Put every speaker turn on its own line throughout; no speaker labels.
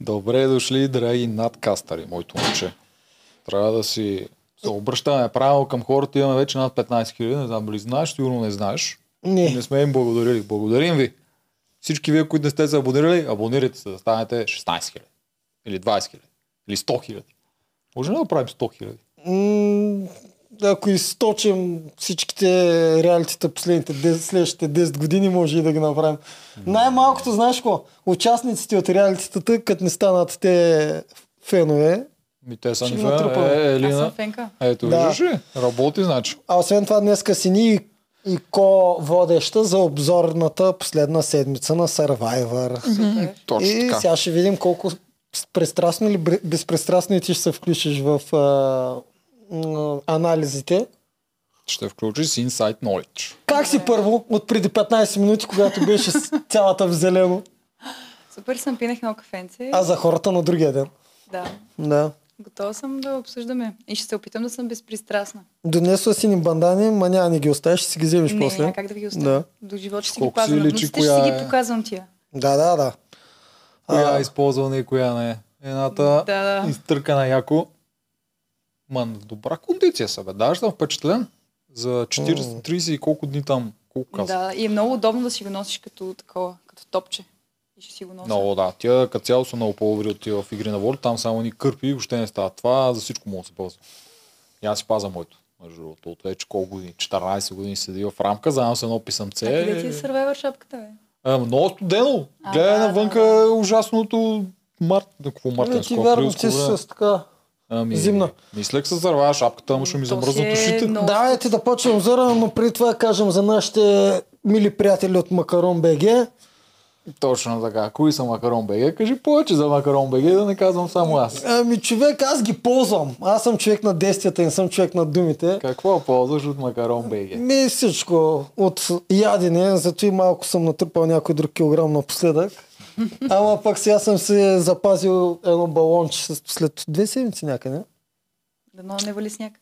Добре дошли, драги надкастъри, моето момче. Трябва да си се обръщаме правилно към хората. Имаме вече над 15 000. Не знам дали знаеш, сигурно не знаеш.
Не.
Не сме им благодарили. Благодарим ви. Всички вие, които не сте се абонирали, абонирайте се да станете 16 000. Или 20 000. Или 100 000. Може ли да направим 100 000?
М- ако източим всичките реалитета последните 10, следващите 10 години, може и да ги направим. Най-малкото, знаеш какво? Участниците от реалитетата, като не станат те фенове,
Ми те са
Ще
ни
ги
фен.
натрупаме.
Е,
Аз съм
Елина.
фенка.
Ето,
Да.
виждаш ли? Работи, значи.
а освен това днеска си ни и ко-водеща за обзорната последна седмица на Survivor.
Супер.
Точно
И
така.
сега ще видим колко с- пристрастно или бре- безпристрастно и ти ще се включиш в а, м, анализите.
Ще включиш с Insight Knowledge.
Как си първо от преди 15 минути, когато беше с цялата в зелено,
Супер съм, пинах едно кафенце.
а за хората на другия ден?
Да,
Да.
готова съм да обсъждаме. И ще се опитам да съм безпристрастна.
Донесла си ни бандани, ма няма да ни ги оставиш, ще си ги вземеш
не,
после.
няма как да ги оставя.
Да.
До живота ще си ги
Колко си
пазя. на
личи,
носите,
коя
ще си
е?
ги показвам тия.
Да, да, да.
Коя е
А,
използвана и коя не е. Едната
Да, да.
изтъркана яко. Ман, в добра кондиция са, бе. Даже съм впечатлен. За 40, 30 и колко дни там. Колко каза?
Да, и е много удобно да си го носиш като такова, като топче. И ще си го нося.
Много, да. Тя като цяло са много по-добри от тия в игри на воля. Там само ни кърпи и въобще не става. Това за всичко мога да се ползва. И аз си паза моето. Между другото, от вече колко години, 14 години седи в рамка, заедно с едно
Как
писъмце.
е... ти е Survivor шапката, бе?
Е, много студено.
А,
Гледай
да, да,
навънка
да.
ужасното март. на Какво
не,
мартенско?
ами, ти вярно,
априлско
ти си
време.
с така...
Ами,
Зимна.
Мислех се зарвая шапката, му ще ми
То си
замръзнат
е
ушите.
много-
Давайте да почнем зора, но преди това кажем за нашите мили приятели от Макарон БГ.
Точно така. Кои са Макарон БГ? Кажи повече за Макарон БГ, да не казвам само аз.
Ами човек, аз ги ползвам. Аз съм човек на действията, не съм човек на думите.
Какво ползваш от Макарон БГ?
Ми всичко от ядене, зато и малко съм натрупал някой друг килограм напоследък. Ама пък сега съм се запазил едно балонче с- след две седмици някъде.
Дано не вали сняг.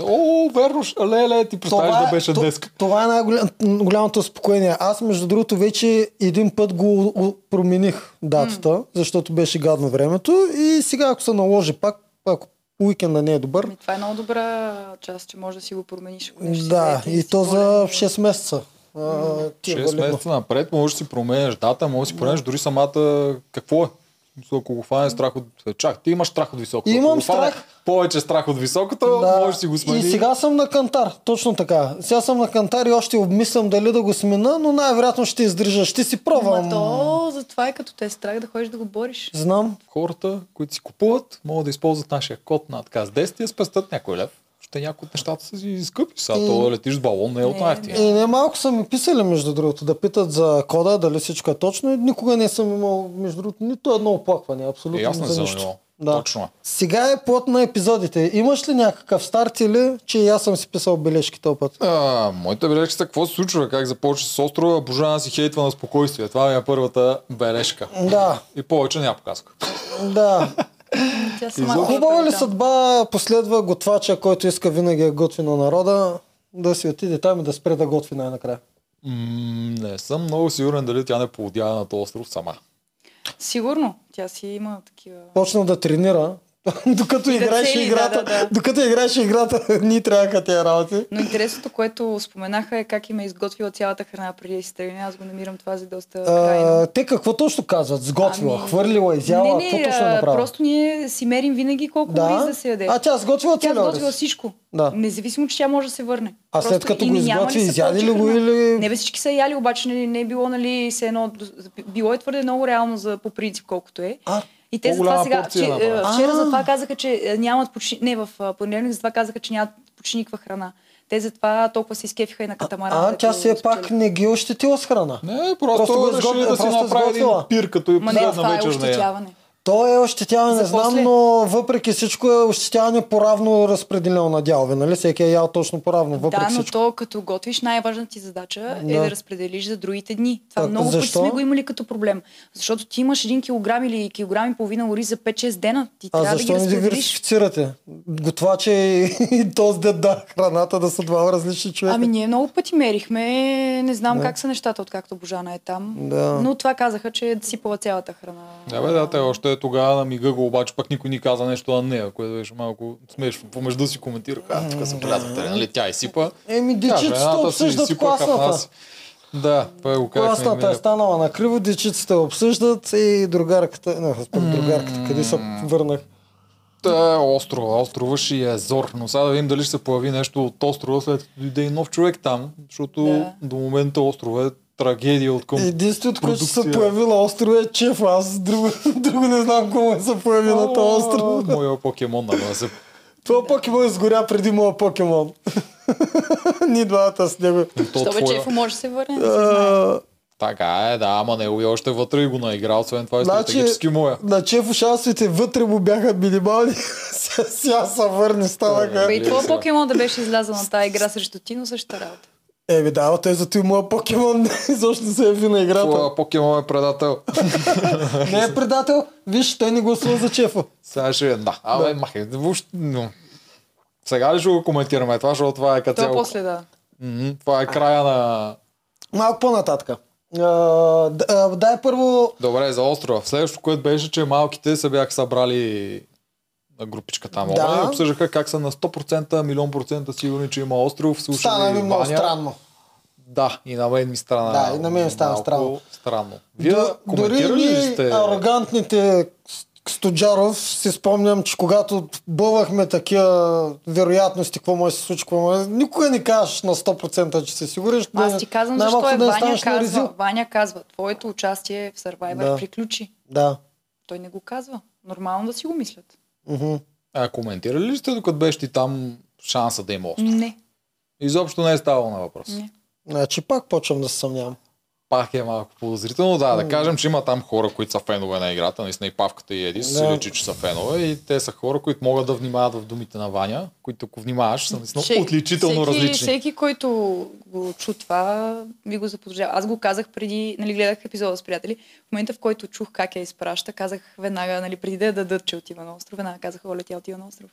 О, верно, ш- леле, ти представиш да
е-
беше
то-
днес.
това е най-голямото успокоение. Аз, между другото, вече един път го у- промених датата, защото беше гадно времето. И сега, ако се наложи пак, ако уикенда не е добър,
Ами, това е много добра част, че можеш да си го промениш. ако нещо си
да,
заед
и
си
то за
болен.
6 месеца. А, ти е
6
валидно.
месеца напред можеш да си променяш дата, можеш да си променяш дори самата какво е. В смисъл, Ако го хване страх от... Чак, ти имаш страх от високото.
Имам
Ако го хване
страх.
Повече страх от високото, да. можеш да си го смени.
И сега съм на кантар, точно така. Сега съм на кантар и още обмислям дали да го смена, но най-вероятно ще издържа. Ще си пробвам.
Ама то, затова е като те е страх да ходиш да го бориш.
Знам.
хората, които си купуват, могат да използват нашия код на отказ 10 и да спестят някой лев. Ще някои от нещата са си скъпи. Сега
И-
това да летиш с балон не е от
Не,
най
И не малко са ми писали, между другото, да питат за кода, дали всичко е точно. И никога не съм имал, между другото, нито едно оплакване. Абсолютно
Е, аз не
за
съм
нищо.
имал.
Да.
Точно е.
Сега е плод на епизодите. Имаш ли някакъв старт или, че и аз съм си писал бележки този път?
А, моята бележка са какво се случва, как започва с острова, Божана си хейтва на спокойствие. Това ми е първата бележка.
Да,
И повече няма показка.
да.
Тя сама го
Хубава ли
направи, да.
съдба последва готвача, който иска винаги да готви на народа, да си отиде там и да спре да готви най-накрая?
М, не съм много сигурен дали тя не поводява на този остров сама.
Сигурно, тя си има такива...
Почна да тренира, докато
И да
играеше
цели, да,
играта,
да, да.
докато играеше играта, ни трябваха тези работи.
Но интересното, което споменаха е как им е изготвила цялата храна преди да си тръгне. Аз го намирам това за доста крайно.
А, те какво точно казват? Сготвила,
Ами,
хвърлила, изяла,
не,
какво
не,
точно
а,
направи?
просто ние си мерим винаги колко да?
да?
да се яде.
а тя сготвила
тя
целия
сготвила
орез.
всичко.
Да.
Независимо, че тя може да се върне.
А след
Просто
като
и
го
няма
изготви,
ли се
изяде ли
повече
го
храна?
или...
Не бе всички са яли, обаче не, не е било, нали, се едно, било е твърде много реално за, по принцип колкото е.
А,
И те
По-голяма
затова сега,
порция
че, е,
направи.
А.
вчера затова казаха, че е, нямат почи... не, в а, понеделник затова казаха, че нямат починиква храна. Те затова толкова се изкефиха и на катамаран.
а,
дето
тя се е пак
спечели.
не ги ощетила с храна.
Не, просто,
Просто го
реши
изготвя-
да си
просто
направи един
изготвила.
пир, като и
Ма не,
последна
това е
вечер на нея.
ощетяване.
То е ощетяване, не
За
знам,
после?
но въпреки всичко е ощетяване поравно разпределено на дялове, нали? Всеки е ял точно поравно, въпреки
Да, но
всичко.
то като готвиш, най-важната ти задача е
Да.
да разпределиш за другите дни. Това
Так,
много пъти
защо?
сме го имали като проблем. Защото ти имаш един килограм или килограм и половина ориз за 5-6 дена. Ти
А
трябва да
защо
ги
не
разпределиш.
диверсифицирате? Готвача и, и този дед да храната да са два различни човека.
Ами ние много пъти мерихме, не знам
Да.
как са нещата, откакто Божана е там.
Да.
Но това казаха, че е сипала цялата храна.
Да, бе, да, те още те тогава на мига го, обаче пък никой ни каза нещо, а не, което беше малко смешно. Помежду си коментирах, а, тук се влязахте, нали? Тя изсипа. Тя,
Еми, дечицата
жената си
обсъждат
изсипа капана
класната.
си. Да, това го казахме.
Класната е
миналия
станала на криво, дечиците обсъждат и другарката, не, пък другарката, къде се върнах.
Та, острова, острова ще и Езор, но сега да видим дали ще се появи нещо от острова, след като дойде и нов човек там, защото
Да.
до момента острова е трагедия от към...
Единственото, което ще се
продукция.
появи на острова е Чеф, аз друго, друго не знам кому е се появи на този остров.
Моя покемон на нас е...
Това покемон изгоря преди моя покемон. Ние двамата с него.
То
Що бе,
твоя-
Чефо може да се върне, не се знае.
А,
Така е, да, ама него и още вътре и го наигра, освен това е
Значи-
стратегически моя.
На Чефо шансовете вътре му бяха минимални. Сега- Сега се върне,
Бе,
станаха.
и твой покемон да беше излязъл на тази игра срещу ти, но същата работа.
Еми да, ама той зато и моя покемон изобщо не се яви на играта.
Твоя покемон е предател.
Не е предател. Виж, той не гласува за Чефа.
Сега ще е, да. Абе, махай, въобще... но. Сега ли ще го коментираме това, защото това е като
Това
цяло...
после да.
Мгм, Това е края на...
Малко по-нататък. А, д- а, Дай първо...
Добре, за острова. Следващото, което беше, че малките се бяха събрали на групичка там.
Да.
Да. И обсъждаха как са на 100%, милион процента сигурни, че има остров. слушали
Стана ми много
Ваня.
странно.
Да, и на мен ми стана.
Да, и на мен ми стана
малко
странно.
странно. Вие
Д- дори
коментирали ли
ние,
сте?
арогантните с- Стоджаров, си спомням, че когато бълвахме такива вероятности, какво може да се случи, какво може, никога не кажеш на 100% че си сигурен. ще
Аз
не-
ти казвам
най-малко
защо е
да не
Ваня
станеш на
казва.
резил.
Ваня казва, твоето участие в Survivor
Да.
приключи.
Да.
Той не го казва. Нормално да си го мислят.
Мгм.
А, коментирали ли сте, докато беше ти там шанса да има остров?
Не,
Изобщо не е ставало на въпрос.
не.
Значи пак почвам да се съмнявам.
Пак е малко подозрително. Да, да кажем, че има там хора, които са фенове на играта. Наистина и Павката и Едис
Да.
се личи, че са фенове. И те са хора, които могат да внимават в думите на Ваня, които ако внимаваш, са наистина
Всеки-
отличително
всеки,
различни.
Всеки, който го чу това, ви го заподозрява. Аз го казах преди, нали, гледах епизода с приятели. В момента, в който чух как я изпраща, казах веднага, нали, преди да я дадат, че отива на остров, веднага казах, оле, тя отива на остров.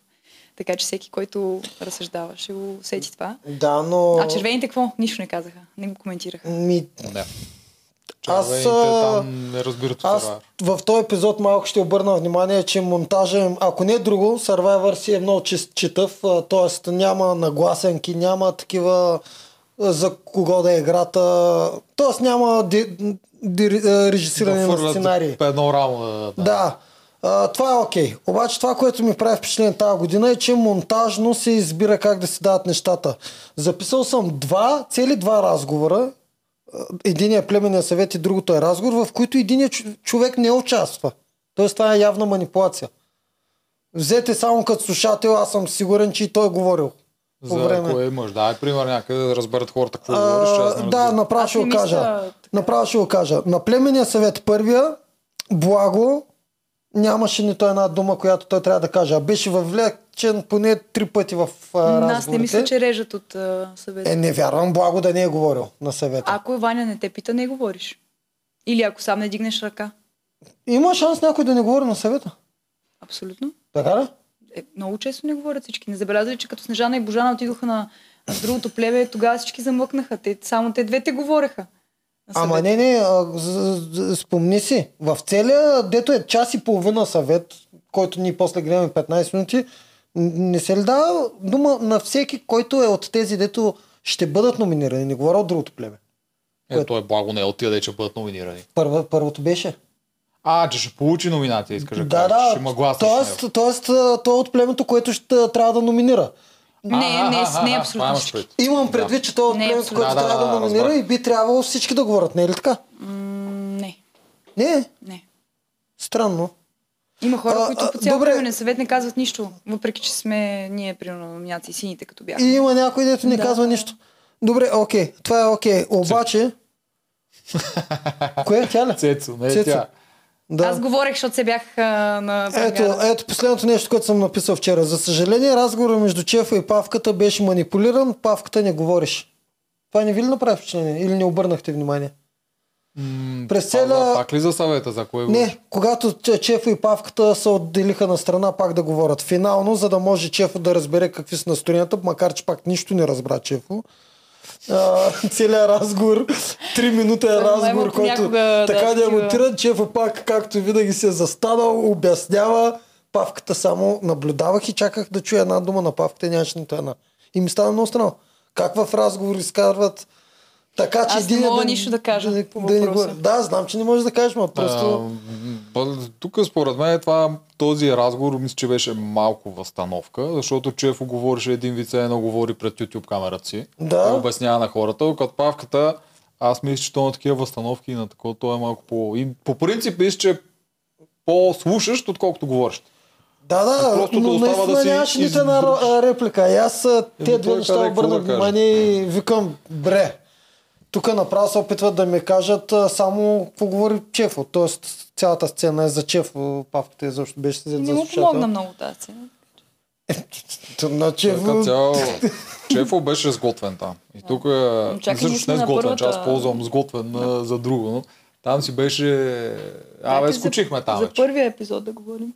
Така че всеки, който разсъждава, ще го усети това.
Да, но...
А червените какво? Нищо не казаха. Не го коментираха.
Ми,
Не.
Ами, Аз,
Червените
а,
там не разбират от
аз
това. е.
в този епизод малко ще обърна внимание, че монтажа, им, ако не е друго, Survivor си е много чист, читав, т.е. няма нагласенки, няма такива а, за кого да е играта, т.е. няма ди, ди, а, режисиране на
фърлят
сценарии.
по едно рамо. Да, да.
Да, а, това е окей. Okay. Обаче това, което ми прави впечатление тази година е, че монтажно се избира как да се дават нещата. Записал съм два, цели два разговора. А, Единият е племенен съвет и другото е разговор, в които единият чу- човек не участва. Тоест това е явна манипулация. Взете само като слушател, аз съм сигурен, че и той е говорил. по
За
време.
кое имаш. Да, е пример някъде да разберат хората какво
А,
говориш. че Аз не
да,
разбирам.
направо
Аз
ще
не
го
мисля
кажа.
така.
Направо ще го кажа. На племенния съвет първия, благо, нямаше нито една дума, която той трябва да каже. А беше въвлечен поне три пъти в а,
Аз не
разговорите.
мисля, че е режат от uh, съвета.
Е, не вярвам, благо да не е говорил на съвета. А...
Ако Ваня не те пита, не говориш. Или ако сам не дигнеш ръка.
Има шанс някой да не говори на съвета.
Абсолютно.
Така ли?
е, много често не говорят всички. Не забелязали, че като Снежана и Божана отидоха на на другото племе, тогава всички замлъкнаха. Те, само те двете говореха. На
Ама
съвет.
не, не, а, з- з- спомни си, в целия, дето е час и половина съвет, който ние после гледаме 15 минути, н- не се ли дава дума на всеки, който е от тези, дето ще бъдат номинирани, не говоря от другото племе.
Е, той е благо не е отиде, че бъдат номинирани.
Първа, първото беше.
А, че ще получи номинация, искаш да,
да,
кажеш.
да,
Ще има глас.
тоест, тоест, а, той е от племето, което ще трябва да номинира.
не, не, не, не абсолютно всички.
Имам предвид, че той е от
Не,
племето,
абсолютно.
което
Да, да,
трябва да,
да,
номинира
разбрах.
и би трябвало всички да говорят, не е ли така?
М, Не,
Не,
не.
странно.
Има хора,
А,
които
а,
по цял
добре.
време на съвет не казват нищо, въпреки че сме ние, примерно, номинации сините, като бяха.
И има някой, дето не
Да.
казва нищо. Добре, окей, това е окей. Обаче... Кое е тя ли?
Цецо, не е
Цецо.
тя.
Аз
Да.
говорех, защото се бях а, на
Ето,
премиера.
ето последното нещо, което съм написал вчера. За съжаление, разговорът между Чефа и Павката беше манипулиран, Павката не говореше. Това не ви ли направи впечатление? Или не обърнахте внимание?
М,
През
това
целия-
да, Пак ли за съвета, за кое говориш?
Не, когато Ч- Чефа и Павката се отделиха на страна пак да говорят. Финално, за да може Чефо да разбере какви са настроенията, макар че пак нищо не разбра Чефо. а, целият разговор, 3 минута е
Той май
разговор,
има
който
понякога, да,
така да, я
такива.
монтират, че Ефа пак, както винаги се е застанал, обяснява. Павката само наблюдавах и чаках да чуя една дума на павката, и нямаше нито една. И ми стана много странно. Как в разговор изкарват така, че
Аз не
един
мога нищо да кажа
да,
по
да, не
въпроса.
го- да, знам, че не можеш да кажеш, но просто...
А, м, тук според мен е това, този разговор мисля, че беше малко възстановка, защото Чефо говореше един вид, все едно говори пред YouTube камерата си.
Да.
Той обяснява на хората, като павката, аз мисля, че то на такива възстановки и на такова, то е малко по... И по принцип мисля, че е по-слушащ, отколкото говориш.
Да, да,
Просто
но
ти остава
наистина
да си
нямаше нито една
изброиш.
ра- реплика. И аз а,
Еми,
те
той
две неща
каза, какво
обърнах
да каже?
внимание и викам, бре, тук направо се опитват да ми кажат а, само какво говори Чефо. Тоест цялата сцена е за Чефо, павката изобщо беше взет
Не
за
му
слушател.
помогна много тази сцена.
Т- На
Като
Чефо...
цяло, Чефо беше сготвен там. И тук е...
Чакай, ние
всъщност
сме
не
на
сготвен, че аз
първата-
ползвам сготвен а, за друго, но там си беше... Абе,
Дайте за-
скучихме там
За
вече.
първия епизод да говорим.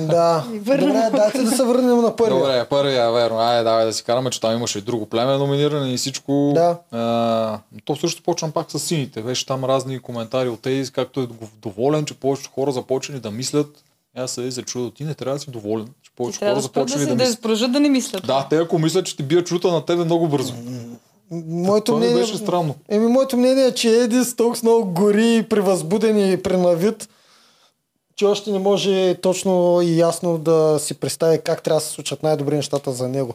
Да.
И върна
Добре,
му.
дайте да се върнем на първия.
Добре, първия, верно. Айде, давай да си караме, че там имаше и друго племе номиниране и всичко.
Да.
А, то също почвам пак с сините. Беше там разни коментари от тези, както е дов- доволен, че повечето хора започнали да мислят. "Е, Аз се се чудя, ти не трябва да си доволен, че
Ти
повече
трябва
хора
да спрат да,
започнали
се-
да,
да,
мислят.
спружат да не мислят.
Да, те ако мислят, че ти бият чута на тебе много бързо.
Моето
Това ми
мнение...
беше странно.
Еми, моето мнение е, че Еди Стокс много гори и превъзбуден и принавид, че още не може точно и ясно да си представи как трябва да се случат най-добри нещата за него.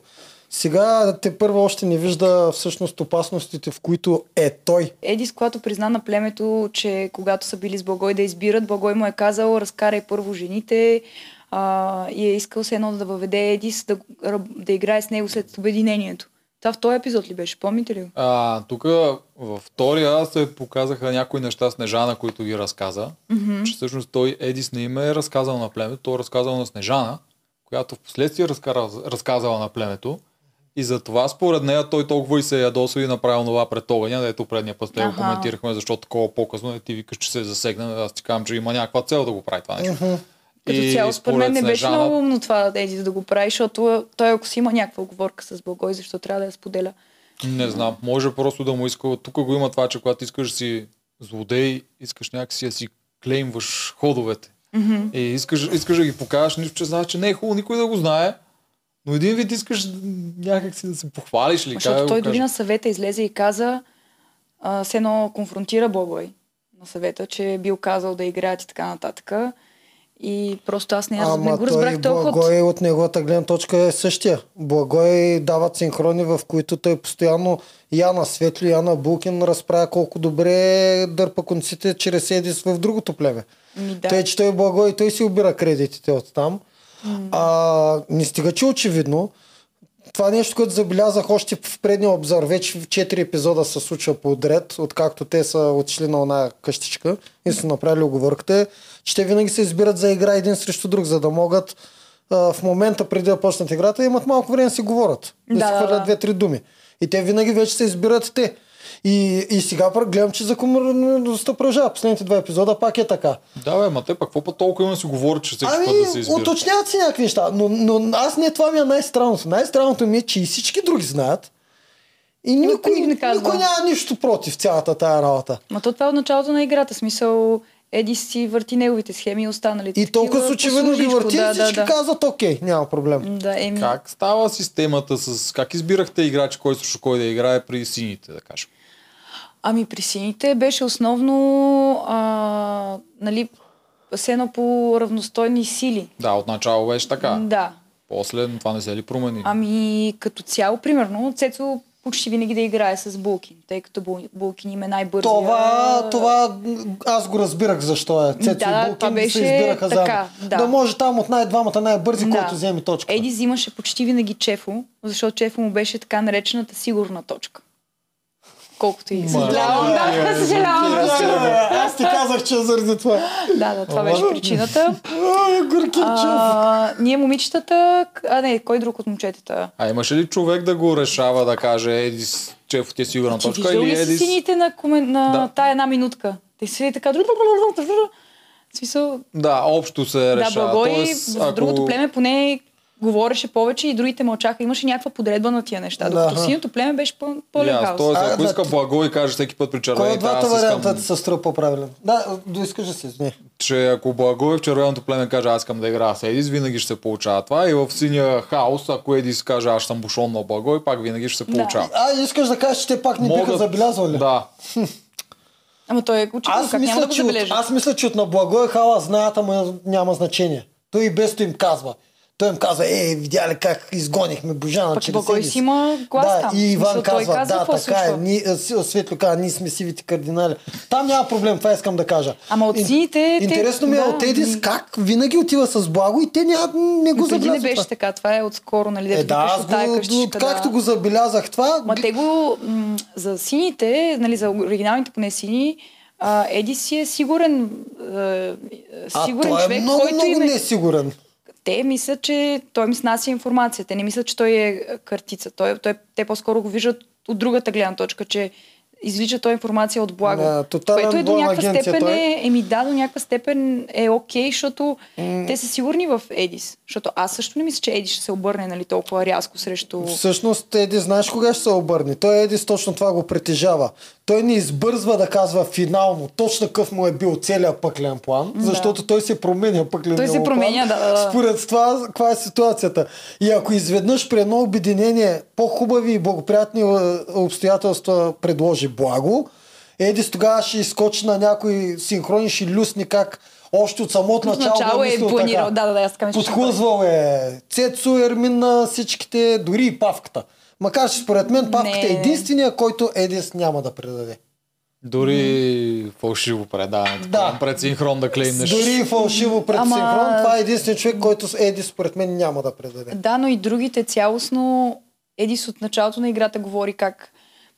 Сега те първо още не вижда всъщност опасностите, в които е той.
Едис, когато призна на племето, че когато са били с Благой да избират, Благой му е казал, разкарай първо жените а, и е искал се едно да въведе Едис да, раб- да играе с него след обединението. Това в този епизод ли беше? Помните ли? го?
А, тук във втория се показаха някои неща с Снежана, които ги разказа. Mm-hmm. Че всъщност той Едис не им е разказал на племето, той е разказал на Снежана, която в последствие разкара- разказала на племето. И затова според нея той толкова и се ядосва и направил нова пред огъня, дето предния път те го
Аха.
коментирахме, защото такова по-късно е, ти викаш, че се е засегна, аз ти казвам, че има някаква цел да го прави това нещо.
Като
И
цяло, според мен не беше
Снежана-
много умно това Едис да го прави, защото той ако си има някаква оговорка с Благой, защо трябва да я споделя?
Не знам, може просто да му иска. Тук го има това, че когато искаш да си злодей, искаш някакси да си клеймваш ходовете. Mm-hmm. И искаш, искаш да ги покажеш, нищо, че знаеш, че не е хубаво никой да го знае. Но един вид искаш някакси да се похвалиш ли.
Защото
да
той
го
дори
кажа?
на съвета излезе и каза, а, все едно конфронтира Бобой на съвета, че е бил казал да играят и така нататък. И просто аз не, аз не го
той
разбрах този ход.
Благой от неговата гледна точка е същия. Благой дават синхрони, в които той постоянно Яна Светло, Яна Булкин разправя колко добре дърпа конците чрез Едис в другото племе.
Ми,
Да.
Ами да.
Тъй, че той е благо и той си обира кредитите от там. Mm. А, не стига, че очевидно. Това е нещо, което забелязах още в предния обзор, вече в 4 епизода се случва подред, откакто те са отшли на една къщичка и са направили оговорката, е, че те винаги се избират за игра един срещу друг, за да могат а, в момента преди да почнат играта, имат малко време да си говорят. И да,
Да,
си
да,
хвърлят
да.
две-три думи. И те винаги вече се избират те. И, и сега пък гледам, че закономерността продължава. Последните два епизода пак е така.
Да, бе, ма те пък какво пък толкова има да си говори, че всеки път
Ами,
да се избира.
уточняват си някакви неща, но, но аз не това ми е най-странното. Най-странното ми е, че и всички други знаят. И никой,
никой не
никой,
казва.
няма нищо против цялата тая работа.
Ма то това е от началото на играта. Смисъл, Еди си върти неговите схеми и останалите.
И толкова
такива,
очевидно ги
послужичко,
върти, да,
да, да,
всички
да.
казват, окей, няма проблем.
Да, еми,
Как става системата с... Как избирахте играч, кой срещу кой да играе при сините, да кажем?
Ами при сините беше основно а, нали, все едно по равностойни сили.
Да, отначало беше така.
Да.
После това не се ли промени?
Ами като цяло, примерно, Цецо почти винаги да играе с Булкин, тъй като Бул- Булкин им е най-бързия.
Това, това аз го разбирах защо е. Цецо
Да,
и
това
Булкин
беше
се избираха
така,
заедно.
да.
да може там от най-двамата най-бързи,
Да.
който вземе точка.
Еди взимаше почти винаги Чефо, защото Чефо му беше така наречената сигурна точка. Колкото и съжалявам, да, съжалявам. разчувам.
Аз ти казах, че е заради това.
Да, да, това беше причината.
А, Горкинчев.
А, ние момичетата, к- а не, кой друг от момчетата?
А имаше ли човек да го решава да каже Едис, Чефо ти е сигурна
Ти
точка
Значи, виждал
или
ли си
Едис?
сините на, комен... на
Да.
тая една минутка? Те си седи така... В смисъл,
Да, общо се
да,
решава.
Благой
Тоест,
в другото племе е поне говореше повече и другите мълчаха. Имаше някаква подредба на тия неща.
Да.
Докато синото племе беше по- пълен
Ясно,
хаос.
Тоест, ако
А, да,
иска
ти-
благо и каже всеки път при
Кой от
червените, аз
двата варианта
искам,
ти се струва по-правилен? Да, доискажи се, извини.
че ако благо е в червеното племе каже аз искам да играя с Едис, винаги ще се получава това. И в синия хаос, ако Едис каже аз съм бушон на благо и пак винаги ще се
Да.
получава.
А, искаш да кажеш, че те пак не биха
Могат-
забелязвали.
Да,
Ама той е очевидно,
Аз
как няма
мисля,
да го
че от,
забележи.
аз мисля, че от на благо е хала знаят, ама няма значение. Той и без това им казва. Той им казва, е, видя ли как изгонихме Божана
Пък
чрез
Благой
Едис?»
си има глас
да,
там.
И
В
Иван
смисъл, той
казва,
казва какво
да,
се
така е.
случва.
Ни, а, Си- а, Светло казва, ние сме сивите кардинали. Там няма проблем, това искам да кажа.
Ама от
Ин-
сините те-
Интересно ми е
да,
от Едис
ми-
как винаги отива с благо и те няма, не го
Преди не
забелязват.
беше
това.
така. Това е отскоро, нали?
Е,
дето
да,
викаш
аз
от тая
го,
къщичка,
както
да.
го забелязах това,
Ма
би-
те го, м, за сините, нали, за оригиналните поне сини, а, Еди си е сигурен, а,
а
сигурен
той е
човек,
много,
който
много
им е...
несигурен.
Те мислят, че той им снася информация. Те не мислят, че той е картица. Той, той, те по-скоро го виждат от другата гледна точка, че излича той информация от благо.
Да, тотален
което е до
двойна
някаква
агенция
степен
той.
е, еми да, до някаква степен е окей, защото те са сигурни в Едис. Защото аз също не мисля, че Едис ще се обърне нали, толкова рязко срещу...
Всъщност, Еди, знаеш кога ще се обърне? Той Едис точно това го притежава. Той не избързва да казва финално точно какъв му е бил целият пъклен план,
Да.
защото той се променя пъклен
Той се променя, да, да, да.
Според това, каква е ситуацията. И ако изведнъж при едно обединение по-хубави и благоприятни е, обстоятелства предложи благо, Едис тогава ще изкочи на някой синхрон и ще люсни как още от самото
От
начало,
начало
го
е
мислил
планирал.
така.
Да, да, да, аз така мисля, че
Подхлъзвал е Цецо, Ермин на всичките, дори и Павката. Макар, че според мен Павката
Не,
е
не.
единствения, който Едис няма да предаде.
дори фалшиво предаване.
Да.
Да. Пред синхрон да клеймнеш.
Дори и фалшиво пред
Ама-
синхрон, това е единствен човек, който с Едис според мен няма да предаде.
Да, но и другите цялостно. Едис от началото на играта говори как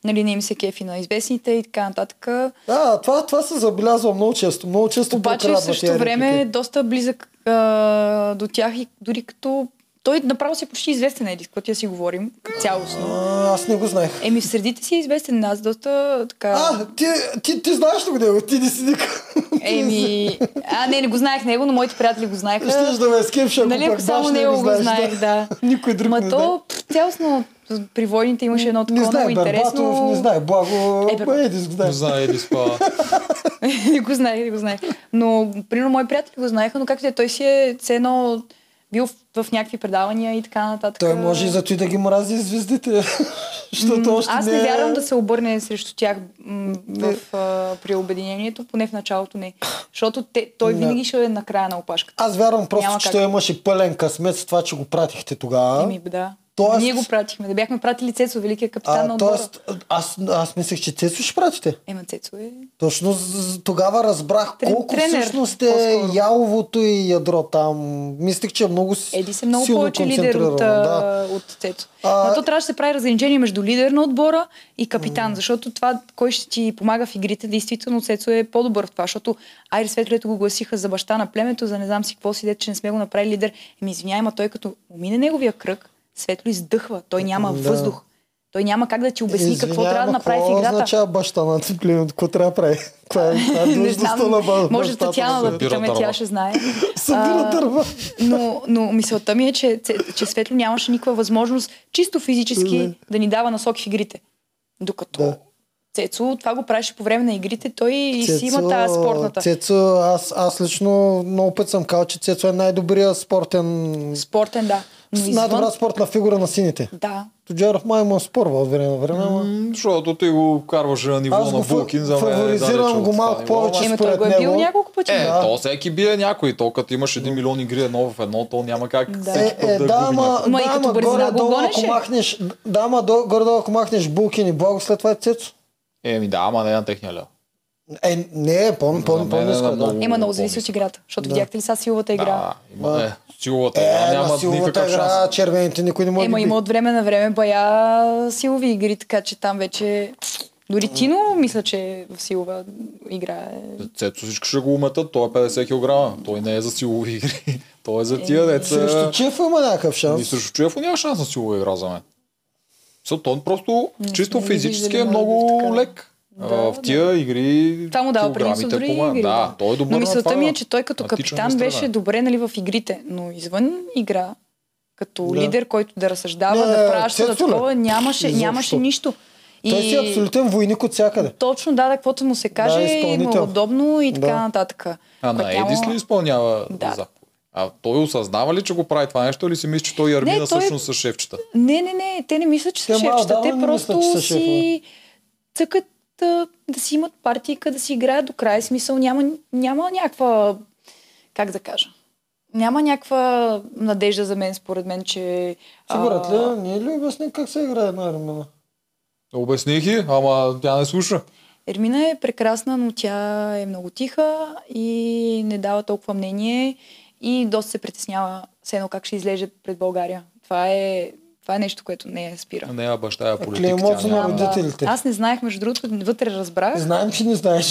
нали, не им се кефи на известните и така нататък.
Да, това, това се забелязва много често. Много често
Обаче в
прокрадва тия
същото време е
реплики.
доста близък а, до тях и дори като... Той направо си е почти известен Едис, когато я си говорим цялостно.
А, аз не го знаех.
Еми в средите си е известен, аз доста така...
А, ти, ти, ти знаеш ли го него? Ти не си никак.
Еми... А, не, не го знаех него, но моите приятели го знаеха.
Щеш да ме скепша, ако
Нали, ако
пък баш
само
не
него
го
го
знаеш.
знаех, да.
Никой друг
Ма
не знае.
то пф, цялостно при войните имаше едно
Не
такова много
знае Бербатов,
интересно.
не знае Благо,
Е, Бер-
Едис го знае.
Не знае, Едис това.
не го знаех, не го знаех. Но, примерно, мои приятели го знаеха, но както и да е, той си е цено бил в, в някакви предавания и така нататък.
Той може и зато и да ги мрази звездите. Защото още
Аз
не,
не
е-
вярвам да се обърне срещу тях м,
Не.
в, а, при обединението, поне в началото не. Защото те, той
Да.
винаги ще е на края на опашката.
Аз вярвам просто,
Няма
че
как.
той имаше пълен късмет с това, че го пратихте тогава.
Еми, да.
Тоест-
Ние го пратихме. Да бяхме пратили Цецо, великия капитан на
а,
отбора.
тоест, аз, аз мислех, че Цецо ще пратите.
Ема Цецо е...
Точно з- з- тогава разбрах
Трен-
колко
тренер,
всъщност е
по-скоро.
яловото и ядро там. Мислех, че е много с-
Еди се много
силно
повече лидер от,
концентрирано, да. Е,
да. от Цецо.
А-
А... Но то трябваше да се прави разграничение между лидер на отбора и капитан, защото това, кой ще ти помага в игрите, действително Цецо е по-добър в това, защото Айри Светлето го гласиха за баща на племето, за не знам си какво си дете, че не сме го направили лидер. Еми, извинявай, ма той като мине неговия кръг, Светло издъхва, той няма
Да.
въздух. Той няма как да ти обясни какво
Извинявай,
трябва да
ама
направи в
какво
играта.
означава баща на ти племето? Какво трябва да прави? Каква е каква е
Не
длъжността на ба-
знам, може
бащата
Татяна да
се-
Събира
питаме,
дърва.
тя ще знае.
Събира
А,
дърва.
Но, но мисълта ми е, че, Ц- че Светло нямаше никаква възможност чисто физически
Да.
да ни дава насоки в игрите. Докато
Да.
Цецо това го правеше по време на игрите, той и си има тази спортната.
Цецо, аз, аз лично много път съм казал, че Цецо е най-добрия спортен...
Спортен, да. Но
Най-добра
извън...
спортна фигура на сините.
Да.
Тоджаров май му спорва от време на време. ама
М, Защото ти го карваше на ниво
Аз
на
го фа-
Булкин. За мен е
фаворизирам
далече от
го
това
малко
ниво,
повече.
ама-
Еми, той
според
го е бил
него-
няколко пъти.
Е,
Да.
то всеки бие някой. То като имаш 1 милион игри едно в едно, то няма как
Да.
всеки
Е,
път да,
е, да,
губи
ама,
някой.
да,
Ма и като
ама
Борисина го
горе-долу, ако
гонеше.
махнеш, да, ама до- горе-долу, ако махнеш Булкин и Благо, след това е Цецо.
Еми да, ама не на техния ляв.
Е, не, помня, помня,
За мен е
помня,
на много-
да.
Има много зависи от играта, защото
Да.
видяхте ли сега силовата игра.
Да, има,
Да.
е, силовата игра
Е, на
няма
силовата
никакъв шанс.
игра, червените никой не може да
Ема
ги
Е, има
бие.
от време на време бая силови игри, така че там вече... Дори Тино мисля, че в силова игра е
Цецо всички ще го уметат, той е 50 кг. Той не е за силови игри. Той е за тия деца.
Срещу Чеф има някакъв
И
шанс.
срещу Чуев няма шанс на силова игра за мен. Защото той просто
Не
чисто
сме ги
физически
виждали,
е
може би,
много
така.
лек.
Да,
А, в тия игри
Това му дава предимство в
килограмите
други
помага.
игри.
Да, той е добър
Но
на
мисълта
това.
ми е, че той като
на тичане
капитан
на
беше
страна.
добре нали, в игрите, но извън игра като
Да.
лидер, който да разсъждава,
Не, не,
да
не,
праща, да
Цецо ли?
такова, нямаше,
Изобщо.
нямаше нищо.
И... Той си е абсолютен войник от всякъде.
Точно, да, да, каквото му се каже, и му е
изпълнител.
удобно и така
Да.
нататък.
А
Което
на
няма-
Едис ли изпълнява
Да.
заповед? А той осъзнава ли, че го прави това нещо или си мисли, че той ярмина
той- е-
всъщност с шефчета?
Не, не, не, те не мислят, че са
Те малко
шефчета. Те
отдавна не
просто
мислят, че са
си цъкат а, да си имат партийка, да си играят до края. Смисъл няма, няма някаква, как да кажа, няма някаква надежда за мен, според мен, че... а,
Ти, брат, ли, не ли обясни как се играе на армена?
Обясних и, ама тя не слуша.
Ермина е прекрасна, но тя е много тиха и не дава толкова мнение и доста се притеснява все едно как ще излезе пред България. Това е, това е нещо, което не я спира.
Не, а баща е политик.
клеймото
тя
на
няма.
родител.
Ама
родителите.
Аз не знаех, между другото, вътре разбрах.
Е? Знаем, че не знаеш.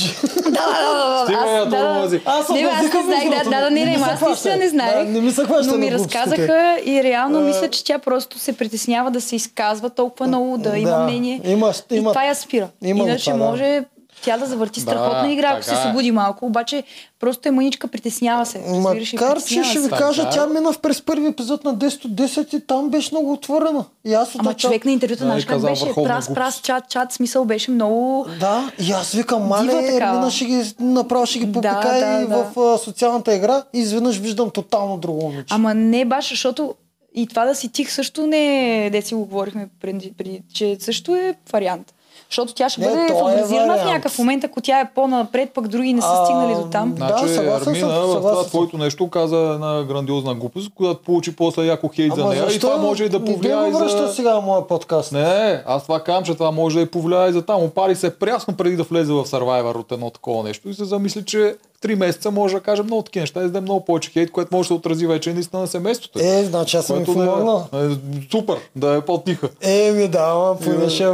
Стига,
аз,
я,
да,
това
да,
мрази.
Аз съм
Не, бе, аз не
базикам,
знаех,
между
да,
другото.
да, да, не,
ми
не,
се
аз
хваща.
наистина не знаех,
Да, не ми се хваща
но ми
на глупостите.
разказаха и реално
Е,
мисля, че тя просто се притеснява да се изказва толкова много, да, има мнение.
Има,
И
има.
това я спира.
има го
Иначе
това, да.
може тя да завърти
Да,
страхотна игра, ако се
така е.
събуди малко, обаче просто е мъничка, притеснява се. Разбираш, и
Макар, че
притеснява
ще
се.
ви
Така.
кажа, тя мина в през първи епизод на 10 от 10 и там беше много отворена. И аз от
Ама
начало-
човек на интервюто,
Да,
знаеш
и
как
каза
беше?
върховна
Прас, прас,
глупост.
чат, чат, смисъл беше много...
Да, и аз викам, мале,
Дива такава.
Ермина ще ги направо ще ги
Да,
попика
да,
и
да.
в а, социалната игра и изведнъж виждам тотално друго момиче.
Ама не баш, защото и това да си тих също не е, де си го говорихме преди, преди че също е вариант. Защото тя ще
Не,
бъде
той е
фаворизирана в
вариант.
някакъв момент, ако тя е по-напред, пък други не са
А,
стигнали до там.
да.
Значи,
съгласен съм,
Армина в
съгласен
това
съм.
твоето нещо каза една грандиозна глупост, която получи после яко хейт за нея и това може и да повлияе
Не
и
го връща
за...
сега моя подкаст.
Не, аз това казвам, че това може да и повлияе и за там. Опари се прясно преди да влезе в Survivor от едно такова нещо и се замисли, че в три месеца може да каже много такива неща и да даде много повече хейт, което може да се отрази вече наистина на семейството. й.
Е, значи аз съм им
Което
помогнал.
да е, е, супер, да е по-тиха.
Е, ми да, ама поне
Е,
ще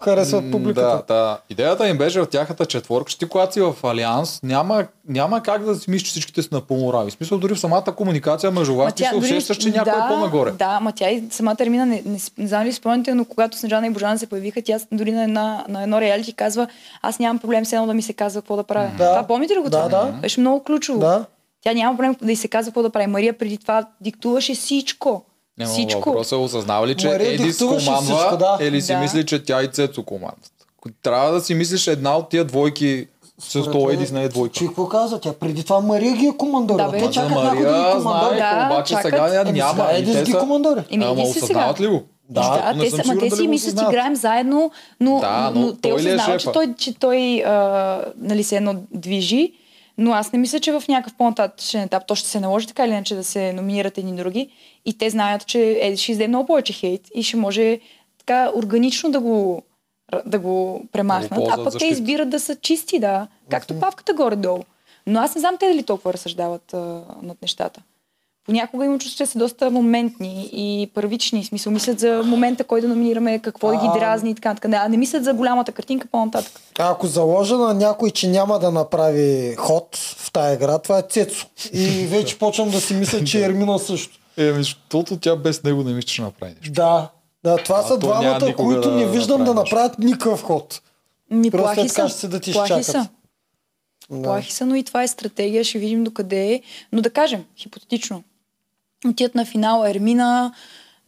харесват
М,
публиката.
Да, да. Идеята им беше в тяхната четворка, че ти когато си в Алианс, няма, няма как да си мислиш, че всичките са напълно равни. В смисъл, дори в самата комуникация между вас, ти се усещаш, че някой е по-нагоре.
Да, ма тя и самата Ермина, не, не, с- не знам ли спомняте, но когато Снежана и Божана се появиха, тя дори на, една, на едно реалити казва, аз нямам проблем с едно да ми се казва какво да правя.
Да.
Това помните ли го
Да,
това?
да.
Беше много ключово.
Да.
Тя няма проблем да й се казва какво да прави. Мария преди това диктуваше всичко.
Няма
всичко.
въпроса, е, осъзнава ли, че
Мария
Едис
диктуваше
командва
всичко, да.
или си
Да.
мисли, че тя и Цецо командват. Трябва да си мислиш една от тия двойки с
Според
то
мен-
Едис не е двойка.
Че Значи, какво каза тя? Преди това Мария ги е командора.
Да, бе.
Те
Ама за
чакат някой да ги
Мария,
командора.
знаех,
Да.
Да,
обаче
чакат.
сега я
Еми,
няма.
сега
И
Едис
те
ги
са- Ами
командори.
Еми,
Ама
Едис и сега.
осъзнават ли го?
Да,
Да,
Защото не съм
те, са, ма
сигурен
те
дали
си
го
мислят,
осъзнават.
играем заедно, но,
Да,
но,
но
но те
той ли е
осъзнават, че
шефа?
той, че той а, нали се едно движи, но аз не мисля, че в някакъв по-нататъчен етап то ще се наложи така или иначе да се номинират едни други и те знаят, че Еди ще издаде много повече хейт и ще може така органично да го, да го премахнат,
ползват
а пък те
защита.
избират да са чисти, да, както павката горе-долу. Но аз не знам те дали толкова разсъждават а, над нещата. Понякога имам чувство, че са доста моментни и първични. В смисъл, мислят за момента, кой да номинираме, какво да ги
А.
дразни и така, така. А не мислят за голямата картинка по-нататък.
Ако заложа на някой, че няма да направи ход в тая игра, това е Цецо. И вече почвам да си мисля, че е Ермина също.
Еми, защото тя без него не мисля, че ще направи нещо.
Да. Да, това са
то няма
двамата,
никога
които
да
не виждам да
направи нещо.
направят никакъв ход.
Ми,
Просто
плахи
е така,
са.
ще се да ти
плахи
изчакат.
са.
Да.
Плахи са, но и това е стратегия, ще видим докъде е. Но да кажем, хипотетично, отият на финала Ермина,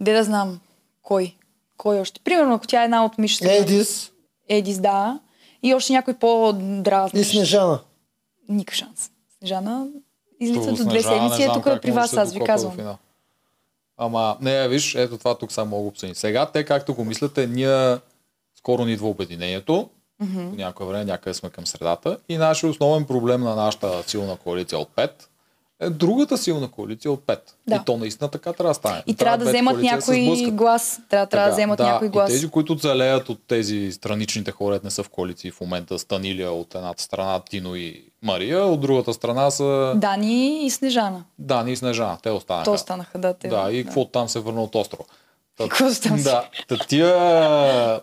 де да знам кой, кой още. Примерно, ако тя е една от мишата,
Едис
Едис, да, и още някой по-дразни.
и Снежана.
Никакъв шанс. Снежана излица
Първо
до
с
две
ножа,
седмици,
не
е
знам
тук
как
при
може да
вас,
се
аз ви
докопа до
казвам.
финал. Ама, не, виж, ето това тук само мога обсъдим. Сега те, както го мислите, ние скоро ни идва обединението. По някое време някъде сме към средата. И нашия основен проблем на нашата силна коалиция от 5 е другата силна коалиция от 5.
Да.
И то наистина така трябва да стане.
И трябва да
двете
вземат
коалиции да се
някой
сблъскат.
глас. Трябва, трябва да
Така,
вземат някой
и
глас.
Тези, които целеят от тези страничните хора, които не са в коалиции в момента, Станилия от едната страна, Тино и Мария, от другата страна са
Дани и Снежана.
Дани и Снежана. Те останаха.
То останаха, да. Те,
Да, и какво там се върна от острова. Та,
Какво стана?
да, та тия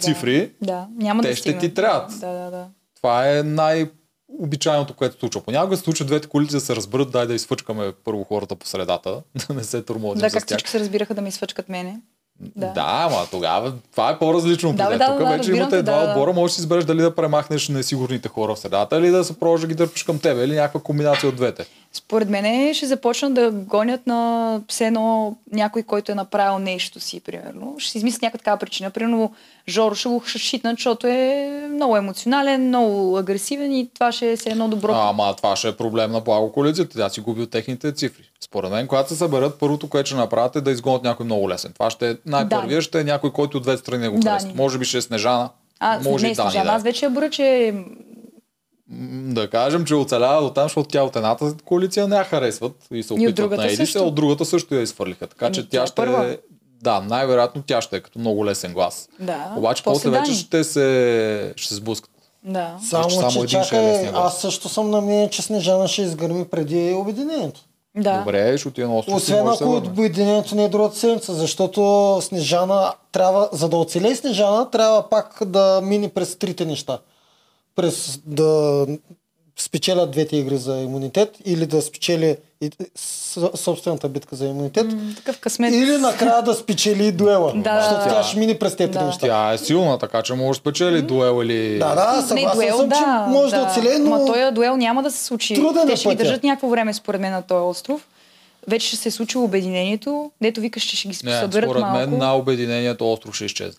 цифри,
Да, няма
Те
да
ще
стигнат.
ти трябват.
Да, да, да.
това е най- обичайното, което се случва. Понякога се случва двете колици да се разберат, дай да изфъчкаме първо хората по средата, да не се турмозим
Да,
с
как
тях.
всички се разбираха да ме изфъчкат мене.
Да. да, ма тогава това е по-различно. Да, бе, да, Тук да, вече
разбирам
имате
те,
два
да, да.
отбора, можеш да избереш дали да премахнеш несигурните хора в средата или да се продължиш да ги дърпиш към тебе или някаква комбинация от двете.
Според мен ще започнат да гонят на все едно някой, който е направил нещо си, примерно. Ще си измислят някаква такава причина. Примерно Жоро ще го шитнат, защото е много емоционален, много агресивен и това ще е все едно добро.
А, ама това ще е проблем на благо коалицията. Тя си губи от техните цифри. Според мен, когато се съберат, първото, което ще направят е да изгонят някой много лесен. Това ще е най-първия,
Дани.
ще е някой, който от двете страни не го
Дани.
харесва. Може би ще е Снежана.
а,
може
не,
и Дани.
Снежана,
да е.
аз вече я броя, че
М, да кажем, че оцелява до там, защото тя от едната коалиция не я харесват и се
от
опитват
другата
на Едис, а
също.
от другата също я изфърлиха. Така
Ами,
че
тя
тя
е
ще е...
първа.
Да, най-вероятно тя ще е като много лесен глас.
да.
Обаче после вече
Дани.
ще се, ще се сблъскат.
Да.
Само,
Само
че
един ще е
чакай,
лесния глас.
аз също съм на мнение, че Снежана ще изгърми преди обединението.
да.
Добре, ще отиде на остров и
Освен
може да се
ако
върне.
обединението не е другата седмица, защото Снежана трябва, за да оцелее Снежана, трябва пак да мине през трите неща. През да спечелят двете игри за имунитет или да спечели и- с- собствената битка за имунитет.
М, Такъв късмет.
Или накрая да спечели дуела.
Да.
Защото тя ще мине през тези три
Да.
неща.
Тя е силна, така че може да спечели дуел или...
Да, да,
Ами,
съгласен съм, че може да, оцелее, но...
Ма той е дуел няма да се случи.
Труден е
Те ще ги
пътя.
държат някакво време, според мен, на този остров. Вече ще се е случило обединението, дето викаш, че ще ги
Не,
съберат
според
малко.
мен на обединението остров ще изчезне.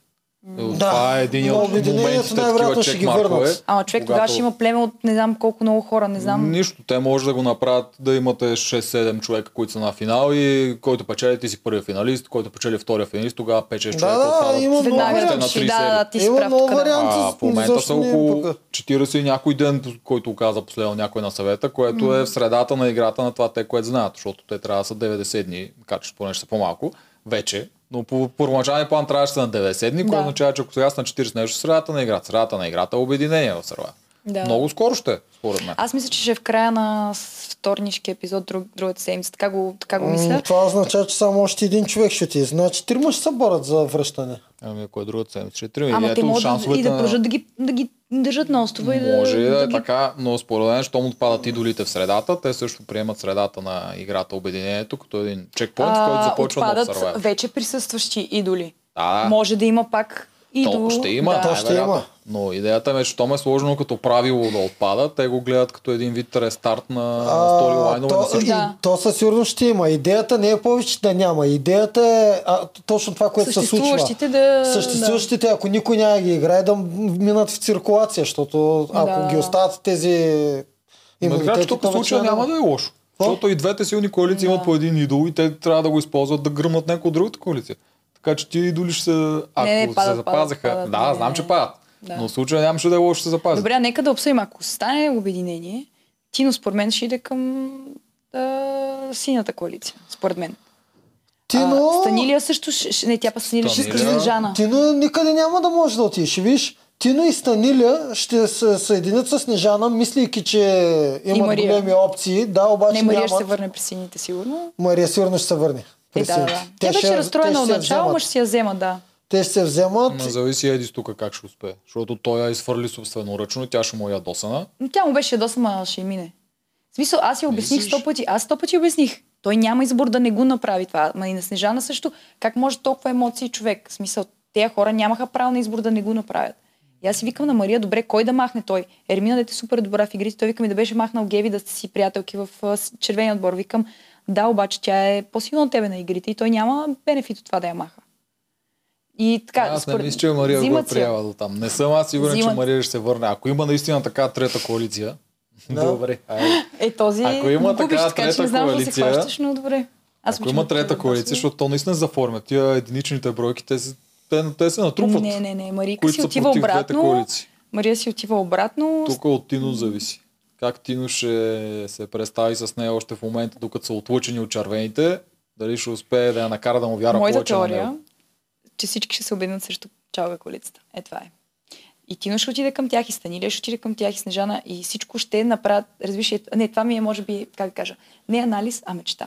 Това е един
на
от
обединението
моментите, такива
най-вероятно ще ги
чекмаркове.
върнат.
Ама човек тогава
когато-
ще има племе от не знам колко много хора, не знам.
Нищо, те може да го направят да имате 6-7 човека, които са на финал и който печели, ти си първия финалист, който печели втория финалист, тогава 5-6 човека
да,
отпадат.
има много
още
Веднага
на
варианти.
ще
три
да,
серии.
да, ти си
Има
прав
много
тук, да.
варианти.
А,
с-
в момента
защо
са
не е
около
пък?
40 и някой ден, който оказа последно някой на съвета, което е в средата на играта на това те, което знаят, защото те трябва да са 90 дни, макар че поне ще са по-малко, вече. Но по първоначалния план трябваше да са на 90 дни, което
Да.
означава, че ако сега са на 40 нещо, средата на играта, средата на играта е обединение в сърва.
Да.
Много скоро ще, е, според мен.
Аз мисля, че ще е в края на вторнишкия епизод, друг, другата седмица. Така го, така го мисля.
М, Това означава, че само още един човек ще ти. Значи трима ще се борят за връщане.
Ами ако е другата седмица, ще трима. И
Ама те
ето
могат да,
шансовете
и да
на-
продължат да ги, да ги държат на острова и да,
Може и да е
ги
така, но според мен, щом отпадат идолите в средата, те също приемат средата на играта Обединението като един чекпоинт, в който
а,
започва да
отпадат
обсърва.
вече присъстващи идоли.
Да,
Може да има пак
то
идол.
ще има,
да.
То ще
най-вероятно.
има.
Но идеята ми е, че то е сложено като правило да отпада, те го гледат като един вид рестарт на сторилайнове на
то,
всичко.
и,
Да.
то със сигурност ще има. Идеята не е повече да няма. Идеята е а, т- точно това, което се случва.
Съществуващите да...
Съществуващите, ако никой няма да ги играе, да минат в циркулация, защото ако
Да.
ги остават тези
Ма Така че
имунитети,
тук
то
в
вече
случая няма да е лошо.
Какво?
Защото и двете силни коалиции имат по един идол и те трябва да го използват да гръмнат някой от другата коалиция. Така че ти идоли ще се... Ако
не,
се
падат,
запазиха... да,
падат, падат, не,
знам,
не,
че
не.
падат.
Да.
Но в случая нямаше да е лошо ще се запазят.
Добре, а нека да обсъдим. Ако стане обединение, Тино според мен ще иде към а, синята коалиция. Според мен.
Ти,
А,
но...
Станилия също... ще- ще- Не, тя па Станилия ще иска
Станилия.
Снежана.
Тино никъде няма да може да отидеш. Виж, Тино и Станиля ще се съединят с Снежана, мислейки, че имат
Мария.
големи опции. Да,
Не,
обаче
Мария
няма.
ще се върне при сините, сигурно.
Мария сигурно ще се върне.
Е, да, да,
Пресилите.
да. Тя, беше разстроена
те
от
ще я
начало, ама
вземат.
ще си я взема, да.
Те ще се вземат.
Ма зависи Едис тук как ще успее. Защото той я изфърли собственоръчно, тя ще му е ядосана.
Но тя му беше доста, ма ще й мине. В смисъл, аз я обясних
Мислиш?
сто пъти. Аз сто пъти обясних. Той няма избор да не го направи това. Ма и на Снежана също. Как може толкова емоции човек? В смисъл, тези хора нямаха право на избор да не го направят. И аз си викам на Мария, добре, кой да махне той? Ермина дете е супер добра в игрите. Той вика ми да беше махнал Геви да сте си приятелки в а, с- червения отбор. Викам, да, обаче тя е по-силна от тебе на игрите и той няма бенефит от това да я маха. И така,
Аз не
според-
мисля, че Мария го е
взимат си я.
приела до там. Не съм аз сигурен, че
Взимат.
Мария ще се върне. Ако има наистина така трета коалиция,
Да.
добре. айде.
Е, този
Ако има
губиш,
такава
така, че
трета
не знам, какво се
коалиция-
хващаш, но добре. Аз
Ако
обичам
има
да
трета
чувам
коалиция,
гласове.
защото то наистина заформят. Тия единичните бройки, те се, те, те се натрупват.
Не, не, не. Марийка
които
си
са
отива
против двете
обратно.
коалиции.
Мария си отива обратно.
Тук от Тино зависи. Как Тино ще се представи с нея още в момента, докато са отлъчени от червените, дали ще успее да я накара да му вяра
Моята
повече на
теория,
него. е.
че всички ще се обединят срещу чалга коалицията. Е, това е. И Тино ще отиде към тях, и Станилия ще отиде към тях, и Снежана, и всичко ще направят, разбираш, ли, не, това ми е, може би, как да кажа, не анализ, а мечта.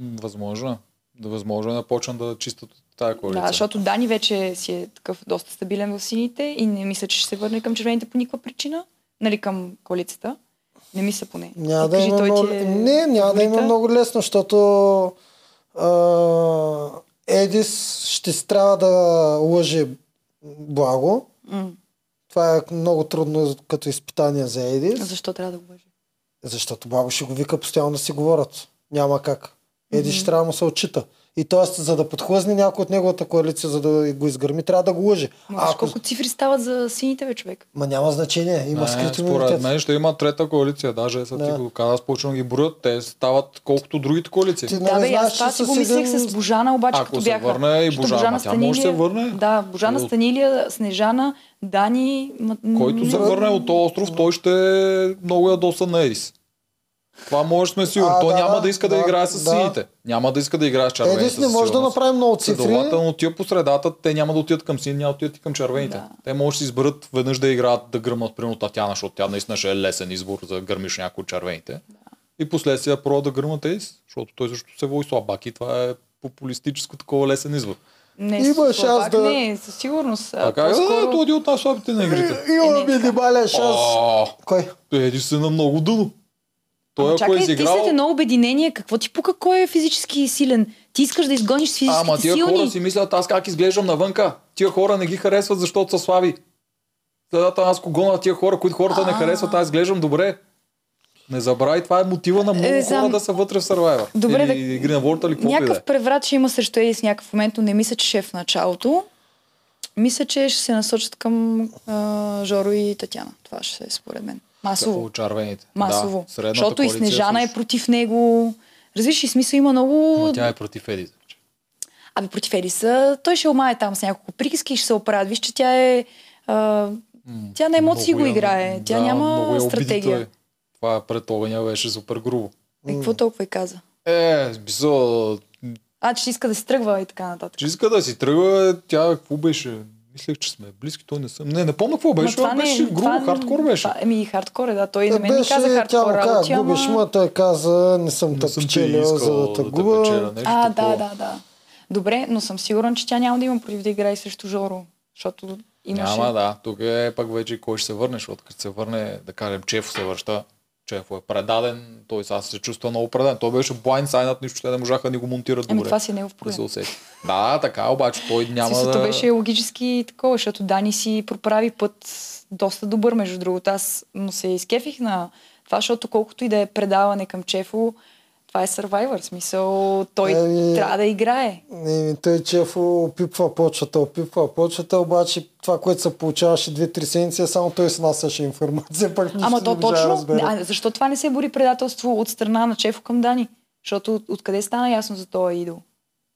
М, Възможно е. Да възможно е да почнат да чистят от тая коалиция.
Да, защото Дани вече си е такъв доста стабилен в сините и не мисля, че ще се върне към червените по никаква причина, нали, към коалицията. Не мисля поне.
Няма
И
да
кажи,
има
той ти
много...
е
Не, няма да има
фаворита.
много лесно, защото а, Едис ще си трябва да лъже благо.
М.
Това е много трудно като изпитание за Едис.
Защо трябва да го лъжи?
Защото баба ще го вика постоянно да си говорят. Няма как. Еди ще трябва да му се отчита. И т.е. за да подхлъзне някой от неговата коалиция, за да го изгърми, трябва да го лъже.
Можеш,
Ако...
колко цифри стават за сините, бе, човек?
Ма няма значение, има
не,
скрит
според
имунитет.
мен ще има трета коалиция, даже са
Да.
ти го каза, аз почвам ги броят, те стават колкото другите коалиции.
Ти
Да,
нали
бе, аз
знаеш,
това
че
си
с
го мислех
един-
с Божана, обаче
Ако
като
се
бяха.
върне и
Защото
Божана, ма тя може да се върне.
Да, Божана
Е, от-
Станилия, Снежана, Дани... ма-
Който се
м,
върне от този остров, той ще е много ядосан на Едис. Това може сме сигурни.
А,
Той
да,
няма
да,
да иска да,
да,
играе с
да.
сините. Няма да иска да играе с червените.
Едис не
със
може да
сигурност.
направи много цифри.
Следователно, тия по средата, те няма да отидат към син, няма да отидат и към червените.
Да.
Те може да си изберат веднъж да играят, да гръмнат примерно Татяна, защото тя наистина ще е лесен избор за да гърмиш някой от червените. И последствие да пробва да гърмнат Едис, защото той също се води слабак и това е популистическо такова лесен избор. е,
Не,
Има
слабак
шанс да-
Не, със сигурност.
А, как да,
по-скоро-
ето един от най-слабите на игрите.
Има минимален шанс.
О,
Кой?
Едис е на много дъно. Той ако
Ама
е
Чакай, ти след
изиграл,
едно обединение, какво ти пука кой е физически силен? Ти искаш да изгониш с физически
Ама тия
силни.
хора си мислят, аз как изглеждам навънка. Тия хора не ги харесват, защото са слаби. Следата аз кого на тия хора, които хората не
А.
харесват, аз изглеждам добре. Не забравяй, това е мотива на много хора
Е, знам.
да са вътре в Survivor.
Добре,
или
да-
игри на волята или каквото и да е.
Някакъв преврат ще има срещу Едис в някакъв момент, но не мисля, че ще е в началото. Мисля, че ще се насочат към а, Жоро и Татяна. Това ще е според мен. Масово.
О, червените.
Масово.
Да, средната
Защото и
коалиция
Снежана е
също.
против него. Разбираш, и смисъл има
Ама
много...
Тя е против Едис.
Абе, против Едиса. Той ще омае там с няколко приказки и ще се оправят. Виж, че тя е... А, тя на емоции
Много
го
я-
играе. Тя
да, много
няма
я обиди
стратегия.
той. Това е пред огъня беше супер грубо.
Е, какво толкова и каза?
Е, в смисъл,
А, че иска да си тръгва и така нататък.
че иска да си тръгва, тя какво беше? Мислех, че сме близки, то не съм. Не, не помня какво
Ма
беше,
това е-
ама беше грубо,
това
хардкор беше.
Това, ами и хардкор е, да. Той и на
Е,
мен ми каза
беше, тя
хардкор
му
работи,
каза,
ама...
губиш, ма той каза, не съм
Не
те
съм ти
печелил,
искал
за да те
те
губа.
печеля, нещо
А, да,
такова.
да, да. Добре, но съм сигурен, че тя няма да има против да играе срещу Жоро. Защото имаше...
Няма, да. Тук е пък вече кой ще се върне, защото като се върне, да кажем, Чефо се връща. Чефо е предаден, той сега се чувства много предаден. Той беше блайндсайнат, нищо те не можаха да ни го монтират
Еми,
добре.
това си е негов
Да
проблем.
се усети. Да, така, обаче той няма
Смисълто
да...
беше логически такова, защото Дани си проправи път доста добър, между другото. Аз му се изкефих на това, защото колкото и да е предаване към Чефо, това е Survivor. В Смисъл, той
Ами,
Еми,
трябва да играе.
И Ами, той Чефо опипва почвата, опипва почвата, обаче това, което се получаваше две-три седмици, е само той снасяше информация, пък нищо
Ама
не
то
можа да
точно.
разбере.
а, защо това не се бори предателство от страна на Чефо към Дани? Защото от- откъде стана ясно за този идол?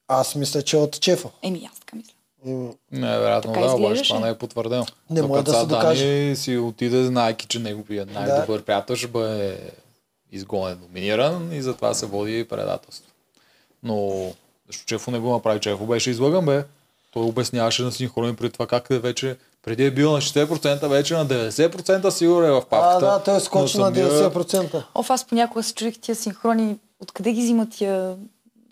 Аз мисля, че е от Ами, Чефо.
Еми, аз така мисля.
И-
Не, вероятно,
Така
да, обаче
изглеждаше.
това не е потвърдено.
Не
Докато
може да се
сега Дани
докаже.
си отиде, знаеки, че неговият най-добър приятел ще бъде изгонен, номиниран и затова се води предателство. Но защото Чефо не го направи. Чефо беше излъган, бе. Той обясняваше на синхрони преди това как е вече преди е бил на 60%, вече е на 90% сигурен е в
А,
папката.
да, той
Но
скочи на
самия-
90%.
Оф, аз понякога се чудих тия синхрони, откъде ги взимат тия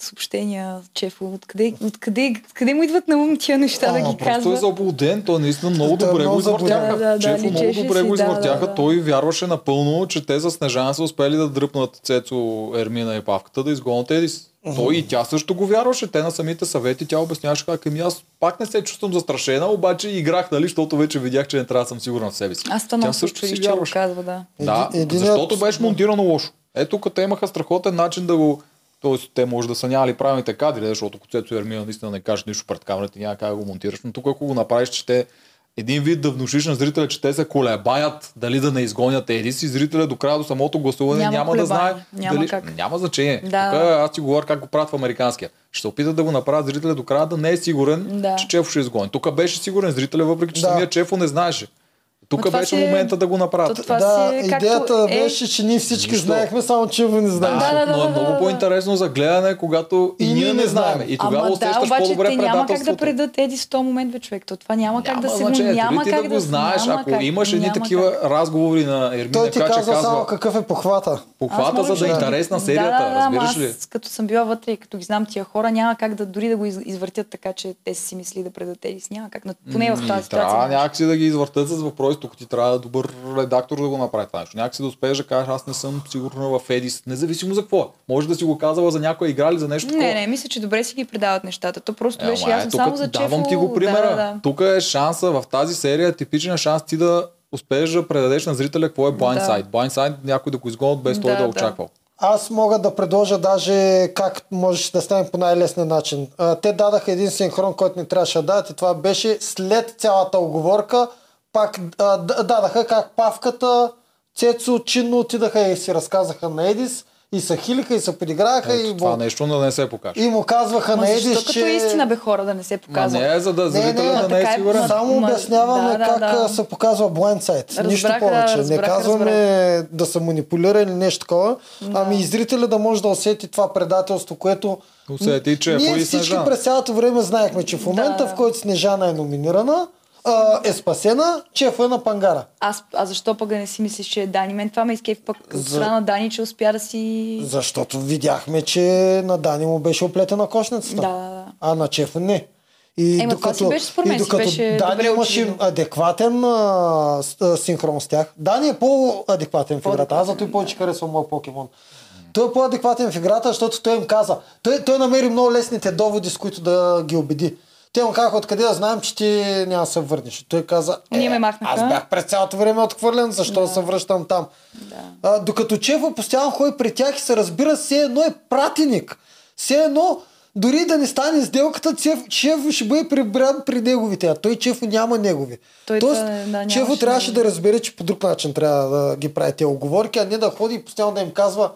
съобщения, Чефо, откъде, откъде, откъде му идват на ум тия неща да
Ама
ги
просто е
казва.
заблуден, той наистина много
Той е
добре го
много
извъртяха.
заблуден.
Да, да, да,
Чефо много
личеше
добре
си,
го
да, да,
извъртяха,
да.
той вярваше напълно, че те за Снежана са успели да дръпнат Цецо, Ермина и Павката да изгонят Едис. Той и тя също го вярваше, те на самите съвети, тя обясняваше как ами аз пак не се чувствам застрашена, обаче играх, нали, защото вече видях, че не трябва да съм сигурна в себе си.
Аз това
Тя
много се
също си
чудих, че го
вярваше.
казва, да.
Да,
Еди- единият-
защото беше монтирано лошо. Ето тук те имаха страхотен начин да го... Тоест, те може да са нямали правилните кадри, защото ако Цецо и Ермина наистина не кажеш нищо пред камерата, няма как да го монтираш. Но тук ако го направиш, че те един вид да внушиш на зрителя, че те се колебаят дали да не изгонят Едис и зрителя до края до самото гласуване няма,
Няма
да знае.
колебание. Няма
дали...
как.
няма значение.
Да.
Тук е, аз ти говоря как го правят в американския. Ще се опитат да го направят зрителя до края да не е сигурен,
Да.
че Чефо ще изгони. Тук беше сигурен зрителя, въпреки че
Да.
самия Чефо не знаеше. Тук
това
беше
си е-
момента да го направят.
То това
да,
си е както
идеята
е-
беше, че ние всички
Нищо.
знаехме, само че не знаехме.
Да,
да, да,
но е
да,
много
да, да.
по-интересно за гледане, когато и, ние не знаем. И тогава
Ама да,
усещаш
обаче
по-добре
те няма как
предателството.
да предат Еди в този момент, бе, човек. То това няма, как да се
значение,
му,
дори
няма
ти
как
да го знаеш,
няма
ако
как,
имаш едни
няма
такива
как.
разговори на Ермина,
Той ти
която
каза само
казва
какъв е похвата.
Аз
похвата,
мога
за да е
да-
интересна серията,
да, да, да, ама
разбираш ли?
Аз, като съм била вътре и като ги знам тия хора, няма как да дори да го из- извъртят така, че те са си мисли да предат Едис. Няма как, но поне в
М,
тази
Трябва
ситуация.
някакси да ги извъртат с въпроси, тук ти трябва добър редактор да го направи това нещо. Някак си да успееш да кажеш, аз не съм сигурна в Едис, независимо за какво. е. Може да си го казала за някоя игра или за нещо такова.
Не, не, мисля, че добре си ги предават нещата. То просто
Е,
беше
ама е,
ясно
тук
само за
Давам
Чефо.
ти го примера.
Да, да, да.
Тук е шанса в тази серия, типичен е шанс ти да успееш да предадеш на зрителя какво е Blindside. Да. Blindside някой да го изгонят без той
Да,
да, да
да.
очаквал.
Аз мога да предложа даже как можеш да стане по най-лесния начин. А, те дадаха един синхрон, който не трябваше да дадат и това беше след цялата оговорка, пак а, д- дадаха как павката, Цецо, Чинно отидаха и си разказаха на Едис и се хилиха и се подиграха
Ето,
Е, и,
това
му,
нещо да не е се покаже.
и му казваха
Ма
на
защо
Едис,
като
че...
е истина бе хора да не се
Ма
показва?
не е за да
Не,
зрителя
не,
да не е
така е,
сигурен.
ма-
Само
ма-
обясняваме
да, да,
как
да.
а, се показва blindside. Нищо
Разбрах, да,
повече. не
разбрах,
казваме да се манипулира или нещо такова. Ами и зрителя да може да усети това предателство, което
Усети, че е
ние
по-и
всички
Снежана.
през цялото време знаехме, че в момента,
Да.
в който Снежана е номинирана, а, е спасена, чефа е на пангара.
Аз, а защо пък да не си мислиш, че е Дани? Мен това ме изкефи пък от
За-
страна на Дани, че успя да си...
Защото видяхме, че на Дани му беше оплетена кошницата.
Да, да, да.
А на Чефа не. И
Е, ма това си беше, според мен
и
си
докато
беше
Дани
добре
имаше
очевидно.
адекватен а, с- а, синхрон с тях. Дани е по-адекватен в играта. Аз
По-адекватен,
зато и повече харесвам моя покемон. Той е по-адекватен в играта, защото той им каза. Той, той намери много лесните доводи, с които да ги убеди. Те му казаха откъде да знаем, че ти няма да се върнеш. Той каза,
Ние ме махнаха.
Е, аз бях през цялото време отхвърлен, защо да. се връщам там.
Да.
А, докато Чефо постоянно ходи при тях и се разбира, все едно е пратеник. Все едно, дори да не стане сделката, Чеф, Чефо ще бъде прибран при неговите, а той Чефо няма негови.
Той
Тоест,
това, да, е. нямаше
Чефо трябваше да
негови.
разбере, че по друг начин трябва да ги прави тези оговорки, а не да ходи и постоянно да им казва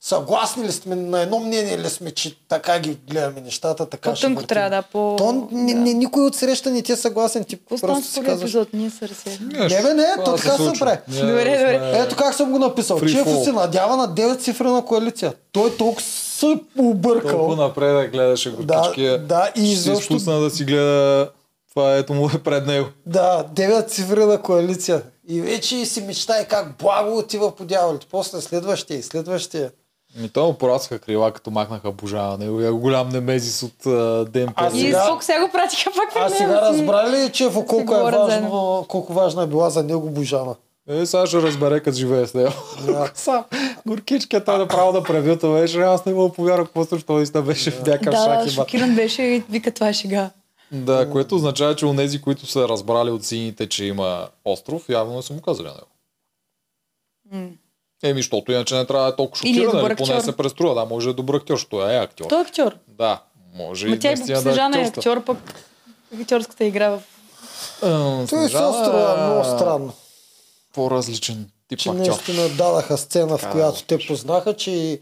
съгласни ли сме, на едно мнение ли сме, че така ги гледаме нещата, така ще
По-тънко
въртим.
трябва да по...
То, ни,
да.
ни, никой от среща не ти е съгласен, ти
Какво стана
просто
с
си
първия
казваш.
епизод? Ние се разсеяхме.
Не, бе, не,
това
то така се
случва.
прави.
Ние
Добре,
сме-
добре.
Ето как съм го написал.
Free
Чефо
fall.
се надява на 9 цифрена коалиция. Той толкова се
Толкова
объркал.
напред гледаше
Да,
готичкия.
да, и
ще
изобщо-
се изпусна да си гледа това ето му е пред него.
Да, 9 цифрена коалиция. И вече си мечтае как благо отива по дяволите. После следващия и следващия.
Ми то му порасаха крила, като махнаха божава. Неговия голям немезис от а, ДМП.
А
И
сега-
сега... Фокс сега го пратиха пак при
А
него
сега
Е, си.
разбрали ли, че колко, е
говорят
важно,
заедно.
колко важна е била за него Божана?
Е, сега ще разбере като живее с него. Сам горкичката той направо да превюта беше. Аз не мога да повярвам какво също той наистина беше в някакъв
Да,
шах
да,
и мат.
шокиран беше и вика това е шега.
Да, което означава, че онези, които са разбрали от сините, че има остров, явно не са му казали на него.
М.
Еми, защото иначе не трябва да е толкова
Или е
шокиран,
добър
нали, поне
актьор.
се преструва. Да, може да е добър актьор, защото е актьор.
Той е актьор.
Да, може
Ма
и
тя и
наистина да
Снежана е
актьорства.
актьор, пък актьорската игра в...
Ам,
Той е
Снежана
острова, е много странно.
По-различен тип
че е
актьор.
наистина дадаха сцена, в която те познаха, че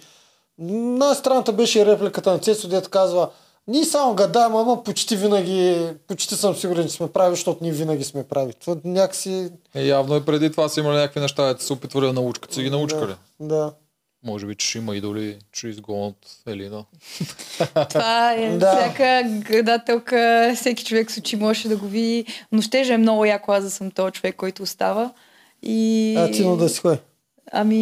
на страната беше и репликата на Цецо, дето казва, ние само гадаем, ама почти винаги, почти съм сигурен, че сме прави, защото ние винаги сме прави. Това някакси...
Е, явно и преди това са имали някакви неща, дето са се опитвали да научат, като са ги научкали.
Да, да.
Може би, че ще има идоли, че изгонят Елина.
Това е
Да.
всяка гледателка, всеки човек с очи можеше да го види, но щеше е много яко аз да съм този човек, който остава. И...
А ти но да си кой?
Ами...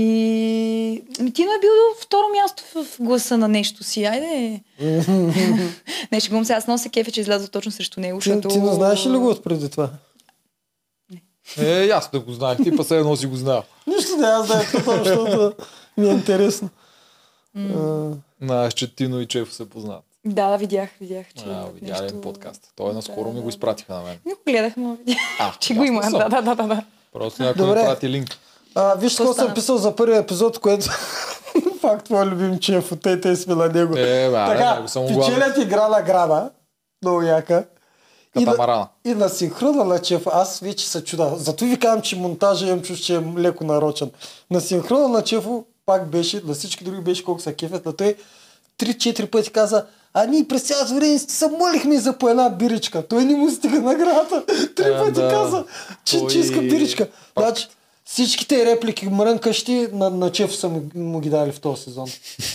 ами Тино е бил второ място в в гласа на нещо си. Айде. не, ще сега. Аз много се кефе, че излязох точно срещу него.
Ти,
защото...
ти не знаеш ли го от преди това?
Е, аз да го знаех, ти па все едно си го знаел.
Нищо не, аз да я питам, защото ми е интересно. А,
Знаеш, че Тино и Чеф се познат.
Да, да, видях, видях, че
А,
имат
видя
нещо...
един подкаст. Той наскоро
Да,
ми
да,
го
да.
изпратиха на мен.
Не го гледах, но видях,
А,
че го има.
ясно
Да,
съм.
да, да, да, да.
Просто някой ми
Добре.
прати линк.
а виж какво съм
стана?
писал за първия епизод, което пак твой любим чеф, от те, те сме на него.
Е, бе, аре,
Така,
него съм главен.
печелят игра на грана, много яка. И на,
Катамарана.
и на синхрона на Чеф, аз вече се чуда. Зато ви казвам, че монтажа имам чуш, че е леко нарочен. На синхрона на Чефо пак беше, на всички други беше колко са кефят, на той 3-4 пъти каза, а ние през цялото време се молихме за по една биричка. Той не му стига наградата. Три
Е,
пъти
да.
каза, че, че
Той-
иска биричка.
Пак.
Значи, всичките реплики мрънкащи на, на Чеф са му, му ги дали в този сезон.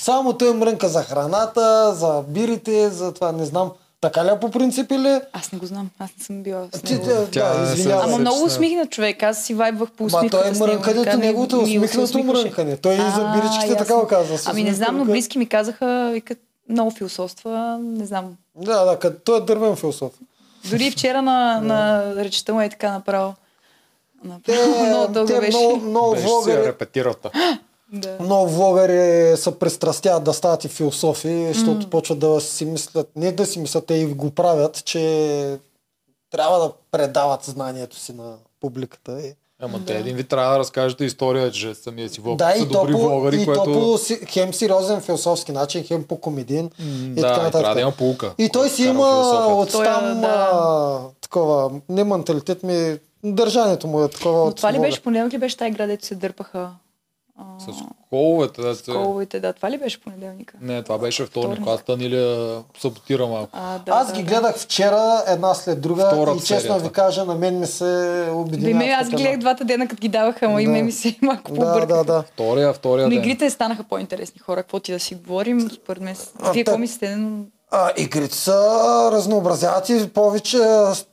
Само той мрънка за храната, за бирите, за това не знам. Така ли е по принцип или?
Аз не го знам. Аз не съм била с
Ти,
него.
да,
Тя е не
да,
се
извинявай.
Ама
Сечна.
много усмихнат човек. Аз си вайбвах по
Ма
усмивката
той е
с него, така
мрънкането,
ми-
неговото
мило се
усмихнато
усмихваше.
мрънкане. Той и за
А,
биричките така
ясно.
го казва. с
Ами не знам, но
усмивка.
близки ми казаха, викат, много философства, не знам.
Да, да, като той е дървен философ.
Дори и вчера на, на речета му е така направо. Направо много дълго
те е
беше.
много, много
Беше си я
влогъри,
репетирата.
Да.
много влогъри се престрастяват да стават и философи, защото почват да си мислят, не да си мислят, те и го правят, че трябва да предават знанието си на публиката. И...
Ама
Да.
те един ви трябва да разкажете история, че самия си влог
Да,
са
и то,
добри
по,
влогари,
и
което...
то по си- хем сериозен философски начин, хем по комедиен.
М,
и
Да,
така
и
нататък.
трябва да има полука.
И той
който
си
вкара
има
философията.
от
Той е,
там
да.
а, такова, не менталитет ми, държанието му е такова.
Но
от
това ли
влога.
беше понеделник ли беше тази игра, дето се дърпаха? А,
С коловете, да, те-
Коловете, да. Това ли беше понеделника?
Не, това беше вторник,
Вторник.
когато Танилия саботира малко.
А, да,
Аз
да,
ги
да.
гледах вчера една след друга
Втората
и честно
серията.
ви кажа, на мен ми се
Да,
обединяват.
име, аз
от
ги
една.
гледах двата дена, като ги даваха, ама и
Да.
име ми се малко
Да,
по-бърка.
да, да.
Втория, втория
Но
ден.
игрите станаха по-интересни хора, какво ти да си говорим, според мен. с-
А,
Вие
та-
какво мислите? но-
А, игрите са разнообразяват и повече а, с-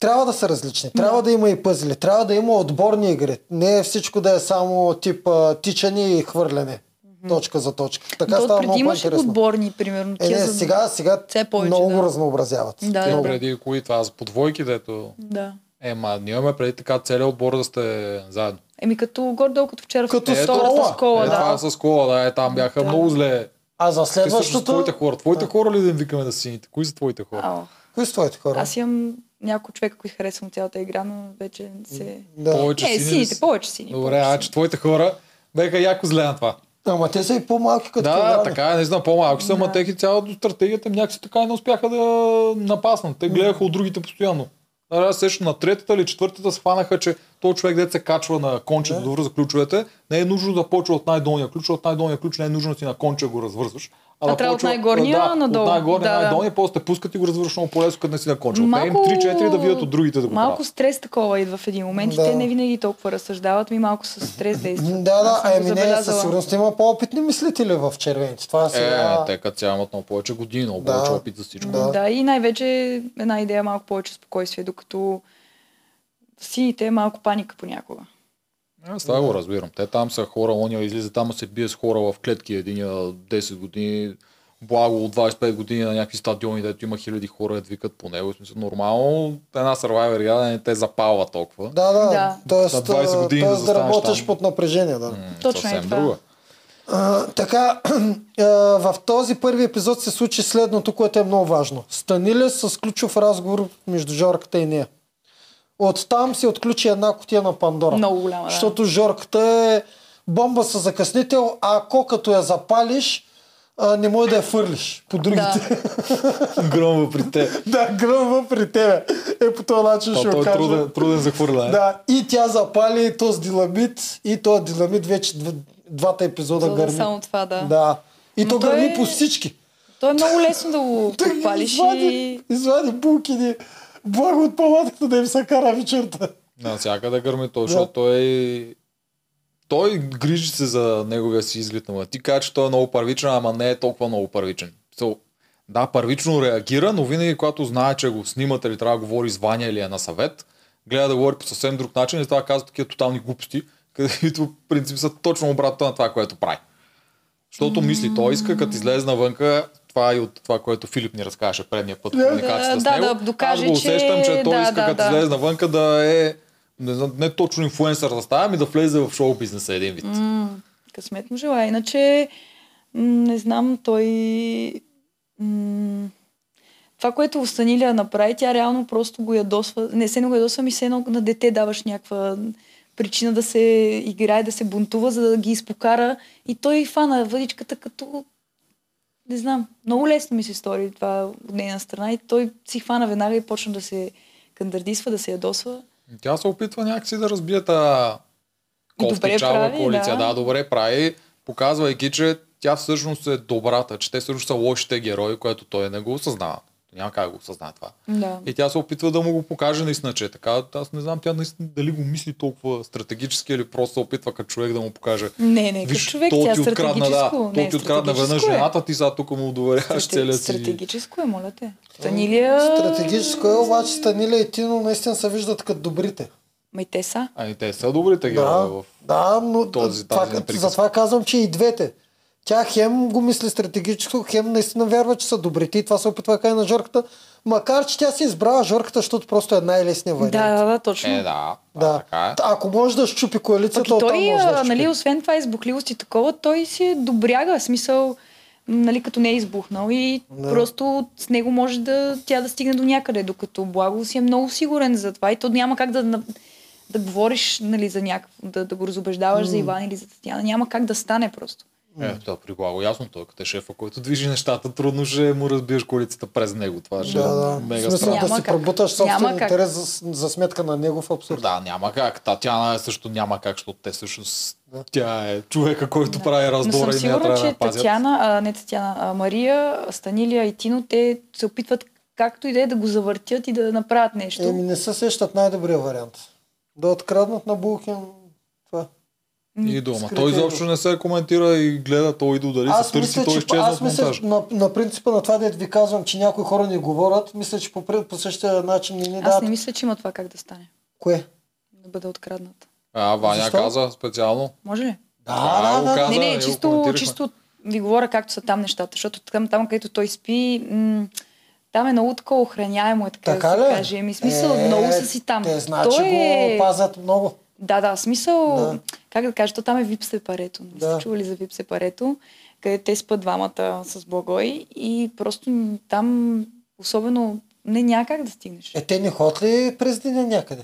трябва да са различни. Трябва да има и пъзели, трябва да има отборни игри. Не е всичко да е само тип а, тичане и хвърляне. Точка за точка. Така
То
става
преди
много
имаше
по-интересно.
отборни, примерно.
Е,
тия
не,
за-
сега, сега
Все повече,
много
да.
разнообразяват.
Да,
Те
да.
преди кои това? За подвойки, дето...
Да.
Ема, ние имаме преди така целият отбор да сте заедно.
Еми като горе-долу, като вчера.
Като
в
скола.
втората скола,
е, това
да.
с кола, да, е, там бяха
Да. Е,
много зле.
А за
Те също с
следващото...
твоите хора. Твоите
Да.
хора ли да им викаме да сините? Кои са твоите хора?
Ау.
Кои са твоите хора?
Аз имам няколко човека, които харесвам от цялата игра, но вече не се...
Да.
Повече
Е,
сини ли
сините,
са?
повече сини.
Добре,
повече
а
сини.
че твоите хора бяха яко зле на това.
Ама те са и по-малки като
Да,
килограми.
така е, наистина по-малко са, ама
Да.
техи цялата стратегията им някакси така и не успяха да напаснат. Те гледаха от другите постоянно. Нали, Аз сещам на третата или четвъртата схванаха, че този човек дет се качва на конче да. добре за ключовете, не е нужно да почва от най-долния ключ, от най-долния ключ не е нужно да си на конче го развързваш.
А трябва от най-горния
да,
надолу.
От най-горния,
Да, да.
най-долния, после те пускат и го развързваш много по-лесно, като не си на конче. Малко... им 3-4 да видят от другите да го
Малко
правят.
стрес такова идва в един момент
Да.
и те не винаги толкова разсъждават, ми малко с стрес
М,
действат.
Да, да,
Аз съм го
еми не, със
забелязала.
сигурност има по-опитни мислители в червените. Това сега...
Е, те като цяло имат много повече години, много
Да.
повече опит за всичко.
Да.
Да. да, и най-вече една идея малко повече спокойствие, докато сините е малко паника понякога.
Аз Е, това го разбирам. Те там са хора, оня излиза, там се бие с хора в клетки, един 10 години, благо от 25 години на някакви стадиони, дето има хиляди хора, да викат по него. В Смисъл, нормално, една Survivor игра да не те запалва толкова.
Да, да,
Да.
Тоест,
На 20 години да
тоест да,
застанеш
работиш
там.
под напрежение, да.
М,
Точно е това.
друга.
А, така, а, в този първи епизод се случи следното, което е много важно. Станиле с ключов разговор между Жорката и нея. Оттам се отключи една котия на Пандора.
Много голяма, да.
Защото Жорката е бомба с закъснител, а ако като я запалиш, а, не може да я фърлиш по другите.
Да.
Гръмва при те.
Да, гръмва при тебе. Е, по този начин
А
ще
той е
окажа.
труден, труден за хвърляне.
Да, и тя запали този динамит, и този динамит вече дв- двата епизода
Да,
гърми.
само това, да. да.
Да. И
Но
то
той
гърми
е-
по всички.
То е много лесно да го
Той ги
подпалиш и...
извади, извади булкини. Благо от палатката да им се кара вечерта.
Навсякъде гърми той, защото той... Той грижи се за неговия си изглед на вън. Ти кажа, че той е много първичен, ама не е толкова много първичен. So, да, първично реагира, но винаги, когато знае, че го снимат или трябва да говори с Ваня или е на съвет, гледа да говори по съвсем друг начин и това казва такива тотални глупости, където в принцип са точно обратно на това, което прави. Защото мисли, той иска, като излезе навънка, това е и от това, което Филип ни разказваше предния път в
Да,
комуникацията с
да,
него.
да докаже,
Аз го усещам, че
че-
той
да,
иска,
да,
като
да.
излезе навънка, да е не, знам, не точно инфуенсър да става, ами да влезе в шоу бизнеса един вид.
М, късмет му желая. Иначе, м, не знам, той... м, Това, което Станилия направи, тя реално просто го ядосва. Не се не го ядосва, ми се едно на дете даваш някаква причина да се играе, да се бунтува, за да ги изпокара. И той фана въдичката като... Не знам, много лесно ми се стори това от нейна страна. И той си хвана веднага и почна да се кандардисва, да се ядосва.
Тя се опитва някакси да разбие та
И
кофти
добре
чава
прави,
коалиция. Да.
да.
да, добре прави, показвайки, че тя всъщност е добрата, че те всъщност са лошите герои, което той не го осъзнава. Няма как да го осъзнае това.
Да.
И тя се опитва да му го покаже наистина, че е така. Аз не знам тя наистина дали го мисли толкова стратегически или просто се опитва като човек да му покаже.
Не, не, като
Виж,
човек,
то
тя
ти открадна, да,
стратегическо.
то
не,
ти открадна веднъж
стратегическо е.
жената, ти сега тук му удоверяваш
Страте...
целия си.
Стратегическо е, моля те. Станилия...
Стратегическо е, обаче Станиле и Тино наистина се виждат като добрите.
Май те са.
Ами те са добрите герои
Да,
в
да но
този-
това,
тази неприказка.
затова казвам, че и двете. Тя хем го мисли стратегически, хем наистина вярва, че са добрите и това се опитва да каже на Жорката. Макар, че тя си избрала Жорката, защото просто е най-лесният вариант.
Да, да, да, точно.
Е, да.
Да.
Така е.
Ако може да щупи коалицията,
Пък и
от там
той,
може да
а,
щупи.
нали, освен това избухливост и такова, той си е добряга, в смисъл, нали, като не е избухнал и
Да.
да. просто с него може да, тя да стигне до някъде, докато Благо си е много сигурен за това и то няма как да, на- да говориш нали, за някакво, да, да го разобеждаваш за Иван или за Татьяна, няма как да стане просто.
Е, да, при Благо, ясно, той като е шефа, който движи нещата, трудно ще му разбиеш колицата през него. Това ще
Да, да.
е
В
мега
смисъл
странно.
да
Няма
си
как.
пробуташ собствен
Няма как.
интерес за, за сметка на негов абсурд.
Да, няма как. Татяна е също няма как, защото те всъщност... Тя е човека, който прави
Но
раздора
съм
и не
сигурна,
трябва да
че
я пазят.
Татьяна, а, не Татьяна, а Мария, Станилия и Тино, те се опитват както и да е да го завъртят и да направят нещо.
Еми Ами не се сещат най-добрия вариант. Да откраднат на Булкин това.
И дома.
скрити
Той
е
идол.
изобщо не се коментира и гледа той идол дали се
Аз
търси,
мисля,
той
че,
изчезва
аз
от
мисля
монтаж.
на, на, принципа на това, дето ви казвам, че някои хора не говорят, мисля, че по, при- по същия начин не ни
Аз
дават.
не мисля, че има това как да стане.
Кое?
Да бъде открадната.
А, Ваня
Защо?
каза специално.
Може ли?
А,
Да,
го
да, да.
каза.
не,
ние
не,
го
чисто,
коментирахме.
чисто ви говоря както са там нещата, защото там, там където той спи, м- там е много такова охраняемо, е така,
Така
да
ли?
се каже. Еми, смисъл,
Е,
много са си там.
Те значи
той е...
го пазят много.
Да, да, смисъл,
Да.
да. как да кажа, то там е вип сепарето. Не
Да.
да. сте чували за вип сепарето, къде те спят двамата с Благой и просто м, там особено не няма как да стигнеш.
Е, те не ходят ли през деня някъде?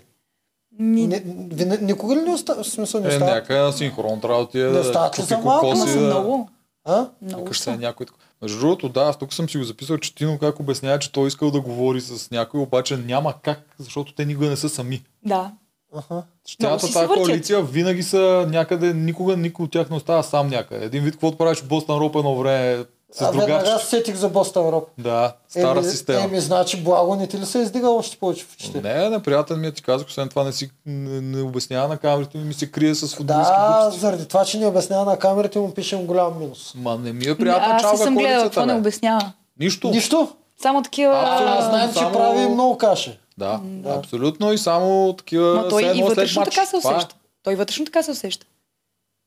Ми,
Не, ви- никога ли не остават? В смисъл не
Е,
остават?
някъде на синхрон трябва да отиде
Не
да
остават ли
купи
за малко?
ама
кокоси.
са
да-
много.
А?
Много
Тук ще
са.
е някой така. Между другото, да, аз тук съм си го записал, че Тино как обяснява, че той искал да говори с някой, обаче няма как, защото те никога не са сами.
Да.
Аха.
Много
Цялата
си
тази
се въртят.
коалиция винаги са някъде, никога никой от тях не остава сам някъде. Един вид, какво правиш в Бостън Роп едно време с
а веднага
другарче.
се сетих за Бостън Роб.
Да, стара
еми,
система.
Еми, значи, благо не ти ли се е издигал още повече в очите?
Не, неприятен ми е, ти казах, освен това не си не, не обяснява на камерите ми, ми се крие с футболски
Да,
глупости.
заради това, че не обяснява на камерите, му пишем голям минус.
Ма не ми е
Аз
приятна
не
чалга
съм гледала,
колицата,
какво не
бе.
обяснява.
Нищо.
Нищо.
Само такива...
Абсолютно.
А, знаем, че
само-
прави много каша.
Да, абсолютно и само такива
Ма той
все
и
едно след
вътрешно
матч.
така се
Това е.
усеща. Той вътрешно така се усеща.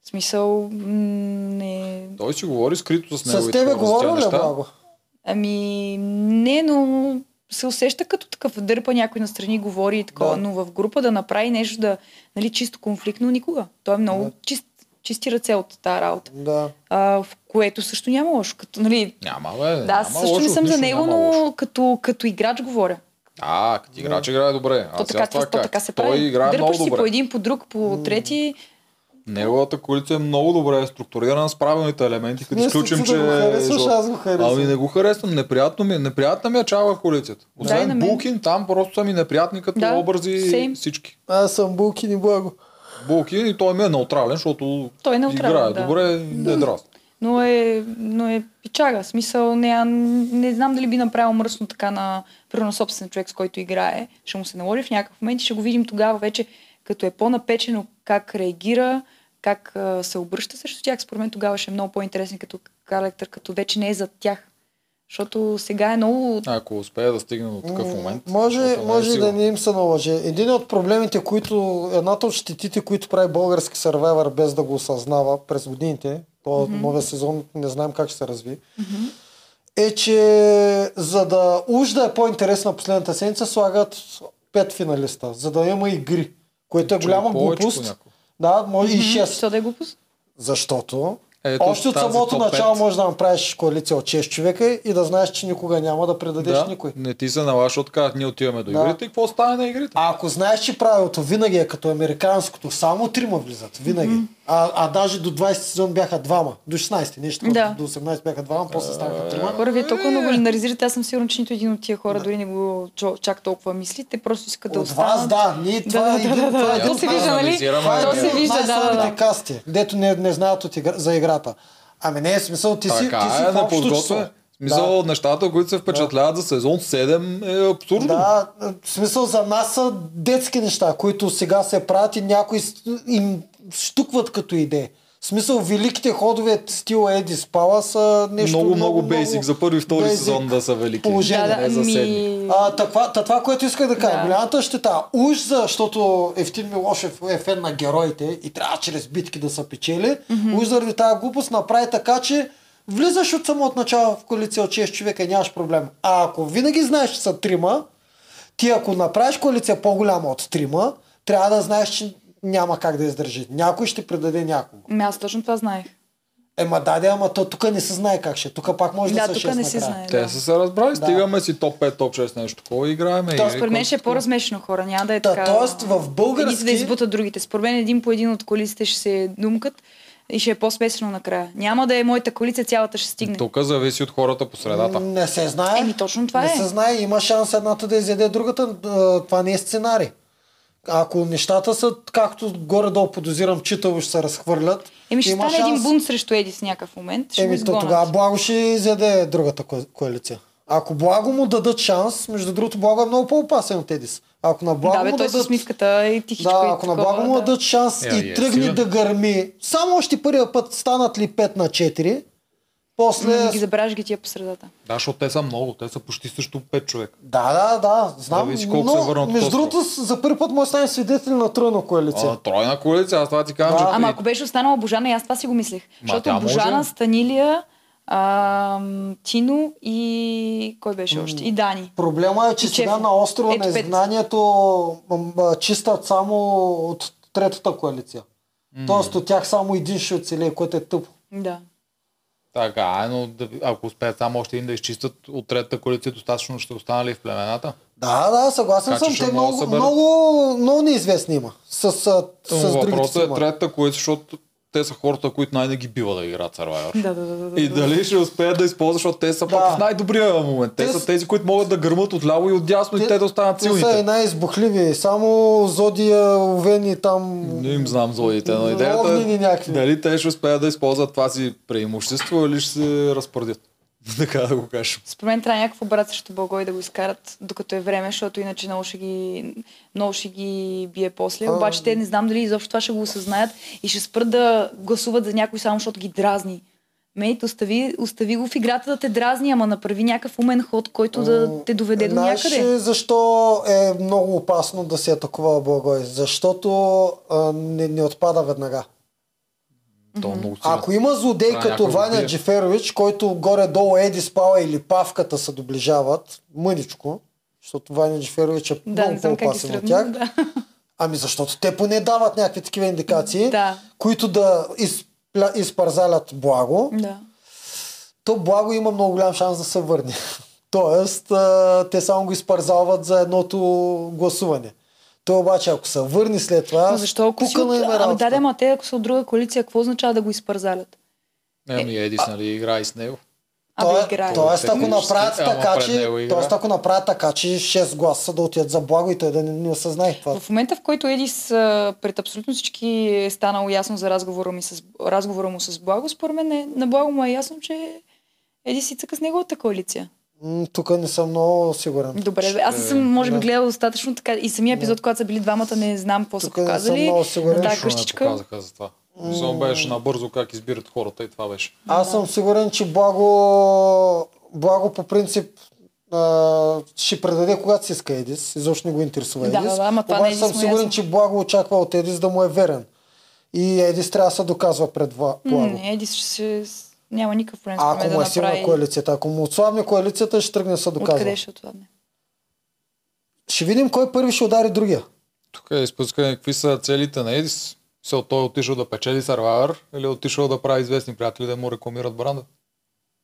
В смисъл, м, не...
Той си говори скрито с него.
С
и
тебе
такова, за тия
говоря е ли,
неща.
благо?
Ами, не, но се усеща като такъв дърпа някой настрани, говори и такова,
Да.
да. но в група да направи нещо да, нали, чисто конфликтно никога. Той е много
Да.
да. чист, чисти ръце от тази работа.
Да.
А, в което също няма лошо. Като, нали,
Няма, бе.
да, аз
Е, няма
също
лошо,
не съм за
нищо
него,
няма лошо.
но като, като играч говоря.
А, като играч играе добре.
То
Аз сега
така,
това
то, то
как?
така се
Той
прави.
играе
Дърпаш
много
си по
добре.
един, по друг, по трети.
Неговата коалиция е много добре структурирана с правилните елементи, като
Не,
изключим,
си
че...
да го харесваш,
Жор-
аз го харесвам.
Ами не го харесвам, неприятно ми, е- неприятна ми е чалга коалицията.
и на
Освен
мен.
Булкин, там просто са ми неприятни като
Да,
образи
same.
всички.
Аз съм Булкин и благо.
Булкин и той ми е неутрален, защото
Той е неутрален,
играе
да.
добре и не дразни.
Но е, но е пичага. В Смисъл, не, не знам дали би направил мръсно така на, примерно, собствен човек, с който играе. Ще му се наложи в някакъв момент и ще го видим тогава вече, като е по-напечено, как реагира, как а, се обръща срещу тях. Според мен тогава ще е много по-интересен като характер, като вече не е зад тях. Защото сега е много...
Ако успее да стигне до такъв
М,
момент.
Може,
защото не е
може и да
сигурно.
не им се наложи. Един от проблемите, които, едната от щетите, които прави български Survivor без да го осъзнава през годините, то mm-hmm. новия сезон не знаем как ще се разви, mm-hmm. е, че за да уж да е по-интересна последната седмица, слагат пет финалиста, за да има игри, което е
Че
голяма
повече
глупост.
понякога.
Да, може и 6.
Що да е глупост?
Защото
Ето,
още от
тази
самото
топ пет.
начало може да направиш коалиция от 6 човека и да знаеш, че никога няма да предадеш
да,
никой.
Не ти се налага, защото казват, ние отиваме до
Да.
игрите и какво стане на игрите?
А ако знаеш, че правилото винаги е като американското, само трима влизат, винаги. Mm-hmm. А, а даже до 20 сезон бяха двама, до 16, нещо, да.
Да.
до 18 бяха двама, после
Е,
станаха трима.
Хора, вие толкова
Е.
много генерализирате, аз съм сигурна, че нито един от тия хора дори не го чо- чак толкова мисли. Те просто искат да
От вас,
останат.
да, ние това е
да,
един,
да, да,
това е
да,
един
то
от
се вижда, нали?
анализираме.
Това е
То
един
се
от
вижда, да, да,
най-слабите
да.
касти, дето не, не знаят от игра, за играта. Ами не, е смисъл, ти си, ти
Така
си
е,
в общо число.
неподготвен. В Смисъл, нещата, които се впечатляват за сезон 7 е абсурдно.
Да, в смисъл за нас са детски неща, които сега се правят и някои с- им штукват като идеи. В смисъл, великите ходове стил Еди Спала са нещо
много, много бейсик за първи и втори
basic
сезон да са велики.
положение.
Да,
не
да,
за седми.
ми...
А, таква, та, това, което исках да кажа,
Да.
голямата щета, уж за, защото Евтин Милошев е фен на героите и трябва чрез битки да са печели, mm-hmm. уж заради тази глупост направи така, че влизаш от самото начало в коалиция от 6 човека и нямаш проблем. А ако винаги знаеш, че са трима, ти ако направиш коалиция по-голяма от трима, трябва да знаеш, че няма как да издържи. Някой ще предаде някого.
Ами аз точно това знаех.
Ема да, да, ама то тук не се знае как ще. е. Тук пак може да,
Да,
са
тук
6
не се
накрая.
знае.
Те
да.
са се разбрали,
Да.
стигаме си топ 5, топ 6, нещо такова, играеме.
Та,
игри,
Според мен
кой-
ще е по-размешно хора, няма да е
Та,
така.
тоест в
Едни
български-
за да избутат другите. Според мен един по един от колиците ще се думкат и ще е по-смесено накрая. Няма да е моята колица, цялата ще стигне.
Тук зависи от хората по средата.
Не се знае.
Еми, точно това
не
е.
се знае. Има шанс едната да изяде другата. А, Това не е сценарий. Ако нещата са, както горе-долу подозирам, читаво ще се разхвърлят.
Еми ще
има
стане един бунт срещу Едис в някакъв момент. Ще го
Еми, то
изгонят.
тогава Благо ще изяде другата ко- коалиция. Ако Благо му дадат шанс, между другото Благо е много по-опасен от Едис. Ако на Благо
да, бе,
му
той
дадат...
с мивката и тихичко
Да,
и
ако на
такова,
Благо му
да.
дадат шанс
Е,
и
е,
тръгне
сигурно.
да гърми, само още първия път станат ли 5 на 4, после...
М, Ами, Ги забравяш ги тия по средата.
Да, защото те са много, те са почти също 5 човека.
Да, да, да, знам.
Да видиш колко се
но,
върнат от
между
остров.
другото, с- за първи път може да станем свидетели на тройна коалиция.
А, тройна коалиция, аз това ти
Да.
казвам, че...
Ама ако беше останала Божана, и аз това си го мислех.
тя
Защото
може.
Божана, Станилия, ам, Тино и... Кой беше още? И Дани.
Проблема е, че
И
сега
Чефо.
на острова
Ето
на
пет.
изгнанието м, м, чистат само от третата коалиция. Тоест от тях само един ще оцелее, което е тъпо.
Да.
Така, е, но да, ако успеят само още един да изчистят от третата коалиция, достатъчно ще останали в племената.
Да, да, съгласен
Така че
съм.
ще
Те
могат да
много,
съберат.
много, много неизвестни има. С, с,
Но
с другите
въпросът
си
е
има.
третата коалиция, защото те са хората, които най-не ги бива да играят Survivor.
Да, да, да, да, да.
И дали ще успеят да използват, защото те са пак
Да.
в най-добрия момент. Те,
Те
са
с-
тези, които могат да гърмат от ляво и от дясно и те да останат
Те са и
силните.
най-избухливи. Само Зодия, Овени там...
Не им знам злодите, но идеята
Овнини
е
някакви.
дали те ще успеят да използват това си преимущество или ще се разпърдят. така да го кажем.
Според мен трябва някакво брат срещу Благой да го изкарат, докато е време, защото иначе много ще ги, много ще ги бие после.
А.
Обаче те не знам дали изобщо това ще го осъзнаят и ще спрат да гласуват за някой само, защото ги дразни. Мейт, остави, остави го в играта да те дразни, ама направи някакъв умен ход, който да те доведе до
Знаеш
някъде.
ли защо е много опасно да се атакува Благой? Защото а, не, не отпада веднага.
То е много силно.
Ако има злодей
Да,
като
някой го бие.
Ваня Джеферович, който горе-долу Еди Спала или Павката се доближават, мъничко, защото Ваня Джеферович е
Да, не
много
знам как ги
по-опасен от
сравня.
тях.
Да.
Ами защото те поне дават някакви такива индикации,
Да.
които да изпля- изпарзалят Благо.
да.
то благо има много голям шанс да се върне. Тоест, а, те само го изпарзалват за едното гласуване. Той обаче, ако се върне след това,
Но защо ако си
пука
от...
на им е
Ами да,
работата.
да, ама те ако са от друга коалиция, какво означава да го изпързалят?
Еми,
Е,
Едис, нали, играе с него.
Абе,
Тоест-
играе.
е- Тоест, ако
Технически,
направят
Ами, ама
така,
пред
че,
него игра.
тоест, ако направят така, че 6 гласа да отидат за благо и той да не, не осъзнае това.
В момента, в който Едис а, пред абсолютно всички е станало ясно за разговора, ми с, разговора му с Благо, според мен е, на Благо му е ясно, че Едис си цъка с неговата коалиция.
М, Тук не съм много сигурен.
Добре, бе, аз не съм, може би, гледала достатъчно така. И самия епизод, когато са били двамата, не знам какво са
Тук не съм
показали.
много сигурен. Да,
На тази
Нищо не
къщичка.
показаха за това. Само беше набързо как избират хората и това беше.
Аз съм сигурен, че Благо, Благо по принцип а, ще предаде когато си иска Едис. Изобщо не го интересува
Да,
Едис.
да, да, ама това на
Обаче
Едис
съм
му е
сигурен,
ясно.
че Благо очаква от Едис да му е верен. И Едис трябва да се доказва пред Вла-
М,
Благо.
Не, Едис ще се... Няма никакъв проблем
А
според
ако
мен
му
да
е силна
направи...
коалицията, ако му отслабне коалицията, ще тръгне да се доказва.
Откъде ще отладне?
Ще видим кой първи ще удари другия.
Тук е изпускане какви са целите на Едис. Се той е отишъл да печели Survivor или е отишъл да прави известни приятели да му рекламират бранда.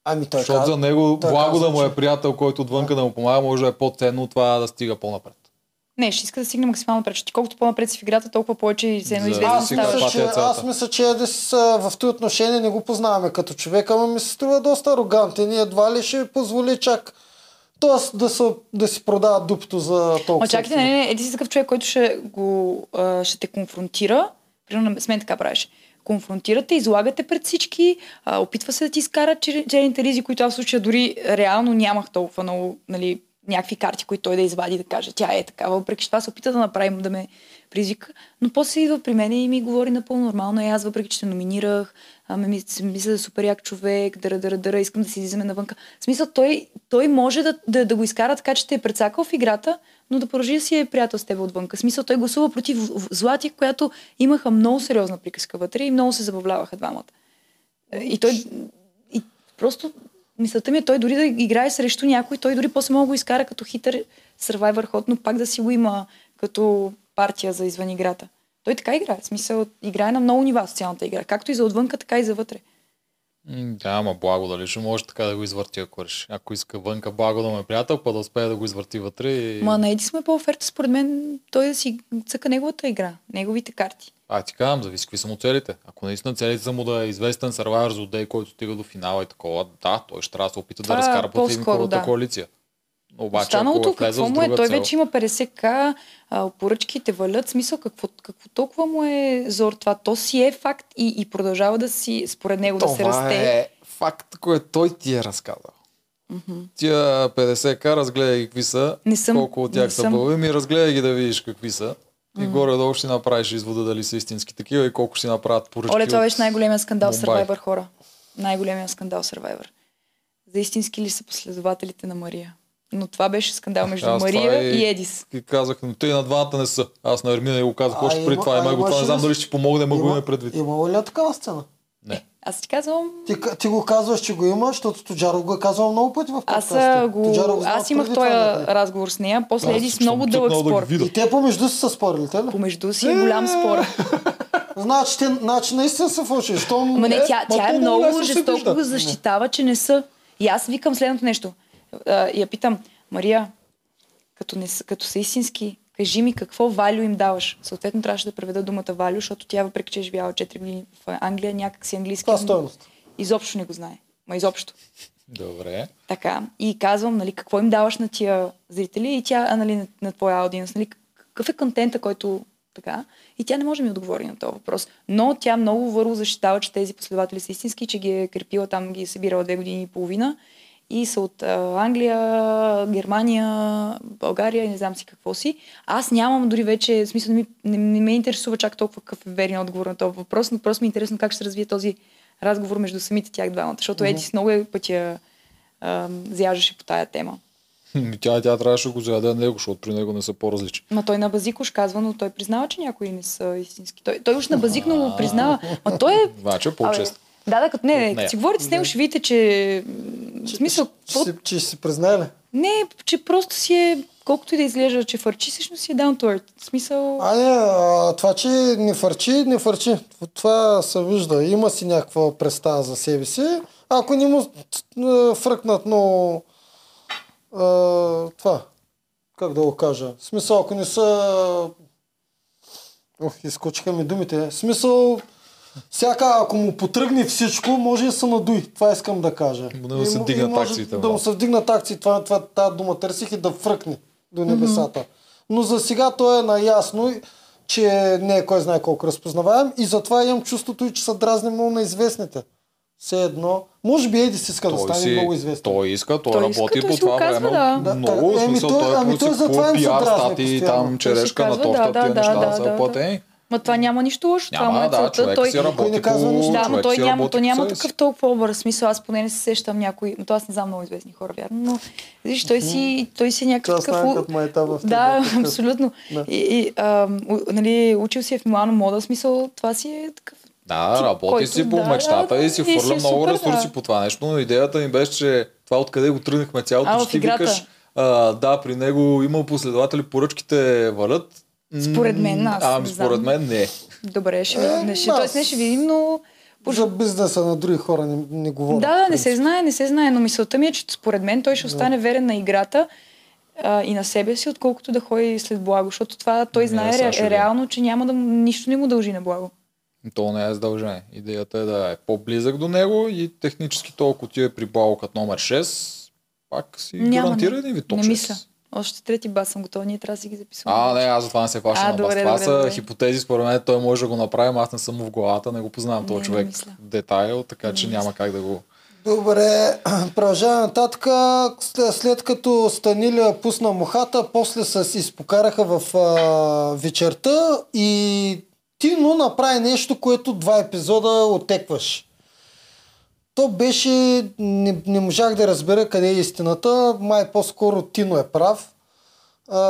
Ами той
Защото за него
той
благо
каза,
да му е
че-
приятел, който отвънка да му помага, може да е по-ценно от това да стига по-напред.
Не, ще иска да стигне максимално пред. защото Колкото по-напред си в играта, толкова повече и се едно
За-
известно
Аз
Стига
става.
това
мисля,
ти е
че,
целта.
аз мисля, че Едис а, в този отношение не го познаваме като човек, ама ми се струва доста арогантен и едва ли ще позволи чак Тоест да, са, да си продават дупто за толкова.
Ма чакайте, не, не, не, ти си такъв човек, който ще, го, а, ще те конфронтира. Примерно с мен така правиш. Конфронтирате, излагате пред всички, а, опитва се да ти изкара чер- черните ризи, които аз в случая дори реално нямах толкова много, нали, някакви карти, които той да извади да каже, тя е такава. Въпреки че това се опита да направим, да ме призвика. Но после идва при мен и ми говори напълно нормално. И аз, въпреки че се номинирах, а, ме мисля, мисля да е супер як човек, дъра, дъра, дъра, искам да си излизаме навънка. В смисъл, той, той може да, да, да, го изкара така, че те е прецакал в играта, но да продължи да си е приятел с теб отвънка. В смисъл, той гласува против Злати, която имаха много сериозна приказка вътре и много се забавляваха двамата. Е, И той... И просто мисълта ми е той дори да играе срещу някой, той дори после мога да го изкара като хитър сървайвър ход, но пак да си го има като партия за извън играта. Той така играе. В смисъл, играе на много нива социалната игра. Както и за отвънка, така и за вътре.
М, Да, ама благо, дали ще може така да го извърти, ако реши. Ако иска вънка благо да ме е приятел, па да успее да го извърти вътре и...
Ма на Еди сме по оферта, според мен той да си цъка неговата игра, неговите карти.
А, ти казвам, зависи какви са му целите. Ако наистина целите са му да е известен сървайвер злодей, който стига до финала и такова, да, той ще трябва да се опита
Това е
да разкара
по-скоро,
противниковата
да.
коалиция. Обаче,
Останалото
ако е влезъл
какво
с
му е?
друга
Той
цел,
вече има 50к, а, поръчките валят, в смисъл какво, какво толкова му е зор това. То си е факт и, и продължава да си, според него, да се
Това
расте.
е факт, който той ти е разказал. Тия 50к разгледай ги какви са,
Не съм-
колко от
не
тях са
съм.
бълви, ми разгледай ги да видиш какви са. И горе-долу ще направиш извода дали са истински такива и колко ще направят поръчки.
Оле, това
от-
беше най-големия скандал в
Мумбай.
Survivor хора. Най-големия скандал в Survivor. За истински ли са последователите на Мария? Но това беше скандал между
Аз това е
Мария
и-
и Едис.
И казах, но те и на двамата не са. Аз на Ермина и го казах
А,
още преди
има-
това.
а,
Има го това,
имаше
не знам
ли
дали
с-
ще помогне, ма го
Има-
имаме предвид.
Имало ли е такава сцена?
Не.
Аз ти казвам,
Ти, ка- ти го казваш, че го има, защото Тоджаров го е казал много пъти в
аз,
подкаста.
а, го...
Тоджаров го знае
аз имах
преди
този
това някъде.
разговор с нея, после
Аз
Едис
съм
много
тук
дълъг
много да ги
спор.
видя.
И те помежду си са спорили, те ли?
Помежду си е голям спор.
Значи, те, значи наистина са фалшиви. Щом
Ама не, тя,
ма
тя
то
е
много
много
лесно се
жестоко
вижда.
го защитава, че не са. И аз викам следното нещо. А, Я питам, Мария, като, не, са- като са истински, кажи ми какво валю им даваш. Съответно трябваше да преведа думата валю, защото тя въпреки, че е живяла 4 години в Англия, някак си английски.
Това е стойност.
Изобщо не го знае. Ма изобщо.
Добре.
Така. И казвам, нали, какво им даваш на тия зрители и тя, а, нали, на, на твоя аудиенс, нали, какъв е контента, който така. И тя не може да ми отговори на този въпрос. Но тя много върво защитава, че тези последователи са истински, че ги е крепила там, ги е събирала две години и половина. И са от а, Англия, Германия, България и не знам си какво си. Аз нямам дори вече, в смисъл, не, ми, не, не ме интересува чак толкова какъв е верен отговор на този въпрос, но просто ми е интересно как ще се развие този разговор между самите тях двамата, защото
Мгм.
Едис много е пътя а, зяжеше по тая тема.
Хм, Ами Тя, тя трябваше да го зададе него, защото при него не са по-различни.
Ма той на базикош казва, но той признава, че някои не са истински. Той, той уж на базик, но го признава. Ма той е...
Значи е
Абе,
по-чест.
Да, да, като не, не,
От нея.
като си говорите с него, ще видите, че... м, В смисъл,
Че,
по-
че, си- че ще си признае ли?
не, че просто си е, колкото и да изглежда, че фърчи, всъщност си е down to earth. В смисъл,
А не, а, това, че не фърчи, не фърчи. Това се вижда. Има си някаква представа за себе си. Ако не му т- е, фръкнат, но а, това, как да го кажа? В смисъл, ако не са... Ох, изкочиха ми думите. В смисъл, всяка, ако му потръгне всичко, може и се надуй. Това искам да кажа.
Да му се
И м- и
вдигнат
може
акциите,
Да му
малко.
се вдигнат акции. Това, това, тази дума търсих и да фръкне до небесата. Но за сега той е наясно, че не е кой знае колко разпознаваем и затова имам чувството, и че са дразни много на известните. Все едно. Може би Еди си иска да
Той,
стане
си,
много известен.
той иска, той,
Той иска,
работи
той
по
си го
това
казва,
време.
да.
Много,
Да,
в
ами
смисъл,
той-
той,
ами той
той,
затова им се
пиар
дразни
стати,
постоянно.
там
Той си
черешка на
казва,
торта,
да,
тия
да,
неща
да,
не са
да, да.
платени.
ма това няма нищо лошо. това му
Няма,
е
да,
целта.
човек
Той,
си работи
не казва
по...
нищо.
Да, но
човек
той
си
няма,
работи
той
по
няма
себе си.
такъв толкова образ. Смисъл, аз поне не се сещам някой, но то аз не знам много известни хора, вярно, но виж, той си, той си е някакъв
Тя стана
такъв...
като майта в теб,
Да,
такъв.
абсолютно.
Да.
И, и ам, у- нали, учил си е в Милано мода, в смисъл, това си е такъв...
Да,
Ти-
работи
който-
си по
да,
мечтата
да,
и
да,
си
и си
хвърля
е
много
супер,
ресурси
да.
по това нещо, но идеята ми беше, че това откъде го тръгнахме цялото,
А,
че
в
ти
играта.
викаш, а, да, при него има последователи, поръчките валят. М,
Според мен, аз
Ами
не знам.
според мен не.
Добре, ще,
Е,
е, не, ще,
аз-
тоест, не ще видим, но...
За бизнеса на други хора не, не говоря.
Да, да, не
в принцип.
се знае, не се знае, но мисълта ми е, че според мен той ще остане верен на играта а, и на себе си, отколкото да ходи след благо, защото това той
Не,
знае
сега ще
ре,
видим.
реално, че няма да, му- нищо не му дължи на благо.
То не е задължение. Идеята е да е по-близък до него и технически толкова отиде при балкът номер 6, пак си
Няма,
гарантира
не.
един вид
Не
топ 6.
мисля. Още трети бас съм готова, ние трябва да си ги записваме.
А, не, аз затова не се
А,
паша на бас.
добре,
Това
добре,
са
добре.
хипотези, според мен той може да го направи, ама аз не съм му в главата, не го познавам
Не,
този
не
човек
мисля.
в детайл, така че
Не
няма
мисля.
как да го
Добре, продължаваме нататък. След, след като Станиля пусна мухата, после се изпокараха в а, вечерта и Тино направи нещо, което два епизода отекваш. То беше, не, не можах да разбера къде е истината, май по-скоро Тино е прав. А,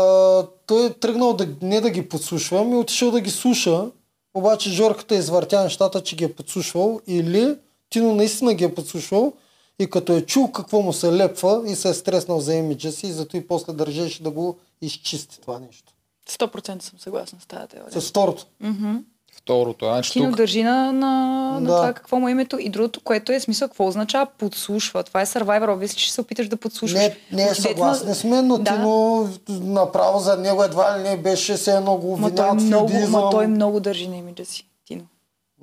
той е тръгнал да, не да ги подслушва, ми отишъл да ги слуша, обаче Жорката е извъртя нещата, че ги е подслушвал или Тино наистина ги е подслушвал и като е чул какво му се лепва и се е стреснал за имиджа си и зато и после държеше да го изчисти това нещо.
100% съм съгласна с тази теория.
С второто.
Мгм.
Второто, а че
Кино
Значи тук
държи на, на, на
Да.
това какво му е името и другото, което е смисъл, какво означава подслушва. Това е Survivor, обвис, че ще се опиташ да подслушаш.
Не, не е
Отидете на-
съгласни сме, но
Да.
Тино направо за него едва ли не беше се едно го
Ма той, е
обвиняват в
много, ма той
юдизъм.
много държи на имиджа си, Тино.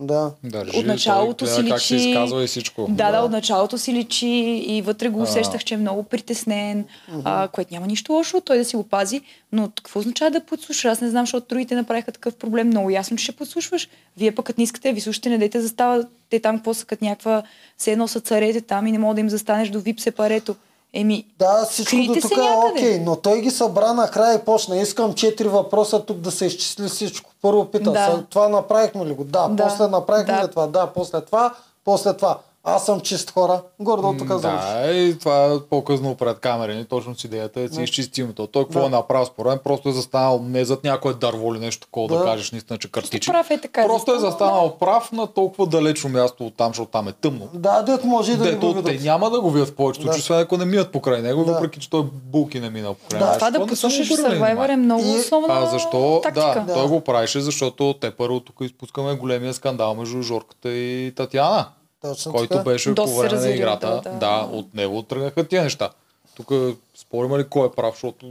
Да.
държи,
от началото
той
си
гледа как се
личи-
изказва и всичко.
Да, да, от началото си личи и вътре го
А.
усещах, че е много притеснен, а, което няма нищо лошо, той да си го пази. Но какво означава да подслушаш? Аз не знам, защото другите направиха такъв проблем. Много ясно, че ще подслушваш. Вие пък, като не искате, ви слушате, не дайте застава. Те там какво са, като някаква, все едно са царете там и не мога да им застанеш до вип сепарето. Еми,
Да, всичко
Крийте
до
се
тук е
някъде.
окей, но той ги събра накрая и почна. Искам четири въпроса тук да се изчисли всичко. Първо пита,
Да.
да. това направихме ли го? Да,
Да.
после направихме
Да.
ли това? Да, после това, после това. Аз съм чист хора. Гордо тук
М,
завърши.
Да, и това е по-късно пред камера. Не точно с идеята е да си
Да.
изчистим то. Той какво
Да.
е направил според мен, просто е застанал не зад някое дърво или нещо такова да,
Да.
кажеш наистина, че картичи.
Просто прав е така.
Просто е
застанал.
застанал прав на толкова далечно място от там, защото там е тъмно.
Да, дет може и да не го
Дето те
видят.
няма да го видят в повечето,
Да.
че освен ако не минат покрай него,
Да.
въпреки че той булки не минал покрай
Да,
него.
Това
Защо
да
не са му
подслушаш
обърнали
Survivor е
внимание?
много
И-
основна
А защо?
тактика.
Да,
Да.
той го правеше, защото те първо тук изпускаме големия скандал между Жорката и Татьяна,
Точно
който
така.
беше
Доста
по
се
време на
разири,
играта.
да, да.
Да, от него тръгнаха тия неща. Тук спорима ли кой е прав, защото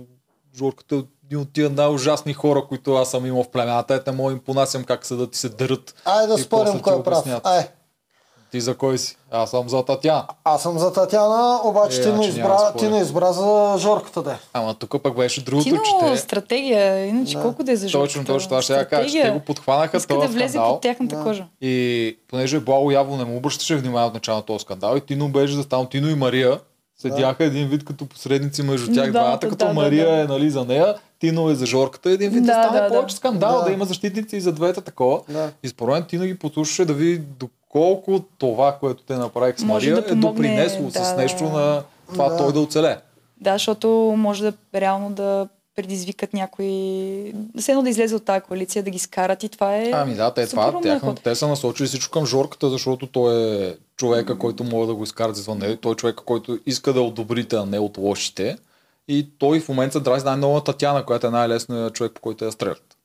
Жорката е един от тия най-ужасни хора, които аз съм имал в племената. Ете, мога им понасям как съдат и се дърат.
Айде да
И после
спорим
ти
кой е прав.
обясняват.
Ай,
Ти за кой си? Аз съм за Татьяна.
аз съм за Татяна, обаче
Е,
ти, не
значи няма
избра,
спор.
ти не избра за Жорката да е.
Ама тук пък беше другото,
Кино
е че те...
стратегия, иначе
Да.
колко да е за
Точно,
жълтата.
точно това ще я кажа, че те го
Стратегия.
подхванаха
Иска да
този
влезе
скандал
под тяхната
Да.
кожа.
и понеже Благо явно не му обръщаше внимание от началото на този скандал и Тино беше застанал, Тино и Мария седяха един вид като посредници между тях
Да,
двамата,
да,
като
да, да,
Мария
да.
е нали, за нея, Тино е за Жорката, един вид да,
Да,
стане
да, да.
повече скандал, да.
Да.
има защитници и за двете такова.
Да.
И според мен Тино ги послушаше да види доколко това, което те направих с
Може
Мария,
да
е
помогне,
допринесло
да,
с
да.
нещо на това
Да.
той да оцеле.
Да, защото може да реално да предизвикат някой... Все едно да излезе от тази коалиция, да ги скарат и това е...
Ами да, те, това,
супер умен
тяхно,
ход.
те са насочили всичко към Жорката, защото той е човека, който може да го изкарат извън него. Той е човека, който иска да е от добрите, а не от лошите. И той в момента се дразни най-много на Татяна, която е най-лесният човек, по който я стрелят.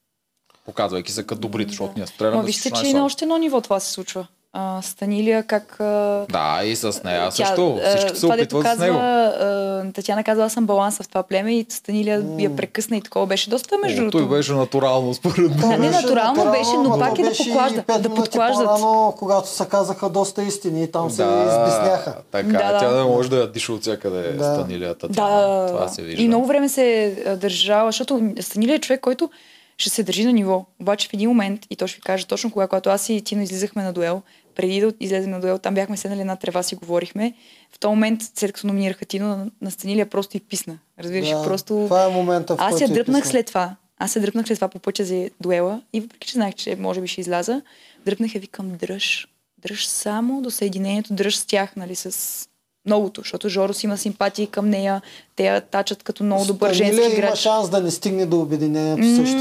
Показвайки се като добрите, защото ние стреляме.
Ма
да
вижте,
всичко
че и на
най-слаби.
още едно ниво това се случва. А, Станилия как... а,
Да, и с нея
тя,
също.
а,
Всички се
това, дето
опитват с
казва,
него.
а, Татьяна казва, аз съм баланса в това племе и Станилия я прекъсна и такова беше доста между
О, Той беше натурално, според мен.
То
Да, не,
беше
натурално беше, но
ама
пак
то
е да
беше и
поклажда,
пет
да
минути
подклаждат.
По-рано, когато се казаха доста истини и там се избисняха.
Така,
Да, да.
тя не може да я диша от всякъде
Да.
Станилия Татяна.
Да,
Това се вижда.
и много време се а, държала, защото Станилия е човек, който ще се държи на ниво. Обаче в един момент, и то ще ви кажа точно кога, когато аз и Тино излизахме на дуел, преди да излезем на дуел, там бяхме седнали една трева, си говорихме. В този момент, след като номинираха Тино, на, на Станилия просто и писна. Разбираш, да,
Да,
просто...
Това е момента, в който
Аз я
е
дръпнах
писано.
след това. Аз се дръпнах след това по пътя за дуела и въпреки, че знаех, че може би ще изляза, дръпнах и викам дръж. Дръж само до съединението, дръж с тях, нали, с многото, защото Жоро си има симпатии към нея, те я тачат като много добър
Станилия
женски
има
играч.
шанс да не стигне до обединението също.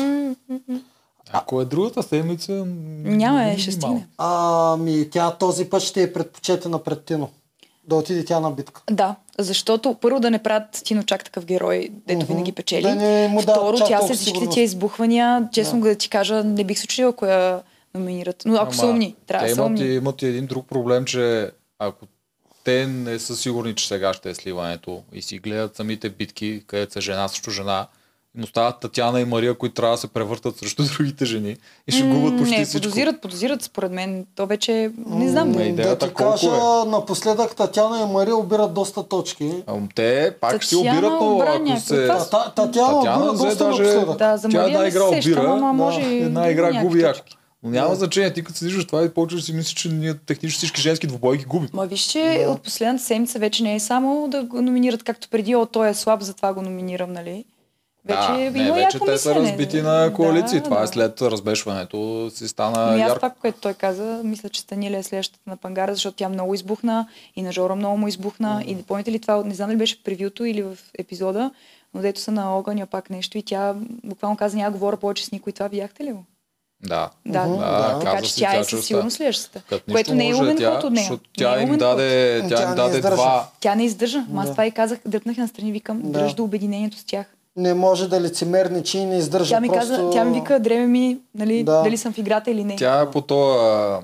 М,
Ако е другата седмица... м,
Няма е,
минимално.
ще стигне.
Ами, тя този път ще е предпочетена пред Тино. Да отиде тя на битка.
Да, защото първо да не правят Тино чак такъв герой, дето
Мгм.
винаги печели.
Да не му дават
Второ,
чак
тя
толкова
след всичките
сигурност.
тия избухвания, честно да. ти кажа, не бих се учила, ако я номинират. Но ако
Ама
са умни, трябва
те
да са
имат,
умни.
и, имат и един друг проблем, че ако те не са сигурни, че сега ще е сливането и си гледат самите битки, където са жена срещу жена, им остават Татяна и Мария, които трябва да се превъртат срещу другите жени и ще
М,
губят почти
не,
всичко.
подозират, подозират според мен. То вече не знам.
М,
Mm,
не.
да
идеята
ти
колко
кажа,
е?
напоследък Татяна и Мария обират доста точки.
Ам те пак ще
Татяна
обират, но
обра
ако
някой.
се...
Това
Та- та- Татяна
Татяна
обира
взе
доста
даже-
напоследък.
да, за
Тя е
Мария
една
не
игра
се сещам,
обира,
ама
да,
може и
Една игра
някакви
губи яко.
точки.
Но няма значение, ти като се виждаш това и почваш да си мислиш, че ние технически всички женски двубойки губим.
Ма виж, че
Да.
от последната седмица вече не е само да го номинират както преди, о, той е слаб, затова го номинирам, нали? Вече
да,
има
не, вече
яко
те са
мислене.
разбити на коалиции.
Да,
това
да.
е след разбешването си стана
Ами аз
ярко.
това, което той каза, мисля, че Станилия е следващата на Пангара, защото тя много избухна и на Жора много му избухна. И помните ли това, от- не знам ли беше в превюто или в епизода, но дето са на огъня пак нещо и тя буквално каза, няма да говоря повече с никой. Това видяхте ли го?
Да.
Да,
Мгм,
да,
да.
така
каза
че
си,
тя
тя
е
чувства.
със сигурност следващата.
Като
Което
нищо
не е
може
умен
тя,
ход от нея.
защото
Не е
Тя им
умен
даде,
ход.
тя
Тя
им
не
даде
издържа.
два.
Тя не издържа. Ма аз
Да.
това и казах, дръпнах я настрани, викам,
Да.
дръж до обединението с тях.
Не може да лицемерничи и не издържа
Тя ми,
просто...
каза, тя ми вика, дреме ми, нали,
Да.
дали съм в играта или не.
Тя е по това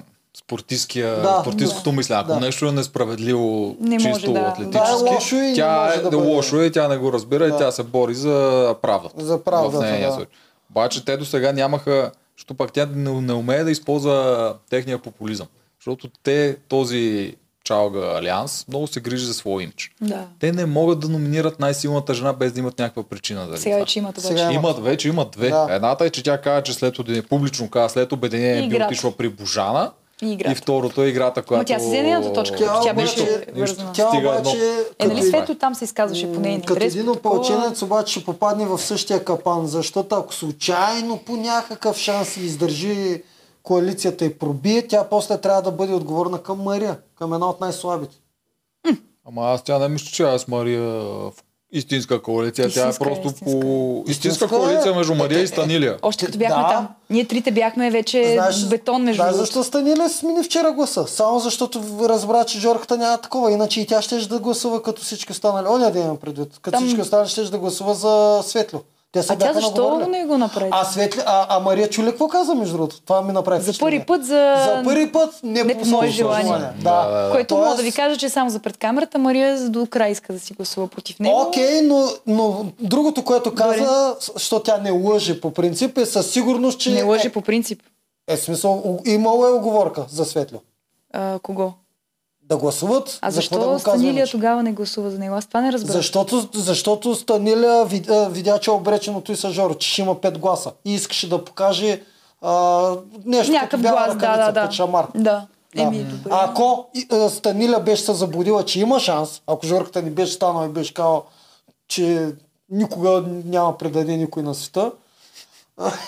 спортистския,
Да,
спортистското мисля. Ако
Да.
нещо е несправедливо,
Не може,
чисто
да.
Да, е
атлетически,
лошо и не
тя
може
е
да
да
бъде.
лошо е, тя не го разбира
Да.
и тя се бори за правдата.
За правдата,
в нейния
да.
случай. Обаче те до сега нямаха, защото пак тя не, не умее да използва техния популизъм. Защото те, този Чалга Алианс, много се грижи за своя имидж.
Да.
Те не могат да номинират най-силната жена без да имат някаква причина. Дали
Сега вече имат
Сега
обаче.
имат.
имат вече, имат две.
Да.
Едната е, че тя каза, че след обединение, публично каза, след обединение
И
би
играта.
отишла при Божана.
И играта.
И второто е играта, която...
тя си взе нейната точка,
Тя
Нищо,
тя беше
нищо.
вързана.
Тя
Стига едно.
обаче...
Е, нали
Като-
Свето там се изказваше по нейния
Като
дрес,
един
по е такова-
опълченец обаче ще попадне в същия капан, защото ако случайно по някакъв шанс издържи коалицията и пробие, тя после трябва да бъде отговорна към Мария, към една от най-слабите.
Ама аз тя не мисля, че аз Мария в истинска коалиция. Тя е
Истинска,
просто
истинска.
по...
Истинска
Истинска
е.
коалиция между Мария и Станилия.
Още като бяхме
Да.
там, ние трите бяхме вече Е, бетон между
Да,
другото.
защо Станилия смени вчера гласа? Само защото разбра, че Жорката няма такова, иначе и тя ще да гласува като всички останали. Оня да имам предвид. Като
Там-
всички останали ще да гласува за Светло. Те се
А тя
бяха
защо
наговорили.
не го направи?
А, Светли, а, а Мария Чуле какво каза, между другото? Това ми направи
За
впечатление.
първи път за...
За първи път не,
Не
по
по мое
собствено
желание.
е Да.
Да.
Което мога да ви
Тоест-
кажа, че само за пред камерата Мария до край иска да си гласува против него.
Окей, но, но другото, което каза, защото тя не лъже по принцип, е със сигурност, че...
Не лъже
е,
по принцип.
Е, в смисъл, у- имало е оговорка за Светло.
А, кого?
Да гласуват.
А
за какво да
защо
го казва
Станилия
иначе?
тогава не гласува за него? Аз това не разбрах.
Защото, защото Станиля видя, видя, че е обреченото и са Жоро, че ще има 5 гласа. И искаше да покаже а, нещо. като
Някакъв
бяла
глас, да,
ръкавица
да, да.
под шамар.
Да.
Да.
Еми, е добре.
Ако и, а, Станиля беше се забудила, че има шанс, ако Жорката ни беше станала и беше казала, че никога няма да предаде никой на света,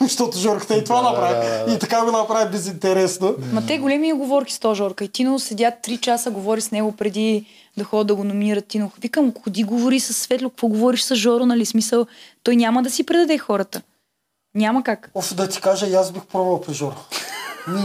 защото Жорката и това
Да,
направи.
да, да, да.
И така го направи безинтересно.
Ма те големи оговорки с този Жорка. И Тино седя 3 часа, говори с него преди да ходя да го номинират Тино. Викам, ходи говори с Светло, какво говориш с Жоро, нали смисъл? Той няма да си предаде хората. Няма как.
Оф, да ти кажа, и аз бих пробвал при Жоро. Ми,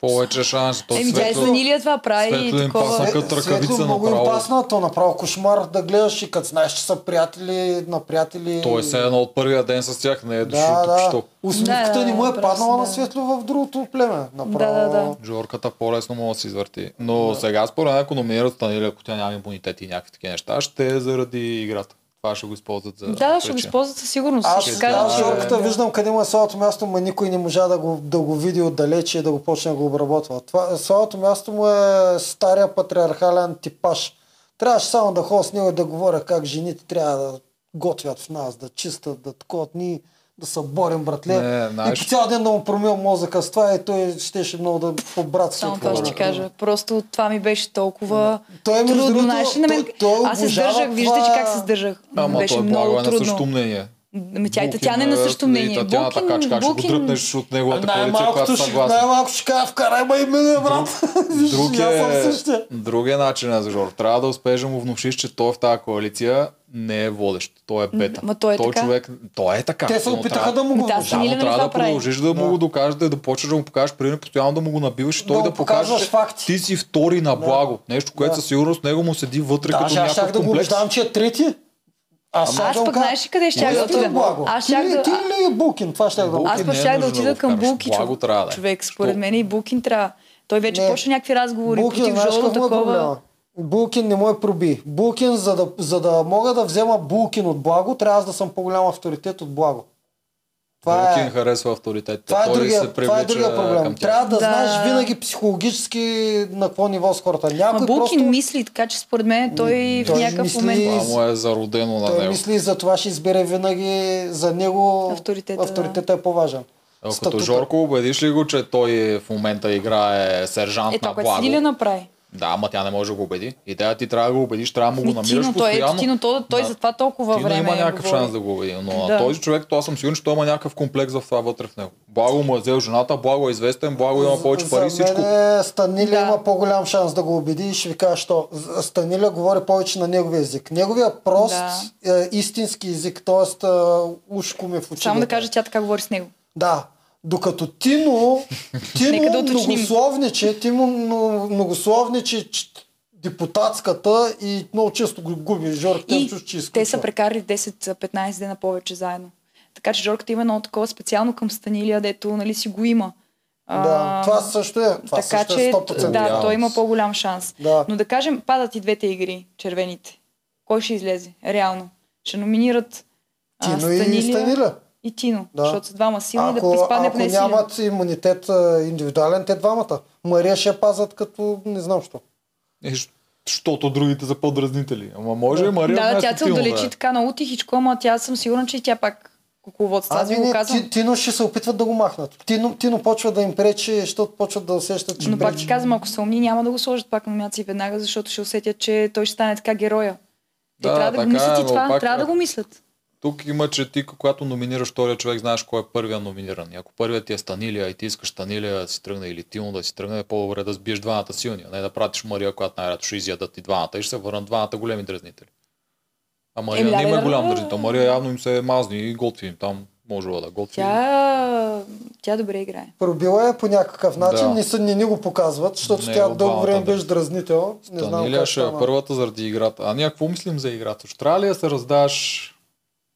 Повече шанс. То
Еми, тя е
светло-
Станилия това прави и
Светло им пасна
такова.
като ръкавица
Светло много им
направо.
пасна, то направо кошмар да гледаш и като знаеш, че са приятели на приятели.
Той е се едно от първия ден с тях не е дошъл
да,
тук,
да.
що
Усмивката
Да,
ни му е
просто,
паднала на
да.
светло в другото племе. Направо.
Да, да, да.
Жорката по-лесно може да се извърти. Но сега, според мен, ако номинират Станилия, ако тя няма имунитет и някакви такива неща, ще е заради играта. Това ще го използват за
Да, ще го
причина.
използват със сигурност.
Аз
Ще
ще
кажат,
кажа,
че-
Жорката виждам къде му е слабото място, но никой не можа да го, да го види отдалече и да го почне да го обработва. Това, слабото място му е стария патриархален типаж. Трябваше само да ходя с него и да говоря как жените трябва да готвят в нас, да чистат, да таковат ни, да се борим, братле.
Не, знаеш-
И по цял ден да му промил мозъка с това и той щеше много да побрат се
Само това ще кажа. Просто това ми беше толкова
Той, е, между
трудно.
другото,
знаеш ли, на мен...
той- той
Аз се
обожава
сдържах, виждате
това-
как се сдържах.
Ама
беше
той
много
много е на
трудно.
същото мнение.
Ами тя,
Букин,
тя не е на същото
е,
мнение.
Татяна така, че как ще го
Букин-
дръпнеш от неговата коалиция, която
Най-малкото
е
ще,
съгласна.
най-малко ще кажа, вкарай ма имене, брат. Виж,
Друг
аз съм
е,
същия.
друг е начинът за Жор. Трябва да успееш да му внушиш, че той в тази коалиция не е водещ. Той е бета.
Ма той е така.
човек, той е така.
Те се
но
опитаха
трябва-
да му го
Да,
внушат.
Да,
Или
но
нали
трябва
това
да
прави?
продължиш да му го докажеш, да, да почнеш да му покажеш пример, постоянно да му го набиваш и той
му
да, покаже,
показваш
че
факти.
ти си втори на благо. Нещо, което
Да.
със сигурност него му седи вътре
Да,
като
аз аз щях
някакъв
да го
комплекс.
убеждавам, че е трети. Аз, щях
аз
да му
пък
кажа,
знаеш ли къде щях
«Ти
да
ли
отида?
ти, Благо?
Аз
Ти
щях
ли-
да-
Ти ли е Букин? Това щях да го
Букин
Аз пък
не е
щях да
нужно да
отида
го
към
вкараш.
Булки.
Благо
чов-
трябва да е.
Човек, според
Що?
мен и Букин трябва. Той вече
Не.
почна някакви разговори
Булкин,
против
знаеш
Жоро
какво е проблема?
такова.
Булкин не му е проби. Булкин, за да, за да мога да взема Булкин от Благо, трябва аз да съм по-голям авторитет от Благо. Това
Букин
е,
харесва авторитетите.
това е,
Той
другия,
се
това е
привлича
другия
към
проблем.
тях.
Трябва да,
Да.
знаеш винаги психологически на какво ниво с хората. Някой
Ма Булкин
просто...
мисли, така че според мен той в
той
някакъв
мисли-
момент...
Това му е зародено на
Той
него.
мисли и за това ще избере винаги за него
Авторитета, да.
авторитета е по-важен.
А Като
статута.
Жорко, убедиш ли го, че той в момента играе сержант
Е, това,
на
което
Благо?
Сидиля направи.
Да, ама тя не може да го убеди. Идея ти трябва да го убедиш, трябва да му го
Ми,
намираш
Тино, той, ето,
постоянно.
Тино, той, той
Да.
да. затова толкова
Тино
време
има някакъв
говори.
шанс да го убеди, но
Да.
на този човек, то аз съм сигурен, че той има някакъв комплекс в това вътре в него. Благо му е взел жената, благо е известен, благо има повече
За-
пари,
за
всичко.
Мен, е- Станиля
Да.
има по-голям шанс да го убеди и ще ви кажа, що З- Станиля говори повече на неговия език. Неговия прост, е, истински език, т.е. е, ушко ми в очите.
Само да кажа, тя така говори с него.
Да. Докато Тино, Тино
Нека да уточним.
многословниче, Тино мно- многословниче ч- депутатската и много често го губи. Жорк
И
Тенчов, че е изключва.
те са прекарали 10-15 дена повече заедно. Така че Жорката има едно такова специално към Станилия, дето нали, си го има.
Да,
А,
това също е. Това
така
също
че
е 100%.
да,
реалност.
той има по-голям шанс.
Да.
Но да кажем, падат и двете игри, червените. Кой ще излезе? Реално. Ще номинират а,
Тино
Станилия
и Станиля.
и Тино.
Да.
Защото са двама силни
Ако,
да изпадне
ако
поне силен.
нямат имунитет а, индивидуален, те двамата. Мария ще я пазят като не знам що.
Е, щ- Щото другите са подразнители. Ама може и Мария
Да, да,
вместо
тя се
Тино да е.
отдалечи така много тихичко, ама тя съм сигурна, че и тя пак кукловодство. Аз ви
Ами
го
не,
казвам.
ти, Тино ще се опитват да го махнат. Тино, Тино почва да им пречи, защото почват да усещат, че
Но пак
пречи.
ти казвам, ако са умни, няма да го сложат пак номинации веднага, защото ще усетят, че той ще стане така героя. Те
Да,
трябва да го
така
мислят
е,
и
но
това.
пак-
Трябва да го мислят.
Тук има, че ти, когато номинираш втория човек, знаеш кой е първия номиниран. И Ако първият ти е Станилия и ти искаш Станилия да си тръгне или Тилно да си тръгне, е по-добре да сбиеш двамата силни, а не да пратиш Мария, която най-рядко ще изядат и двамата и ще се върнат двамата големи дразнители. А Мария
Еми, да,
не
бе,
има
да,
голям
да.
дразнител. Мария явно им се е мазни и готви им там. Може да готви.
Тя, е- тя добре играе.
Пробила е по някакъв начин,
Да.
не, са, не ни го показват, защото
Не,
тя
от
дълго
двамата
време
беше.
беше дразнител. Не знам
Станилия
как
ще е
стана.
първата заради играта. А ние какво мислим за играта? Ще трябва ли да се раздаш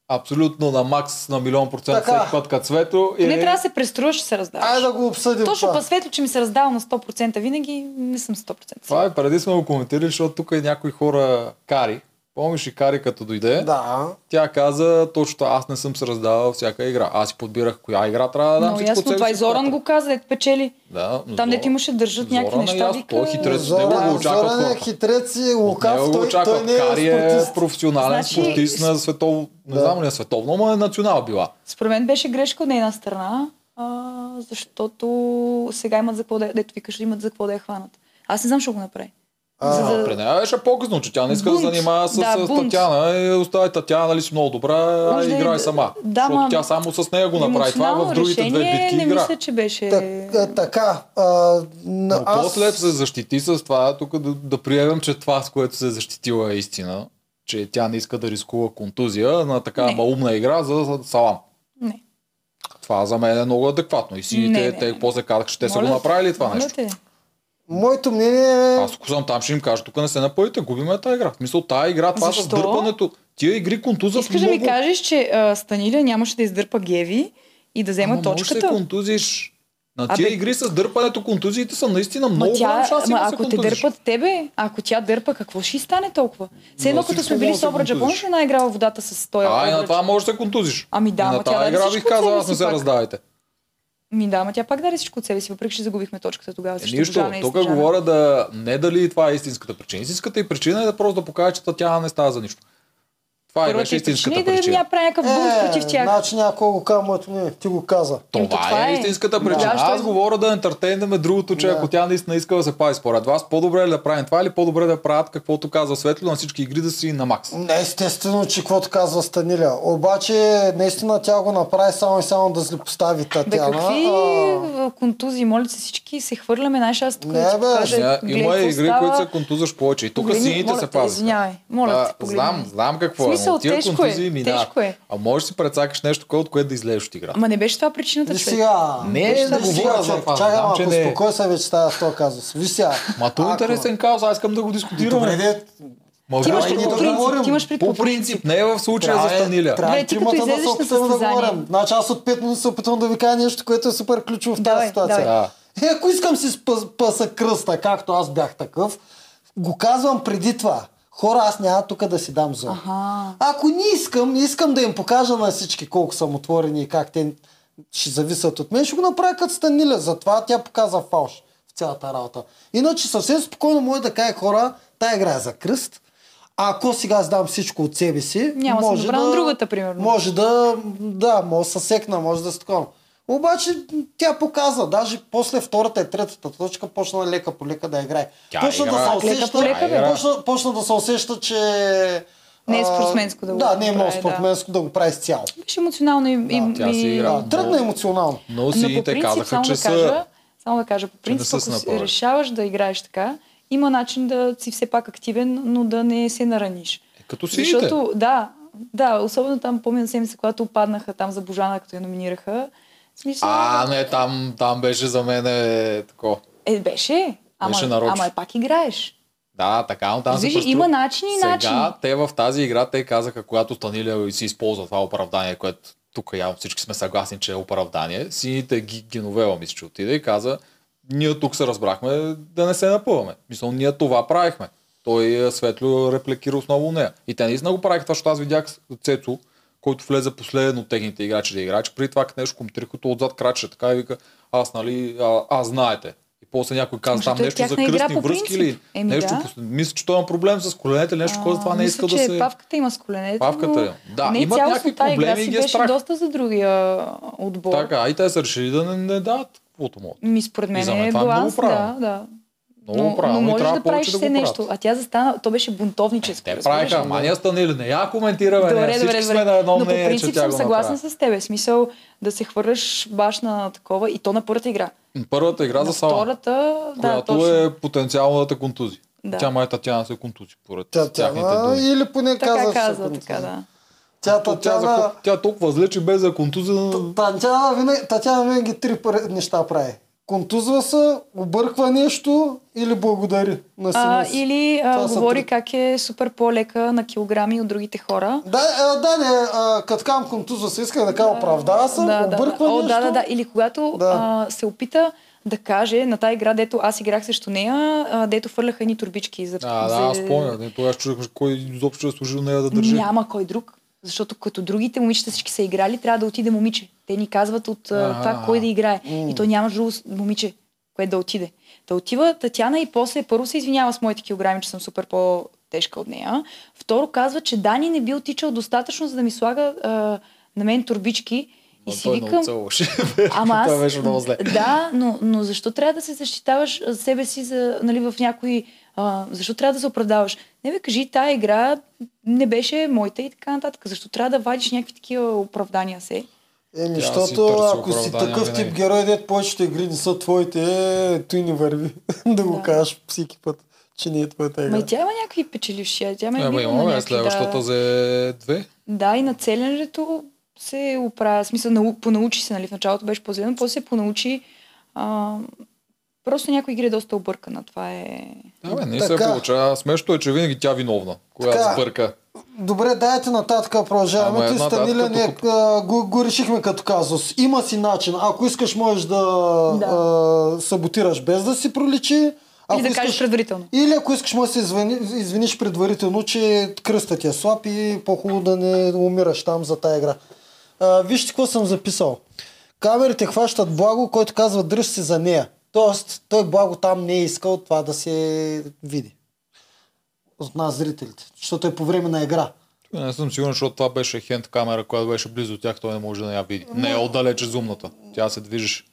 абсолютно на макс на милион процента
Така.
всеки път като цвето?
Поне трябва да се преструваш, ще се раздаваш.
Айде да го обсъдим
Точно
това.
па светло, че ми се раздава на 100% винаги, не съм 100%.
Това е, преди сме го коментирали, защото тук е някои хора кари. Помниш ли Кари като дойде?
Да.
Тя каза, точно това, аз не съм се раздавал всяка игра. Аз си подбирах коя игра трябва да дам.
Много
всичко от
ясно,
себе
това
си
и Зоран
правя.
го каза, дето печели.
Да, но
Там, дето
Зоран-
имаше държат някакви
Зоран е
неща,
ясно, той е
вика,
хитрец,
Зоран-
него го
Зоран,
очакват
Зоран е
хората.
хитрец и лукав,
Него го
той, той
очакват.
не е
Кари е
спортист.
професионален
Значи-
спортист на световно, не
Да.
знам ли е световно, но е национал била.
Според мен беше грешка от нейна страна, а, защото сега имат за какво да, дето викаш, имат за какво да я хванат. Аз не знам, що го направи.
А,
за
При нея беше по-късно, че тя не иска да
Бунт.
се занимава с,
Да,
с
бунт.
Татяна и остави Татяна, нали си много добра,
Може
а
да и
играй
да-
сама.
да,
Защото
ма-
тя само с нея го направи това, е
Емоционално
в другите две
решение
битки
не
игра.
мисля, че беше...
Так, а, така. А, на-
Но
аз...
после се защити с това, тук да, да приемем, че това, с което се е защитила е истина, че тя не иска да рискува контузия на такава
Не.
малумна игра за за салам.
Не.
Това за мен е много адекватно. И сините,
Не, не,
те
не.
после казаха, че те са го
Моля-
направили това
моля
нещо.
те.
Моето мнение е...
Аз ако съм там, ще им кажа, тук не се напоите, губиме тази игра. В смисъл, тази игра, това с
Защо?
дърпането, тия игри контузът
Искаш да ми кажеш, че а, Станиля нямаше да издърпа Геви и да взема
Ама може да се
точката?
контузиш. На
Абе-
тия игри с дърпането, контузиите са наистина много
Ма
голям
тя,
шанс
ма,
има да се
ако те
контузиш.
дърпат тебе, ако тя дърпа, какво ще й стане толкова? Все едно
Но
като
всичко
сме били
може да
с
се
обръча,
контузиш.
помниш ли една игра в водата с този
А, и на
обръч?
това може да се контузиш.
е Ами да,
и
ама
на
тя даде
тази игра
всичко
бих
от
казал,
себе
аз не
си
се
пак.
раздавайте.
Ми да, ама тя пак даде всичко от себе си, въпреки че загубихме точката тогава.
Е,
срещу
нищо,
Божана и
тук
Снежана.
говоря да не дали това е истинската причина. Истинската и причина е да просто да покажа, че тя не става за нищо. Това е
Първата
вече
й причина
истинската
е да
причина.
я прави някакъв бунт
Е,
против тях.
Значи някой го казва, моето мнение. Ти го каза.
Еми, то
Това,
това
е
е.
истинската
Да,
причина.
защо
Аз
е-
говоря да ентертейнеме другото, че
Да.
ако тя наистина иска да се пази според вас, по-добре е да правим това или по-добре да правят каквото казва Светло на всички игри да си на макс.
Не, Естествено, че каквото казва Станиля. Обаче, наистина тя го направи само и само да злепостави
Бе,
Татяна.
какви
А,
а... контузии, моля се всички, се хвърляме най-ша, аз тук
Не,
да ти
бе,
покажа,
Сега,
гледай
има
какво
игри,
става.
които се контузаш повече. И тук
Погледни,
сините
моля
се
те,
пазят.
Извинявай, моля те,
А,
погледни.
знам, знам какво е.
Смисъл,
но Тия
тежко е,
контузии мина.
тежко е.
А можеш да си прецакаш нещо, кое от което да излезеш от игра.
Ама не беше това причината,
Виж
човек.
сега.
Не,
Виж
не
сега,
говоря
човек.
за това.
Чакай,
Знам,
ама
че
ако
не е.
успокой се вече тази този казус. Виж сега.
Ма то е
Ако-
интересен казус, аз искам да го
Добре,
дискутирам.
де,
Ма
Ти имаш
вярвай
пред
ни
по
да
принцип,
говорим.
ти имаш пред
По принцип, не е в случая за
трябва е-
Станиля.
трябва
Добре,
и
ти
тримата
като
да се
излезеш на
опитаме да
състезание.
говорим. Значи аз от 5 минути се опитвам да ви кажа нещо, което е супер ключово в тази
Давай,
ситуация.
давай.
Е, ако искам си с пъс- пъса кръста, както аз бях такъв, го казвам преди това. Хора, аз няма тук да си дам зор.
Аха.
Ако не искам, искам да им покажа на всички колко съм отворени и как те ще зависят от мен, ще го направя като Станиля. Затова тя показа фалш в цялата работа. Иначе съвсем спокойно може да каже хора, тая игра е за кръст. А ако сега сдам всичко от себе си,
Няма да съм
може
добра на другата, примерно.
Може да, да, може да се секна, може да се такова. Обаче тя показа, даже после втората и третата точка почна лека по лека да играе.
Тя
почна, да
игра.
се
Лека
усеща,
по лека,
бе.
почна, почна да се усеща, че...
Не е
а,
спортсменско да го
Да, не е много
прави, да.
спортсменско да. го прави изцяло.
Беше емоционално и... Да, и,
тя си
и-
игра.
Да, тръгна емоционално.
Но
Но по
сиите
принцип,
казаха,
само
че
да
са...
кажа, само да кажа, по
не
принцип,
са с
ако си
напъване.
решаваш да играеш така, има начин да си все пак активен, но да не се нараниш.
Е, Като сиите.
Защото, да, да, особено там, помня седмица, когато паднаха там за Божана, като я номинираха. в Смисъл,
А, не, там, там беше за мен е, тако.
е, беше. Ама,
Беше нарочно.
ама е пак играеш.
Да, така, но там се
Виж,
престру-
има начини и
Сега
начини.
те в тази игра те казаха, когато Станилия си използва това оправдание, което тук явно всички сме съгласни, че е оправдание, сините ги, Геновева мисля, че отиде и каза, ние тук се разбрахме да не се напъваме. Мисля, ние това правихме. Той е, Светло репликира основно нея. И те наистина го правиха това, защото аз видях с- Цецо, който влезе последен от техните играчи да играч. Преди това като нещо коментирах, като отзад краче така и вика, аз нали, а, аз знаете. И после някой каза
Ама
там
защото е
нещо за
тяхна игра
кръстни
по
връзки или
принцип. Еми
нещо
да.
по мисля, че той има проблем с коленете, или нещо,
А,
което това не
мисля,
иска да
че е
се...
Павката има с коленете,
Павката
но
има. Да,
не
имат
цялостно
някакви
тази игра
проблеми и
си
ги е
беше
страх.
доста за другия отбор.
Така, и те са решили да не, не дадат каквото могат.
Ми, според мен,
И за мен
е
това е много
баланс, да,
правилно.
да.
Много
но,
правилно
но
и
можеш
трябва
да правиш
повече да
все
го
нещо.
правят.
А тя застана, то беше бунтовническо.
Те
разбираш ли?
правиха, ама ние станили, не я коментираме,
Добре,
не,
добре,
всички
добре.
сме на едно
но по
мнение,
принцип
че тя
съм
го
съгласна
направи.
с тебе. Смисъл да се хвърляш баш на такова и то на първата игра.
Първата игра
на
за Сала,
втората, да,
която
точно.
е потенциалната контузия.
Да.
Тя май Татяна се контузи, според
Тя, тя,
тяхните
а,
думи.
или поне каза,
Така
че се
казва,
контузира.
така да.
Тя,
То Тя, за
Татяна,
какво- тя е толкова зле, че без да е контузия...
Татяна винаги, Татяна винаги три пар- неща прави. Контузва се, обърква нещо или благодари на сина
А,
си.
или
Това
а,
са
говори
три.
как е супер по-лека на килограми от другите хора.
Да, а, да, не, а, като кам контузва се, иска да кажа оправдава се,
да, да,
обърква
да. О,
нещо.
да, да, да. Или когато
Да.
а, се опита да каже на тази игра, дето аз играх срещу нея, а, дето фърляха едни турбички за...
А,
за...
да, аз помня. не, Тогава ще чудех кой изобщо е служил нея да държи.
Няма кой друг. Защото като другите момичета всички са играли, трябва да отиде момиче. Те ни казват от а, това
Ага.
кой да играе. И то няма друго с- момиче, което да отиде. Та отива Татяна и после първо се извинява с моите килограми, че съм супер по-тежка от нея. Второ казва, че Дани не би отичал достатъчно, за да ми слага а, на мен турбички. И
Ма
си
той е
викам,
целуваше.
Ама аз...
Това беше много зле.
Да, но, но защо трябва да се защитаваш а, себе си за, нали, в някои... А, защо трябва да се оправдаваш? Не бе, кажи, тая игра не беше моята и така нататък. Защо трябва да вадиш някакви такива оправдания се?
Еми,
Тя си
защото
търси
ако си
оправдания
такъв тип
винаги.
герой, дет повечето игри не са твоите, е, той не върви. да го
Да.
кажеш всеки път, че не е твоята
Ма
игра.
и тя има някакви печеливши. Тя ме е
Ема
била на
имаме
някакви,
следващата
да,
за две.
да, и на целенето се оправя. В Смисъл, нау, понаучи се, нали? В началото беше по-зле, но после се понаучи... А, просто някоя игра е доста объркана. Това е...
Да, бе, не се
Така.
получава. Смешното е, че винаги тя виновна, която
Така.
сбърка.
Добре, дайте нататък,
Ама
продължаваме. Ти
една
Станиля
датка
не, а, го, го решихме като казус. Има си начин. Ако искаш, можеш да,
Да.
а, саботираш без да си проличи. Ако
Или да кажеш предварително.
Или ако искаш, може да се извини, извиниш предварително, че кръстът ти е слаб и по-хубаво да не умираш там за тая игра. А, вижте какво съм записал. Камерите хващат Благо, който казва дръж се за нея. Тоест, той Благо там не е искал това да се види. От нас зрителите. Защото е по време на игра.
Не съм сигурен, защото това беше хенд камера, която беше близо до тях, той не може да я види. Не е отдалече зумната. Тя се движеше.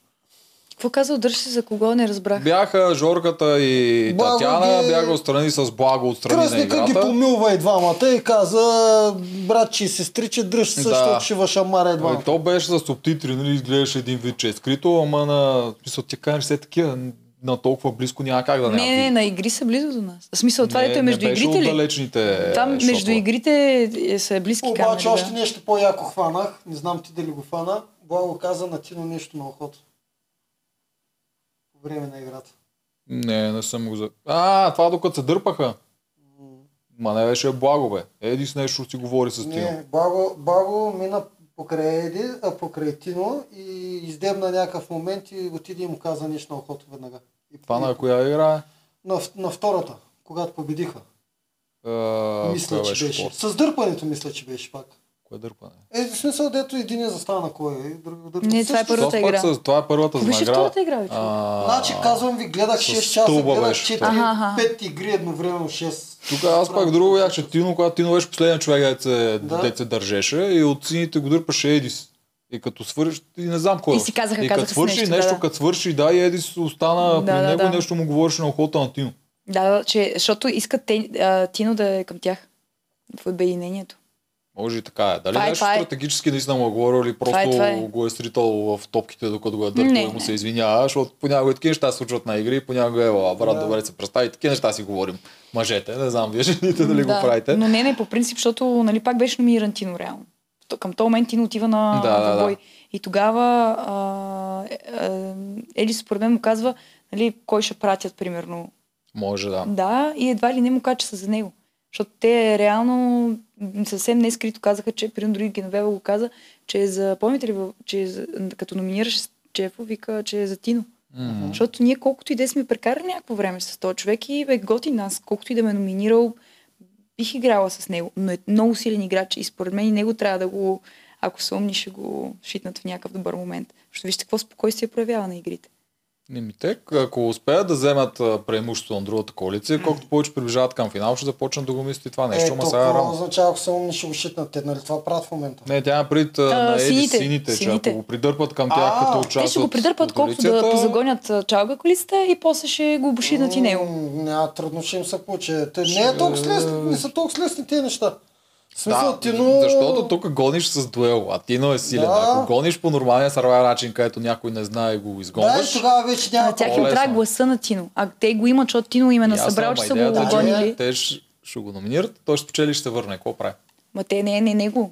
Какво казал, държ се за кого, не разбрах.
Бяха Жорката и
Благо
Татяна,
ги-
бяха отстрани с благо отстрани на
Кръстника ги
играта.
помилва и двамата и каза, братче и сестриче, дръж се,
Да.
защото ще вашамара и
Ами,
двамата.
то беше за субтитри, нали, изглеждаше един вид, че е скрито, ама на... в Смисъл, ти кажеш все такива, на толкова близко няма как да
Не,
няма.
не, не, на игри са близо до нас. В смисъл, това дето е между
не беше е,
игрите ли?
Отдалечните,
Там
шотове.
между игрите е- са близки камери.
Обаче
да.
още нещо по-яко хванах. Не знам ти дали го хвана. Благо каза на Тино нещо на охот. По време на играта.
Не, не съм го за... А, това докато се дърпаха. Ма не беше благо, бе. Еди с нещо си говори с Тино.
Не, Благо, Благо мина покрай, Еди, а, покрай Тино и издебна някакъв момент и отиде и му каза нещо на охото веднага. И,
Това на
и,
коя игра
на, в- на втората, когато победиха.
е?
А,
А,
мисля,
коя
че беше.
втората?
С дърпането мисля, че беше пак.
Кое дърпане?
Е, в смисъл, дето един е застана кой е, и друг дърпа.
Не, това е
Също-
Първата
Аз пак
игра.
С... Това е първата за
Беше
награда.
втората игра, бе, човек.
А,
Значи, казвам ви, гледах
С
6 часа,
стълба
гледах
беше
4,
Аха, аха.
5 игри едновременно 6.
Тук аз пак друго бях, че Тино, когато Тино беше последният човек, дето се,
Да.
дето се държеше и от сините го дърпаше Едис. И като свърши, и не знам кой.
И си казаха,
и като
казаха си
свърши
нещо, да,
нещо,
да.
като свърши, да, и Едис остана при
Да, да,
него и
да.
нещо му говореше на охота на Тино.
Да, да, че, защото искат те, а, Тино да е към тях. В обединението.
Може и така е. Дали
Това е,
нещо
това е.
стратегически наистина му е говорил или просто
е, това е.
го е сритал в топките, докато го е
Не,
дърпал и му
не.
се извинява, защото понякога такива неща се случват на игри, понякога е, «Ела, брат,
Да.
добре се представи, такива неща си говорим. Мъжете, не знам, вие жените дали го правите.
Но не, не, по принцип, защото нали, пак беше номиниран Тино реално. То- Към този момент Тино отива на
Да, да,
да,
да.
бой. И тогава а, е, е, Еди според мен му казва нали, кой ще пратят примерно.
Може да.
Да, и едва ли не му каза, че са за него. Защото те реално м, съвсем не скрито казаха, че примерно дори Геновева го каза, че е за, помните ли, в- че е за, като номинираше Чефо, вика, че е за Тино.
М.
Защото ние колкото и да сме прекарали някакво време с този човек и бе готи нас, колкото и да ме е номинирал, бих играла с него. Но е много силен играч и според мен и него трябва да го, ако се умни, ще го шитнат в някакъв добър момент. Защото вижте какво спокойствие проявява на игрите.
Не ми те, ами ако успеят да вземат а, преимущество на другата коалиция, колкото повече приближават към финал, ще започнат да го мислят и това нещо,
Е,
ама
то
сега е
какво
рано.
означава, ако са умни, ще го шитнат. Те, нали това правят в момента?
Не, тя е пред а, на Еди сините,
сините.
че ако
Сините.
го придърпат към тях,
А,
като
те
участват
Те ще го придърпат
от
колкото да
коалицията,
позагонят а, чалга колицата и после ще го бушитнат и него.
М, Няма трудно ще им се получи. Те
Ще-
не е толкова слесни, не са толкова слесни тези неща. В смисъл,
Да,
ти но...
защото тук гониш с дуел, а Тино е силен.
Да.
Ако гониш по нормалния сървайвер начин, където някой не знае и го
Да,
изгонваш,
и тогава вече няма
На тях
По-лесно.
им трябва гласа на Tino. А те го имат, защото Тино им е
ясно,
насъбрал, че
ама
са
идеята
го
е, че
гонили.
Те ще, ще го номинират, той ще спечели и ще се върне. Какво прави?
Ма те не, не него.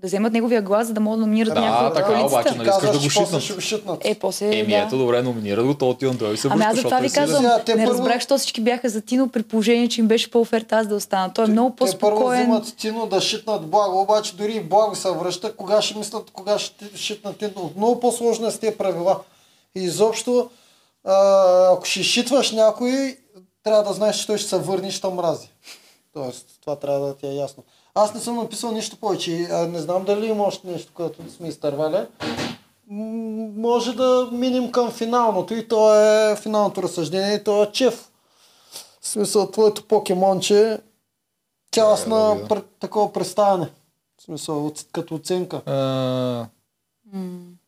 Да вземат неговия глас, за да могат да номинират
Да,
някой от
така,
коалицията.
обаче, нали, искаш да го шитнат.
Ще го шитнат.
Е, после.
Еми
да.
ето, добре, номинират го, то отивам дуел и се
Ами
връща,
аз за
защото
това
е
ви
силен.
казвам,
Сега, те
не
първо-
разбрах, що всички бяха за Тино, при положение, че им беше по оферта аз да остана. Той е много
Те първо
по-спокоен.
взимат Тино да шитнат Благо, обаче дори и Благо се връща, кога ще мислят, кога ще ти- шитнат Тино. Много по-сложно е с тези правила. И изобщо, а, ако ще шитваш някой, трябва да знаеш, че той ще се върне и ще те мрази. Тоест, това трябва да ти е ясно. Аз не съм написал нищо повече. А, не знам дали има още нещо, което сме изтървали. М, Може да минем към финалното и то е финалното разсъждение и то е чеф. В смисъл, твоето покемонче
Да, да
цялостна
видя.
пред, такова представяне. В смисъл, от, като оценка.
А,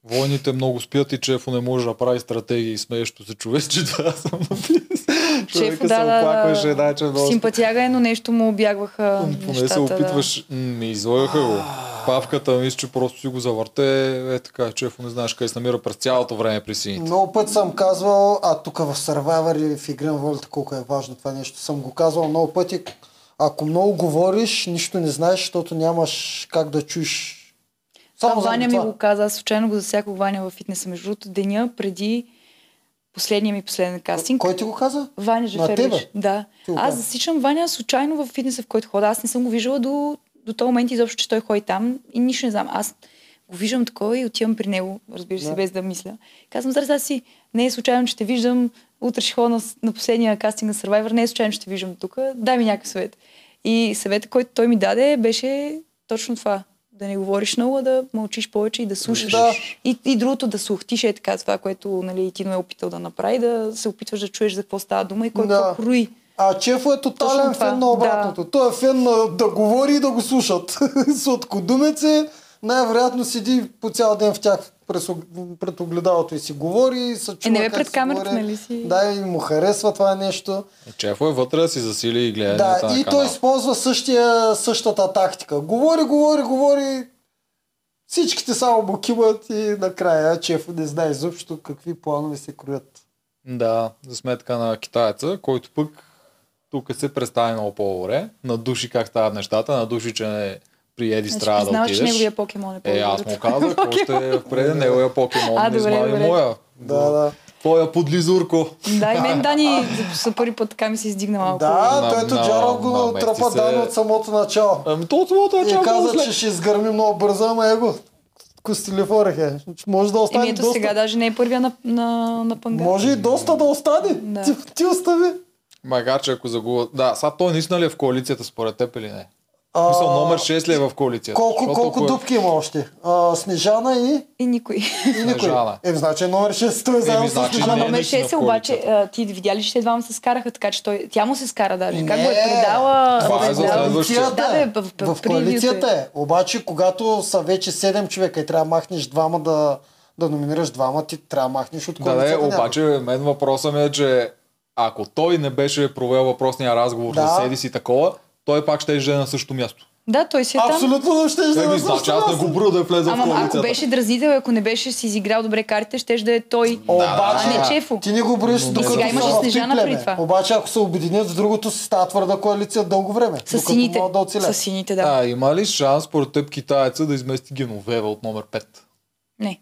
Войните много спят и Чефо не може да прави стратегии. Смеещо се чуе, че това съм написал. Човека
да,
се
да, да.
оплакваше, да, че е много
Симпатяга е, но нещо му обягваха
Поне Ами, се
нещата, да.
опитваш, да. ми излагаха го. Павката мисля, че просто си го завърте. Е така, чефо не знаеш къде се намира през цялото време при сините.
Много път съм казвал, а тук в Survivor и в Игра на волята колко е важно това нещо. Съм го казвал много пъти. Ако много говориш, нищо не знаеш, защото нямаш как да чуеш.
Само
заради
Ваня ми
това.
го каза, аз случайно го засякох Ваня във фитнеса. Между другото, деня преди последния ми последен кастинг.
Кой ти го каза?
Ваня Жеферович.
тебе?
Да.
Ти го
Аз
каза.
засичам Ваня случайно в фитнеса, в който хода. Аз не съм го виждала до, до този момент изобщо, че той ходи там и нищо не знам. Аз го виждам такова и отивам при него, разбира се,
Да.
без да мисля. Казвам, зараз аз си, не е случайно, че те виждам, утре ще ходя на, с- на последния кастинг на Survivor, не е случайно, че те виждам тук, дай ми някакъв съвет. И съветът, който той ми даде, беше точно това. Да не говориш много, а да мълчиш повече и да слушаш.
Да.
И, и другото да слухтиш е така това, което нали, ти не е опитал да направи, да се опитваш да чуеш за какво става дума и кой
Да.
да. какво круи.
А Чефо е тотален
Точно това,
фен на обратното. Той е фен на да говори и да го слушат. Сладкодумец е, най-вероятно седи по цял ден в тях през, ог- пред огледалото и си говори, и се чува
Е, не бе
как
пред
си
камерата,
говори.
нали си?
Да, и му харесва това нещо.
Чефо е вътре да си засили и гледа.
Да,
на канала.
и той използва същия, същата тактика. Говори, говори, говори. Всичките само му кимат и накрая Чефо не знае изобщо какви планове се кроят.
Да, за сметка на китаеца, който пък тук се представи много по-добре. На души как стават нещата, на души, че не при Еди
Значи,
страда да
признаваш, че
отидеш.
неговия покемон е
Е, аз
по-добър.
му казах, още впред неговия покемон
А,
не
добре,
измами
добре.
моя.
Да, да.
Твоя подлизурко.
Да, и мен Дани за- за първи път така ми се издигна малко.
Да,
На-
той ето
на-
Джаро го
намести
тръпа
се.
Дан от самото начало.
Ами то от самото
Е,
И
начало го
Е, каза,
след-
че ще изгърми много бързо, ама его. Костелифорех е. Може да
Еми
остане
ето
доста.
сега даже не е първия на, на, на панга.
Може и доста да остане.
Да.
Ти, ти остави.
Макар, че ако загубят... Да, сега той наистина ли е в коалицията според теб или не?
А,
Мисъл, номер 6 ли е в коалицията?
Колко,
Защото
колко
ако е
дупки има още? А, Снежана и...
И никой.
и никой.
Снежана.
Е, значи е номер 6, той е заедно с
значи
Ама
не е
номер
наистина
6
в
обаче,
коалицията.
а, ти видя ли, че те двама се скараха, така че той, тя му се скара даже. Как
Не,
го е предала?
това е за
предала-
следващ- следващия.
Да, бе, в-
в,
в-
в,
превюто
коалицията е. Обаче, когато са вече 7 човека и трябва да махнеш двама да, да номинираш двама, ти трябва да махнеш от
Да, не,
коалицията. някой.
обаче мен въпросът ми е, че ако той не беше провел въпросния разговор
Да.
да. за себе си и такова, той пак ще е на същото място.
Да, той си е там.
Абсолютно не ще
Той
да
ми значи, аз не го броя да е влезъл в
Ама ако
коалицията.
беше дразнител, ако не беше си изиграл добре картите, ще да е той.
Обаче,
А не Чефо.
ти не го броиш
Но
докато
сега
са
имаше
в той
Снежана
племе.
преди това.
Обаче, ако се обединят с другото, си става твърда коалиция дълго време.
С
докато
сините.
могат Да
С
оцелят.
сините, да.
А, има ли шанс според теб китаеца да измести Геновева от номер 5?
Не.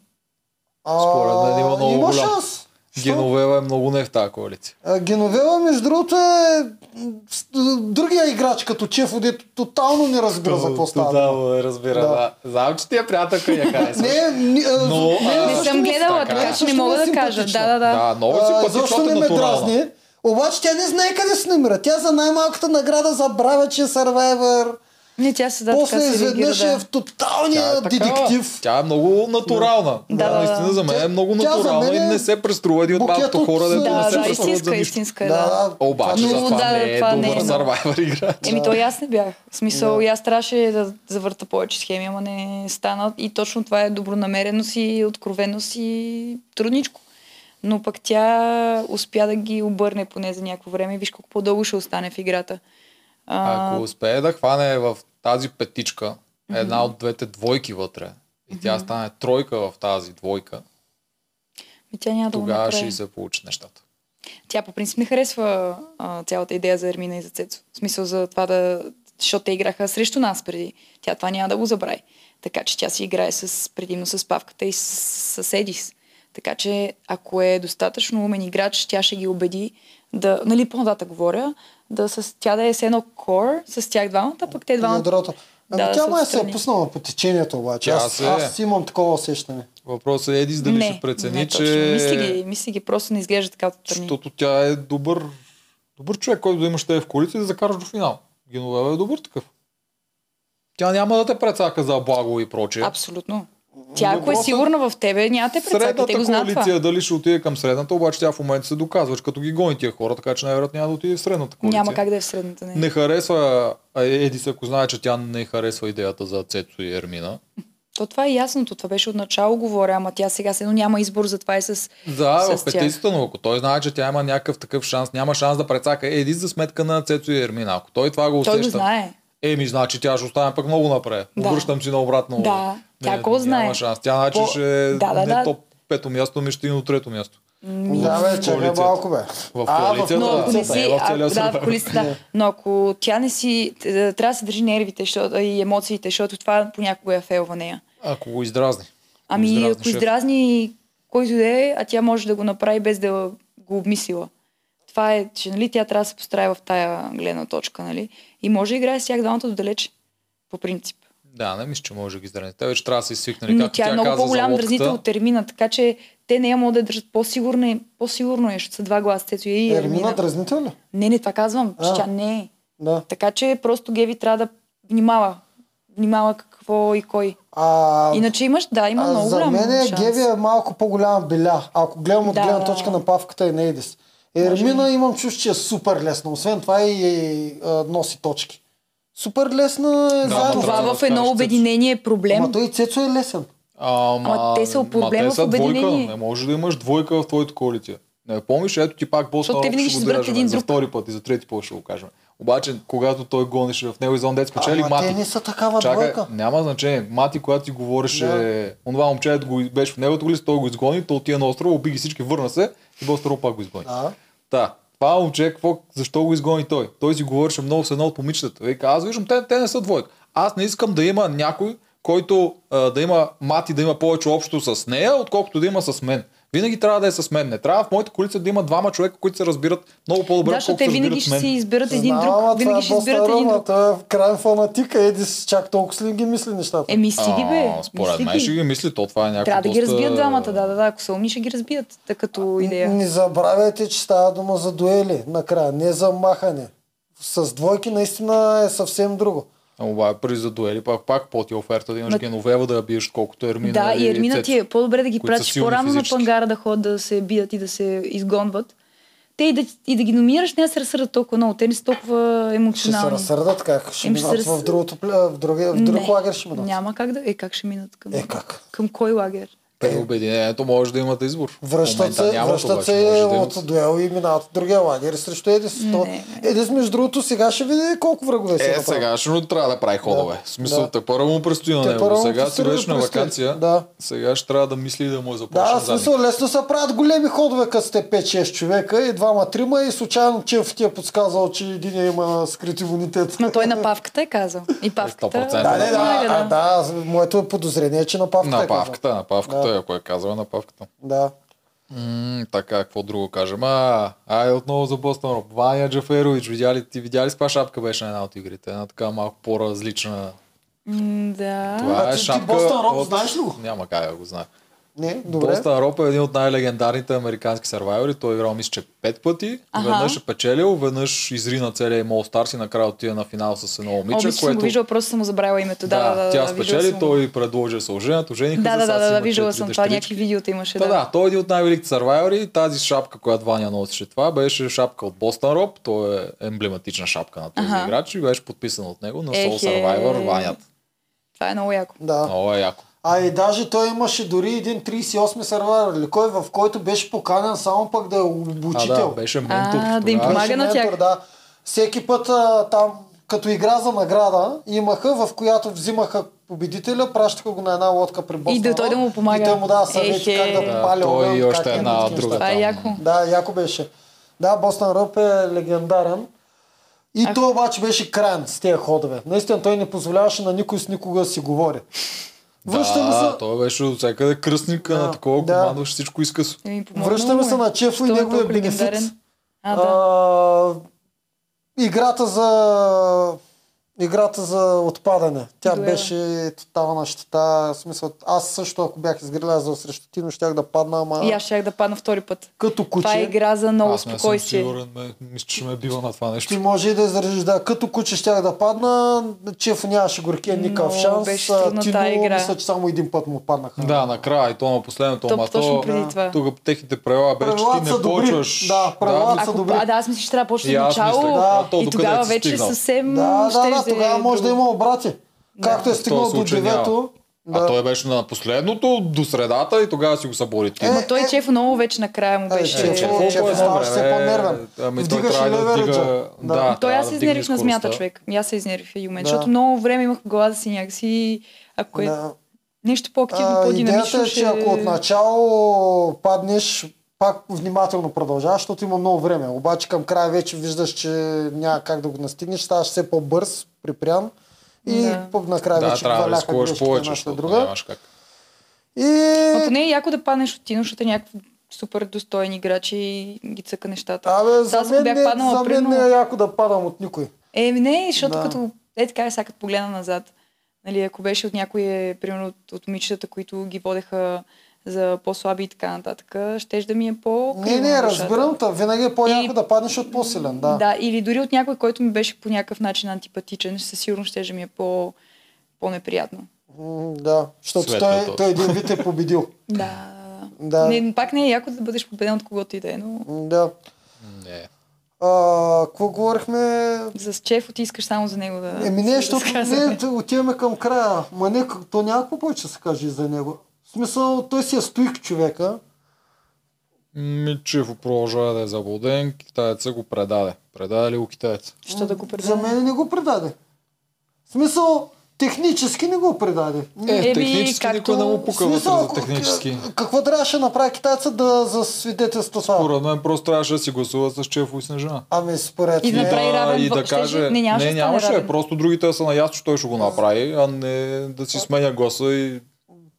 А,
според мен има много
Има
голям.
шанс. Що?
Геновева е много не в тази коалиция.
А, Геновева, между другото, е м, с- другия играч като Чефо, дето тотално не разбира за какво става. дума.
да, разбира.
Да.
Да. Знам, че ти е приятелка и я харесва.
Не, е ни, а,
Но,
не, е
а,
Не
защо
съм
ми-
гледала,
така.
така че не
Защо
мога
ми е
да кажа.
симпатична?
Да, да, да.
Да, много е си
А,
пъти,
Защо не ме дразни? Обаче тя не знае къде се намира. Тя за най-малката награда забравя, че е Survivor.
Не, тя се да
После
така се
изведнъж е
реагира, да.
в тоталния детектив.
е Тя е много натурална.
Да,
Тя
да, да.
наистина за мен е
Тя-
много
тя за
натурална
мен е
и не се преструва един от
букет
малкото
от-
хора, дето
Да,
не
Да,
се
да,
преструват за
истинска,
нищо.
истинска, е, да.
Обаче
Но
за това
да,
не е
това не
добър
е, да.
Survivor играч.
Еми, то и аз не бях. В смисъл,
Да.
и аз трябваше да завърта повече схеми, ама не стана. И точно това е добронамереност и откровеност и трудничко. Но пък тя успя да ги обърне поне за някакво време. Виж колко по-дълго ще остане в играта. А,
Ако успее да хване в тази петичка една от двете двойки вътре и тя стане тройка в тази двойка,
ми тя няма да го
тогава
направи.
ще и се получат нещата.
Тя по принцип не харесва а, цялата идея за Ермина и за Цецо. В смисъл за това да... Защото те играха срещу нас преди. Тя това няма да го забрави. Така че тя си играе с, предимно с Павката и с, с, с Едис. Така че ако е достатъчно умен играч, тя ще ги убеди да... Нали, по-нататък говоря, да с, тя да е с едно кор с тях двамата, пък те двамата...
Ядрото. Ами
Да,
тя
са
май се е
отстрани.
пуснала по течението обаче.
Тя
Аз,
се е.
аз имам такова усещане.
Въпросът е Едис дали
не,
ще прецени,
не, точно.
че...
Мисли ги, мисли ги, просто не изглежда така от страни.
Защото тя е добър, добър човек, който да имаш те в колите и да закараш до финал. Геновева е добър такъв. Тя няма да те прецака за благо и прочее.
Абсолютно. Тя, ако е
Въпросът-
сигурна в тебе, няма да те прецака. Те
Средната
го знаят това.
коалиция дали ще отиде към средната, обаче тя в момента се доказва, че като ги гони тия хора, така че най-вероятно няма да отиде в средната коалиция.
Няма как да е в средната. Не.
Не харесва а, Едис, ако знае, че тя не харесва идеята за Цецо и Ермина.
То това е ясното. Това беше отначало говоря, ама тя сега се, но няма избор, затова е с...
Да,
С
в петицията, но ако той знае, че тя има някакъв такъв шанс, няма шанс да прецака Едис за сметка на Цецо и Ермина. Ако той това го усеща,
Той го знае.
Еми, значи тя ще остане пък много напред.
Да.
Да. Обръщам си наобратно.
Да, тя го знае.
Няма шанс. Тя значи
По-
ще
Да, да,
не
да.
топ пето място, ми ще и на трето място.
Ми...
Да, бе, чакай
коалицията.
малко, бе.
В
А,
коалицията,
Но ако не
Не,
си,
е в
а,
целия
да, в
Survivor.
колисата, да. Но ако тя не си, т- да, трябва да се държи нервите защото- и емоциите, защото това понякога я фейлва нея.
Ако го издразни.
Ами
Издразни
ако
шеф.
издразни който да е, а тя може да го направи без да го обмислила. Това е, че нали, тя трябва да се постарае в тая гледна точка, нали? И може да играе с тях двамата додалече, по принцип.
Да, не мисля, че може да ги издразни. Те вече трябва да се свикнали.
Но
Нали, Както
тя е много
каза за
по-голям
лодката,
дразнител от Ермина, така че те не я могат да я държат по-сигурно, е- по-сигурно е, защото са два гласа, Цецо и
Ермина
Ермина.
дразнител ли?
Не, не, това казвам, че
А.
тя не е.
Да.
Така че просто Геви трябва да внимава. Внимава какво и кой.
А,
Иначе имаш, да, има
а,
много
за
голям
мен е,
шанс.
Геви е малко по-голяма беля, ако гледам от
Да.
гледна точка на павката и Нейдис. Ермина имам чувство, че е супер лесна. Освен това и а, носи точки. Супер лесна е
Да,
заедно.
Трябва
Това
да
в едно
разкажеш,
обединение е проблем.
Ама той и Цецо е лесен.
Ама,
Ама те са проблема
ма те
в
са
обединение.
Двойка. Не може да имаш двойка в твоето коалиция. Не помниш, ето ти пак бос
Защото те винаги ще изберат един
за
друг.
втори път и за трети път ще го кажем. Обаче, когато той гонеше в него и зон дет спечели,
Ама
мати.
те не са такава
Чакай,
двойка.
няма значение. Мати, когато ти говореше,
Да.
да. онова момче дето го беше в неговото лист, той го изгони, той отиде на острова, уби ги всички, върна се и Бостро пак го изгони.
Да.
Та, това момче, какво, защо го изгони той? Той си говореше много с едно от момичетата. Вика, аз виждам, те, те не са двойка. Аз не искам да има някой, който а, да има мати, да има повече общо с нея, отколкото да има с мен. Винаги трябва да е с мен. Не трябва в моите колица да има двама човека, които се разбират много по-добре,
да,
да,
защото
колкото
те
се
винаги
разбират с
ще
мен.
си изберат един
Знам,
друг.
ама това
Винаги
е
ще изберат
доста
един
рано,
друг.
Той е крайен фанатик, еди си чак толкова си ли ги мисли нещата.
Еми, стиги бе.
А, според
мисли
мен
ги.
ще ги мисли, то това е някакво
Трябва да ги
доста-
разбият двамата, да, да, да. Ако са умни, ще ги разбият, та като идея.
Н- Не забравяйте, че става дума за дуели накрая, не за махане. С двойки наистина е съвсем друго.
Ама е пари за дуели, пак, пак по-ти оферта да имаш
Ма-
геновева да я биеш, колкото Ермина.
Да,
или
и Ермина
Цецо.
ти е по-добре да ги
които са
пратиш
силни
по-рано на
физически.
пангара да ходят да се бият и да се изгонват. Те и да, и да ги номинираш, не да се разсърдат толкова много. Те не са толкова
Ще се
емоционални.
разсърдат как? Ще
Им ще се
минат
раз-
в другото пля- в, други, в друг
Не,
лагер ще минат.
Няма как да. Е, как ще минат към.
Е, как?
Към кой лагер?
При Обединението може да имате избор. В
Връщат
момента
се,
нямат,
връщат
обаче, може
се
да имат.
от дуел и минават в другия лагер срещу Едис.
Не,
То-
не.
Едис, между другото, сега ще види колко врагове се
Е, сега ще но трябва да прави ходове.
Да,
В смисъл,
да.
те първо му предстои на него.
Тепърва му
Сега си
предстои да
беше на
предстои.
вакансия.
Да.
Сега ще трябва да мисли и да му е
Да,
започна
в
задник.
смисъл лесно се правят големи ходове, като сте 5-6 човека и двама-трима и случайно Чев ти е подсказал, че един има скрит имунитет.
Но той на павката е казал. И павката.
100%.
Да, не, да,
помага,
а, да, з- моето е подозрение, че на павката. е
На
казал.
павката, на павката,
Да.
ако е казала на павката.
Да.
М, така, какво друго кажем? А, ай, отново за Бостон Роб. Ваня Джаферович, видя ли, ти видя ли с каква шапка беше на една от игрите? Една така малко по-различна.
М, да.
Това
А значи
е
ти- ти
шапка.
Бостън Роб знаеш ли го?
Няма как да го знае.
Не, добре.
Бостън Роб е един от най-легендарните американски сървайвери. Той е играл, мисля, че пет пъти.
Аха.
Веднъж е печелил, веднъж изри на целия им All Stars и накрая отиде на финал с едно
О,
момиче,
мисля, че съм го виждала, просто съм му забравила името. Да, да, да,
тя
да, виждала
спечели,
съм го.
той предложи сължението, жениха
Да,
се,
да,
сега си
да, да, да,
имат
виждала
четири
съм това.
дъщерички.
Някакви видеота имаше.
Та
Да,
да, той е един от най-великите сървайвери. Тази шапка, която Ваня носеше това, беше шапка от Бостън Роб. Той е емблематична шапка на този
Аха.
играч и беше подписана от него на Soul
Ехе.
Survivor Ванят.
Това е много яко.
Да.
Много е яко.
А и даже той имаше дори един 38 сервер, или кой, в който беше поканен само пък да е
А, да,
обучител.
беше
А,
ментор.
да им
тогава.
помага.
Беше
на
ментор,
тях.
Да. Всеки път а, там, като игра за награда, имаха, в която взимаха победителя, пращаха го на една лодка при Бостън.
И да той да му помага.
И той му дава съвети
Ехе.
как да
Да,
попали
той
огън,
и
как
още
не
една
такива
друга
неща.
Това
там.
е яко.
Да, яко беше. Да, Бостън Ръп е легендарен. И
Ах.
той обаче беше крайен с тези ходове. Наистина той не позволяваше на никой с никога да си говори. Връщаме
Да,
се,
той беше от всякъде кръстника на
Да,
такова,
да.
командваше всичко изкъсо.
Е, ми помогна
връщаме
много,
се
е.
на Чефло и
Той е
неговия
толкова
бенефит.
легендарен. А, да.
А, играта за играта за отпадане. Тя
Дуела.
беше тотална щета. В смисъл, аз също, ако бях изгрелязал срещу ти, но щях да падна, ама
И аз щях да падна втори път.
като
Това е
куче.
игра за много
Аз не съм
спокойствие.
сигурен, ме- мисля, че ме е била на това
Ти
нещо.
може и да изразиш, да, като куче щях да падна, Чеф нямаше горкия никакъв
Много
шанс.
беше
а,
трудна
Тино,
тая игра.
мисля, че само един път му паднаха.
Да, накрая и то на последното,
Топ,
ама
точно
то...
преди това.
Тук техните правила беше, че
Правилата
ти
са
не
добри.
почваш.
Да, правилата са
Ако,
добри.
А, да, аз мисля, че трябва да
И
почне
аз
от начало.
мислех, а то
и
докъде
тогава
си
вече
стигнал?
съвсем
да, да,
щеш
да, тогава
е
може да
друго.
има обрати. Както е стигнал
този
до
случай няма.
девето.
А
да.
той беше на последното, до средата и тогава си го събори ти.
Ма той Чеф много вече накрая му
Е,
беше.
Чеф,
Чеф,
Чеф,
колко
Чеф,
е
ставаш
добре,
все
бе.
по-нервен.
Ами той
Вдигаш
трябва
ли
да
левериджа?
вдига-
Да.
Да,
Той
Той
трябва
аз
да вдигне
се изнервих на
скоростта.
змията, човек. И аз се изнервих в един момент,
Да.
защото много време имах в главата си някакси, ако е
Да.
нещо по-активно,
А,
по-динамично,
идеята е, че ако отначало паднеш, пак внимателно продължаваш, защото има много време. Обаче към края вече виждаш, че няма как да го настигнеш, ставаш все по-бърз, припрян и
Да.
по- накрая
Да,
вече
трябва да
валяха
рискуваш
грешките
повече,
една след
защото
друга.
нямаш как.
Ма
И...
поне е яко да паднеш от Тино, защото е някакъв супер достоен играч и ги цъка нещата.
Абе, за
аз ако
мен,
бях
не,
паднала,
за мен
примерно-
не е яко да падам от никой.
Еми не, защото
Да.
като е така, сега като погледна назад, нали, ако беше от някои, примерно от, от момичетата, които ги водеха за по-слаби и така нататък, ще да ми е по
Не, не, разбирам те. Винаги е по-яко
И-
да паднеш от по-силен, да.
Да. да, или дори от някой, който ми беше по някакъв начин антипатичен, със сигурност ще ми е по, по-неприятно.
М, да. Защото
Светло
той,
то.
той един вид е победил.
Да.
Да.
Не, пак не е яко да бъдеш победен от когото и да е, но
М, Да.
Не.
А, какво говорихме?
за Чефо ти искаш само за него да.
Еми
да
не, защото
разказваме.
ние отиваме към края. Ма не, к- то няма какво повече да се каже и за него. В смисъл, той си е стоик човека.
Мичев продължава да е заблуден, китаеца го предаде. Предаде ли го китаеца?
Защо да го предам?
За мен не го предаде. В смисъл, технически не го предаде.
Е,
Еми,
технически
както-
никой не му
В
пука вътре
смисъл,
за
ако-
технически.
к- какво трябваше да направи китайца да засвидетелства това?
Според мен просто трябваше да си гласуват с Чефо и Снежана.
Ами според
И да
мен...
направи равен
и да
вот. Щеше-
каже,
не, нямаше да стане равен.
просто другите са наясно, че той ще го направи, а не да си сменя гласа и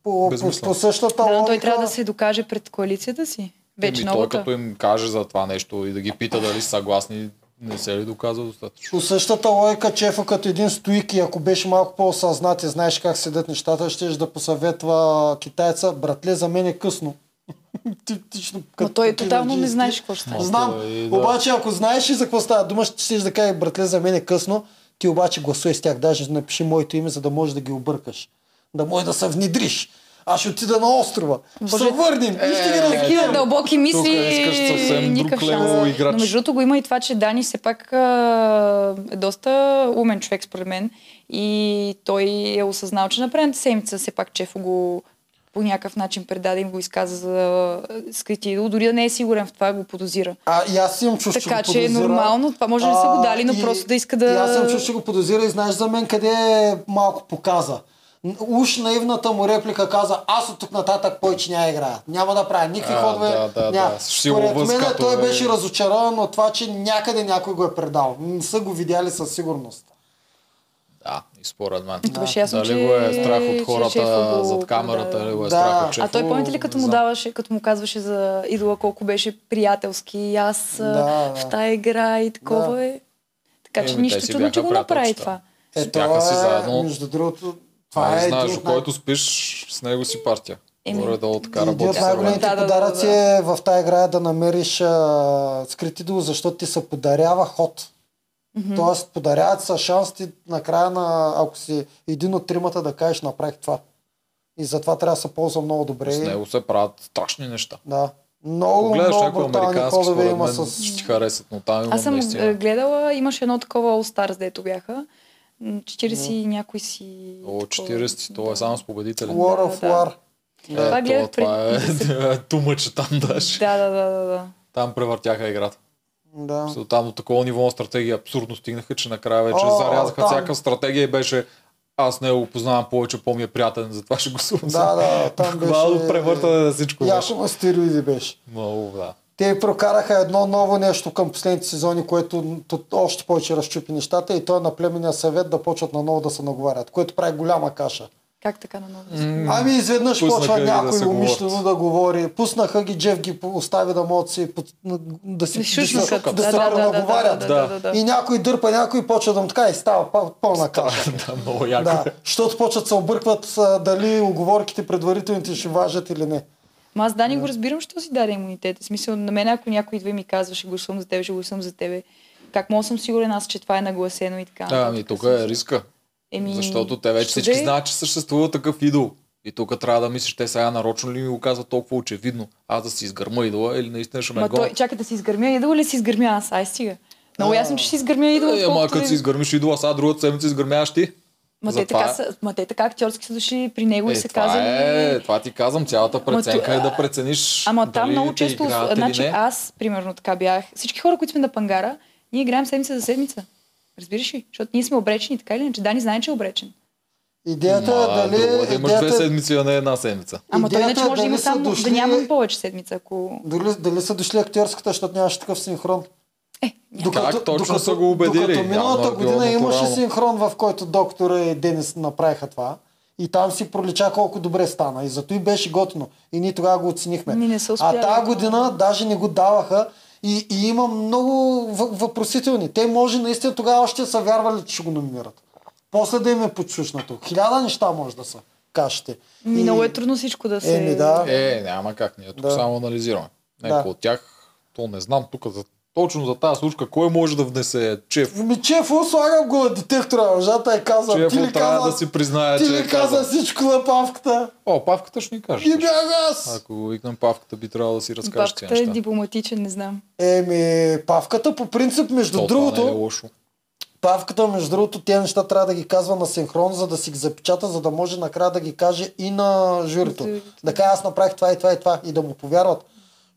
По, по,
Безмислено.
по същата
Да, но той
логика-
трябва да се докаже пред коалицията си. Вече
Еми, ами, той
новата.
като им каже за това нещо и да ги пита дали са съгласни, не се ли доказва достатъчно.
По същата логика, Чефа като един стоик и ако беше малко по-осъзнат и знаеш как седят нещата, ще да посъветва китайца, братле, за мен е късно. Типично.
Но
като
той
такива
тотално не
джинси.
знаеше какво ще стане.
Ма,
Знам,
той, да.
обаче ако знаеш и за какво става дума, ще ще да кажеш, братле, за мен е късно. Ти обаче гласуй с тях, даже напиши моето име, за да можеш да ги объркаш. Да може да се внедриш. Аз ще отида на острова. Ще се
Боже,
върнем. И ще ги
такива
разбием.
дълбоки мисли.
Е, искаш съвсем друг
никакъв
левел
шанс.
играч.
Но между другото го има и това, че Дани все пак а, е доста умен човек, според мен. И той е осъзнал, че на предната седмица все пак Чефо го по някакъв начин предаде им го изказа за е, скрити идол. Дори да не е сигурен в това, го подозира.
А, и аз имам чувство,
Така
го
че е
подозира.
нормално, това може да са го дали, но
и-
просто да иска да-
И аз съм чул, че го подозира и знаеш за мен къде малко показа. Н- Уж наивната му реплика каза, аз от тук нататък повече няма играя. Няма да правя никакви
А,
ходове.
да, да,
няма.
да. нали? Силова
Според мен
скатове.
той беше разочарован от това, че някъде някой го е предал. Не са го видяли със сигурност.
Да, и според мен.
Да. беше ясно,
Дали
че-
го е страх
че
от
шефа
хората
го
зад камерата,
продаде.
дали го е
Да.
страх от
А
шефа.
А той помните ли като
не
му
знам.
даваше, като му казваше за идола колко беше приятелски и аз а,
Да, да.
в тая игра и такова
Да.
е. Така че
Еми, те
нищо
си
чудно, че
бяха
го направи
приятелчета.
това.
Е,
Бяха
това
си
е,
заедно.
между другото, това
Това
е
е
един
знаеш,
от най-
който спиш, с него си партия.
Еми, е
Горе-долу така
Един
работи
от
сервер.
най-големите
Да, да, да,
е подаръци
да.
е в тази игра е да намериш а, скрит идол, защото ти се подарява ход. Тоест, подаряват са шанс ти накрая на, ако си един от тримата, да кажеш направих това. И затова трябва да се ползва много добре.
С него се правят страшни неща.
Да. Много,
Гледаш
много
някой
брутални
американски,
ходове
според
има
мен
с...
ще ти харесат, но там има
Аз съм
наистина.
е, гледала, имаше едно такова All Stars, дето бяха. М, 40 и някой си...
О,
такова.
40, то е само с победители.
War
Да,
of
да.
War.
Да. Това
то-
гледах
това е
преди
тумъче там даже.
Да, да, да, да, да.
Там превъртяха играта.
Да.
Мисля, Там до такова ниво на стратегия абсурдно стигнаха, че накрая вече
О,
зарязаха
там.
всяка стратегия и беше аз не го познавам повече, по-ми е приятен, затова ще гласувам.
Да, да, там
Буквално
беше-
превъртане на всичко. беше.
Яко на стероиди беше.
Много, да.
Те прокараха едно ново нещо към последните сезони, което то- още повече разчупи нещата и то е на племенния съвет да почват наново да се наговарят, което прави голяма каша.
Как така на ново?
Ами изведнъж
Пуснаха
почва
ги да
някой
се
умишлено
говорят.
да говори. Пуснаха ги, Джеф ги остави да могат си, под- да си
Да шушнукат.
да,
Да,
се
да, да, да,
наговарят.
да, да, да, да.
И някой дърпа, някой почва да му така и става пъл- пълна каша.
Да, много яко.
Да,
е.
защото почват се объркват а, дали оговорките предварителните ще важат или не.
Ма аз Дани го разбирам, що си даде имунитет. В смисъл, на мен ако някой идва и ми казва, ще гласувам за тебе, ще гласувам за тебе. Как мога съм сигурен аз, че това е нагласено и така.
Да,
нататък.
ами тук е риска.
Еми,
Защото те вече
Ами, ще
всички
да е.
знаят, че съществува такъв идол. И тук трябва да мислиш, те сега нарочно ли ми го казват толкова очевидно, аз да си изгърма идола или наистина ще ме
Ма
гон.
той, чакай да си изгърмя идол или си изгърмя аз? Ай стига. Много
А.
ясно, че си изгърмя идол.
Е, ама
отколкото
като
да-
си изгърмиш идола, сега другата седмица изгърмяваш ти.
Ма
За
те, така,
това е.
са, ма те така актьорски са дошли при него и
Е,
са
това,
казали...
е, това ти казвам, цялата
Ма
преценка
то-
е да прецениш
Ама там
дали
много
те
често,
играят или
значи
не.
аз, примерно така бях, всички хора, които сме на пангара, ние играем седмица за седмица. Разбираш ли? Защото ние сме обречени, така или иначе. Дани знае, че е обречен.
Идеята е
Ма, друго е
дали...
да имаш две
идеята е-
седмици, а не една седмица.
Ама той
Идеята
иначе
е
може да
дали
има
са
само
дошли-
да няма повече седмица, ако...
Дали, дали са дошли актьорската, защото нямаше такъв синхрон?
Е,
Как точно са го убедили?
Докато
Явно
миналата
е било
година имаше
натурално.
синхрон, в който доктора и Денис направиха това. И там си пролича колко добре стана. И зато и беше готино. И ние тогава го оценихме.
Ми не са
а
успяли.
тази година даже не го даваха. И, и има много въ- въпросителни. Те може наистина тогава още са вярвали, че ще го номинират. После да им е подшушнато. Хиляда неща може да са, кажете.
Ми
И-
много е трудно всичко да се...
Еми, да.
Е, няма как, ние тук
Да.
само анализираме. Някой
Да.
от тях, то не знам, тук за, точно за тази случка, кой може да внесе чеф?
Ми Чефо, слагам го на детектора на лъжата и казвам,
Чефо
ти ли
трябва
каза,
да си признае,
ти
че
ли
е
каза
казал.
всичко на павката?
О, павката ще ни каже.
И бях аз!
Ако го викнем павката, би трябвало да си разкажеш тези
Папката е
неща.
дипломатичен, не знам.
Еми, павката по принцип, между
То това
другото,
не е лошо.
павката, между другото, тези неща трябва да ги казва на синхрон, за да си ги запечата, за да може накрая да ги каже и на журито.
Журито.
Да кажа, аз направих това и това и това и да му повярват.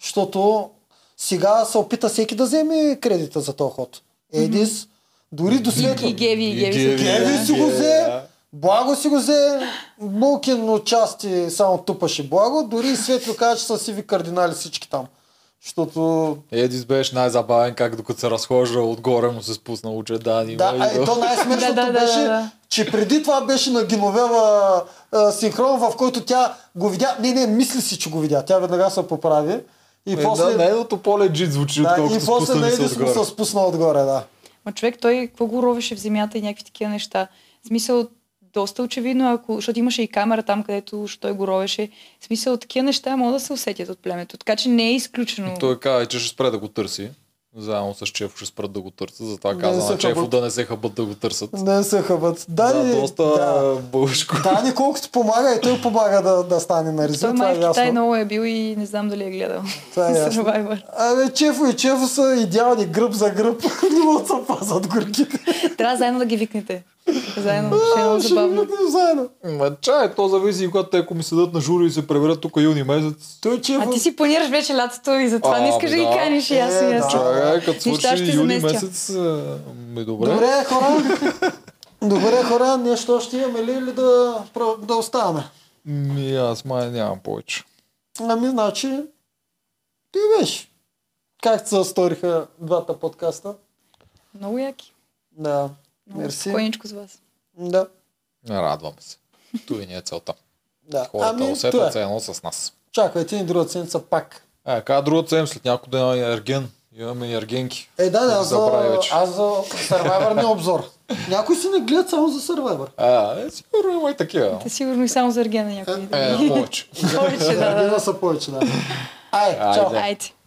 Защото сега се опита всеки да вземе кредита за този ход. Едис, дори до светло.
И Геви, и Геви.
Геви,
са-
Геви
да.
си го взе,
Да.
Благо си го взе, Булкин отчасти само тупаше Благо, дори и Светло каза, че са сиви кардинали всички там. Защото...
Едис беше най-забавен, как докато се разхожда отгоре му се спусна уче Дани.
Да, е,
има и
а и то най-смешното
Да, да, да,
беше,
да, да.
че преди това беше на Геновева а, синхрон, в който тя го видя. Не, не, мисли си, че го видя. Тя веднага се поправи. И
Е,
после,
да, нейното по-леджит звучи,
да,
отколкото
и после на
спускане се
Едис му се
отгоре.
спусна отгоре, да.
Ма човек, той какво го ровеше в земята и някакви такива неща. В смисъл, доста очевидно, ако, защото имаше и камера там, където уж той го ровеше. В смисъл, такива неща могат да се усетят от племето. Така че не е изключено.
Той каза, че ще спре да го търси. Заедно с Чеф ще спрат да го търсят, затова
Да не
каза
се
на Чефо
хъбат.
да не се хъбат да го търсят.
Не се хъбат.
Да,
Да,
да,
и-
доста
да.
да. бълшко.
Дани колкото помага и той помага да, да стане на рези.
Той
Това
май
е
в Китай
ясно.
много е бил и не знам дали е гледал.
Това е ясно.
Survivor.
Абе, Чефо и Чефо са идеални гръб за гръб. Не могат да се пазат горките.
Трябва заедно да ги викнете. Заедно. Ще е много
Ще ги
забавно.
видим заедно.
Ма чай, то зависи и когато те ако ми седат на жури и се преберат тук юни месец.
Той Чефо...
А ти си планираш вече лятото и затова не
А,
искаш да ги
да.
каниш и аз
Е,
и
да.
аз.
Чакай, като
Неща ще
свърши юни
заместя.
месец, а, ми добре.
Добре, хора. Добре, хора, нещо още имаме ли или да, про- да оставаме?
Ми, аз май нямам повече.
Ами, значи, ти беше. Как се сториха двата подкаста?
Много яки.
Да.
Много
Мерси.
спокойничко с вас.
Да.
Радвам се. Той ни е целта.
Да.
Хората
ами, това е.
усетят се едно с нас. Е,
Чакайте ни друга седмица пак.
А, така другата седмица, след няколко дена е ерген. Имаме ергенки.
Е, да, да, аз
Забравя
за,
вече.
аз за Survivor не обзор. Някой си не гледа само за Survivor.
А, е, сигурно има и такива.
Те сигурно и само за Аргена някой.
Е, повече.
Повече, да, да,
Да,
да.
né? да. са повече, да. Ай,
Айде.
чао.
Айде.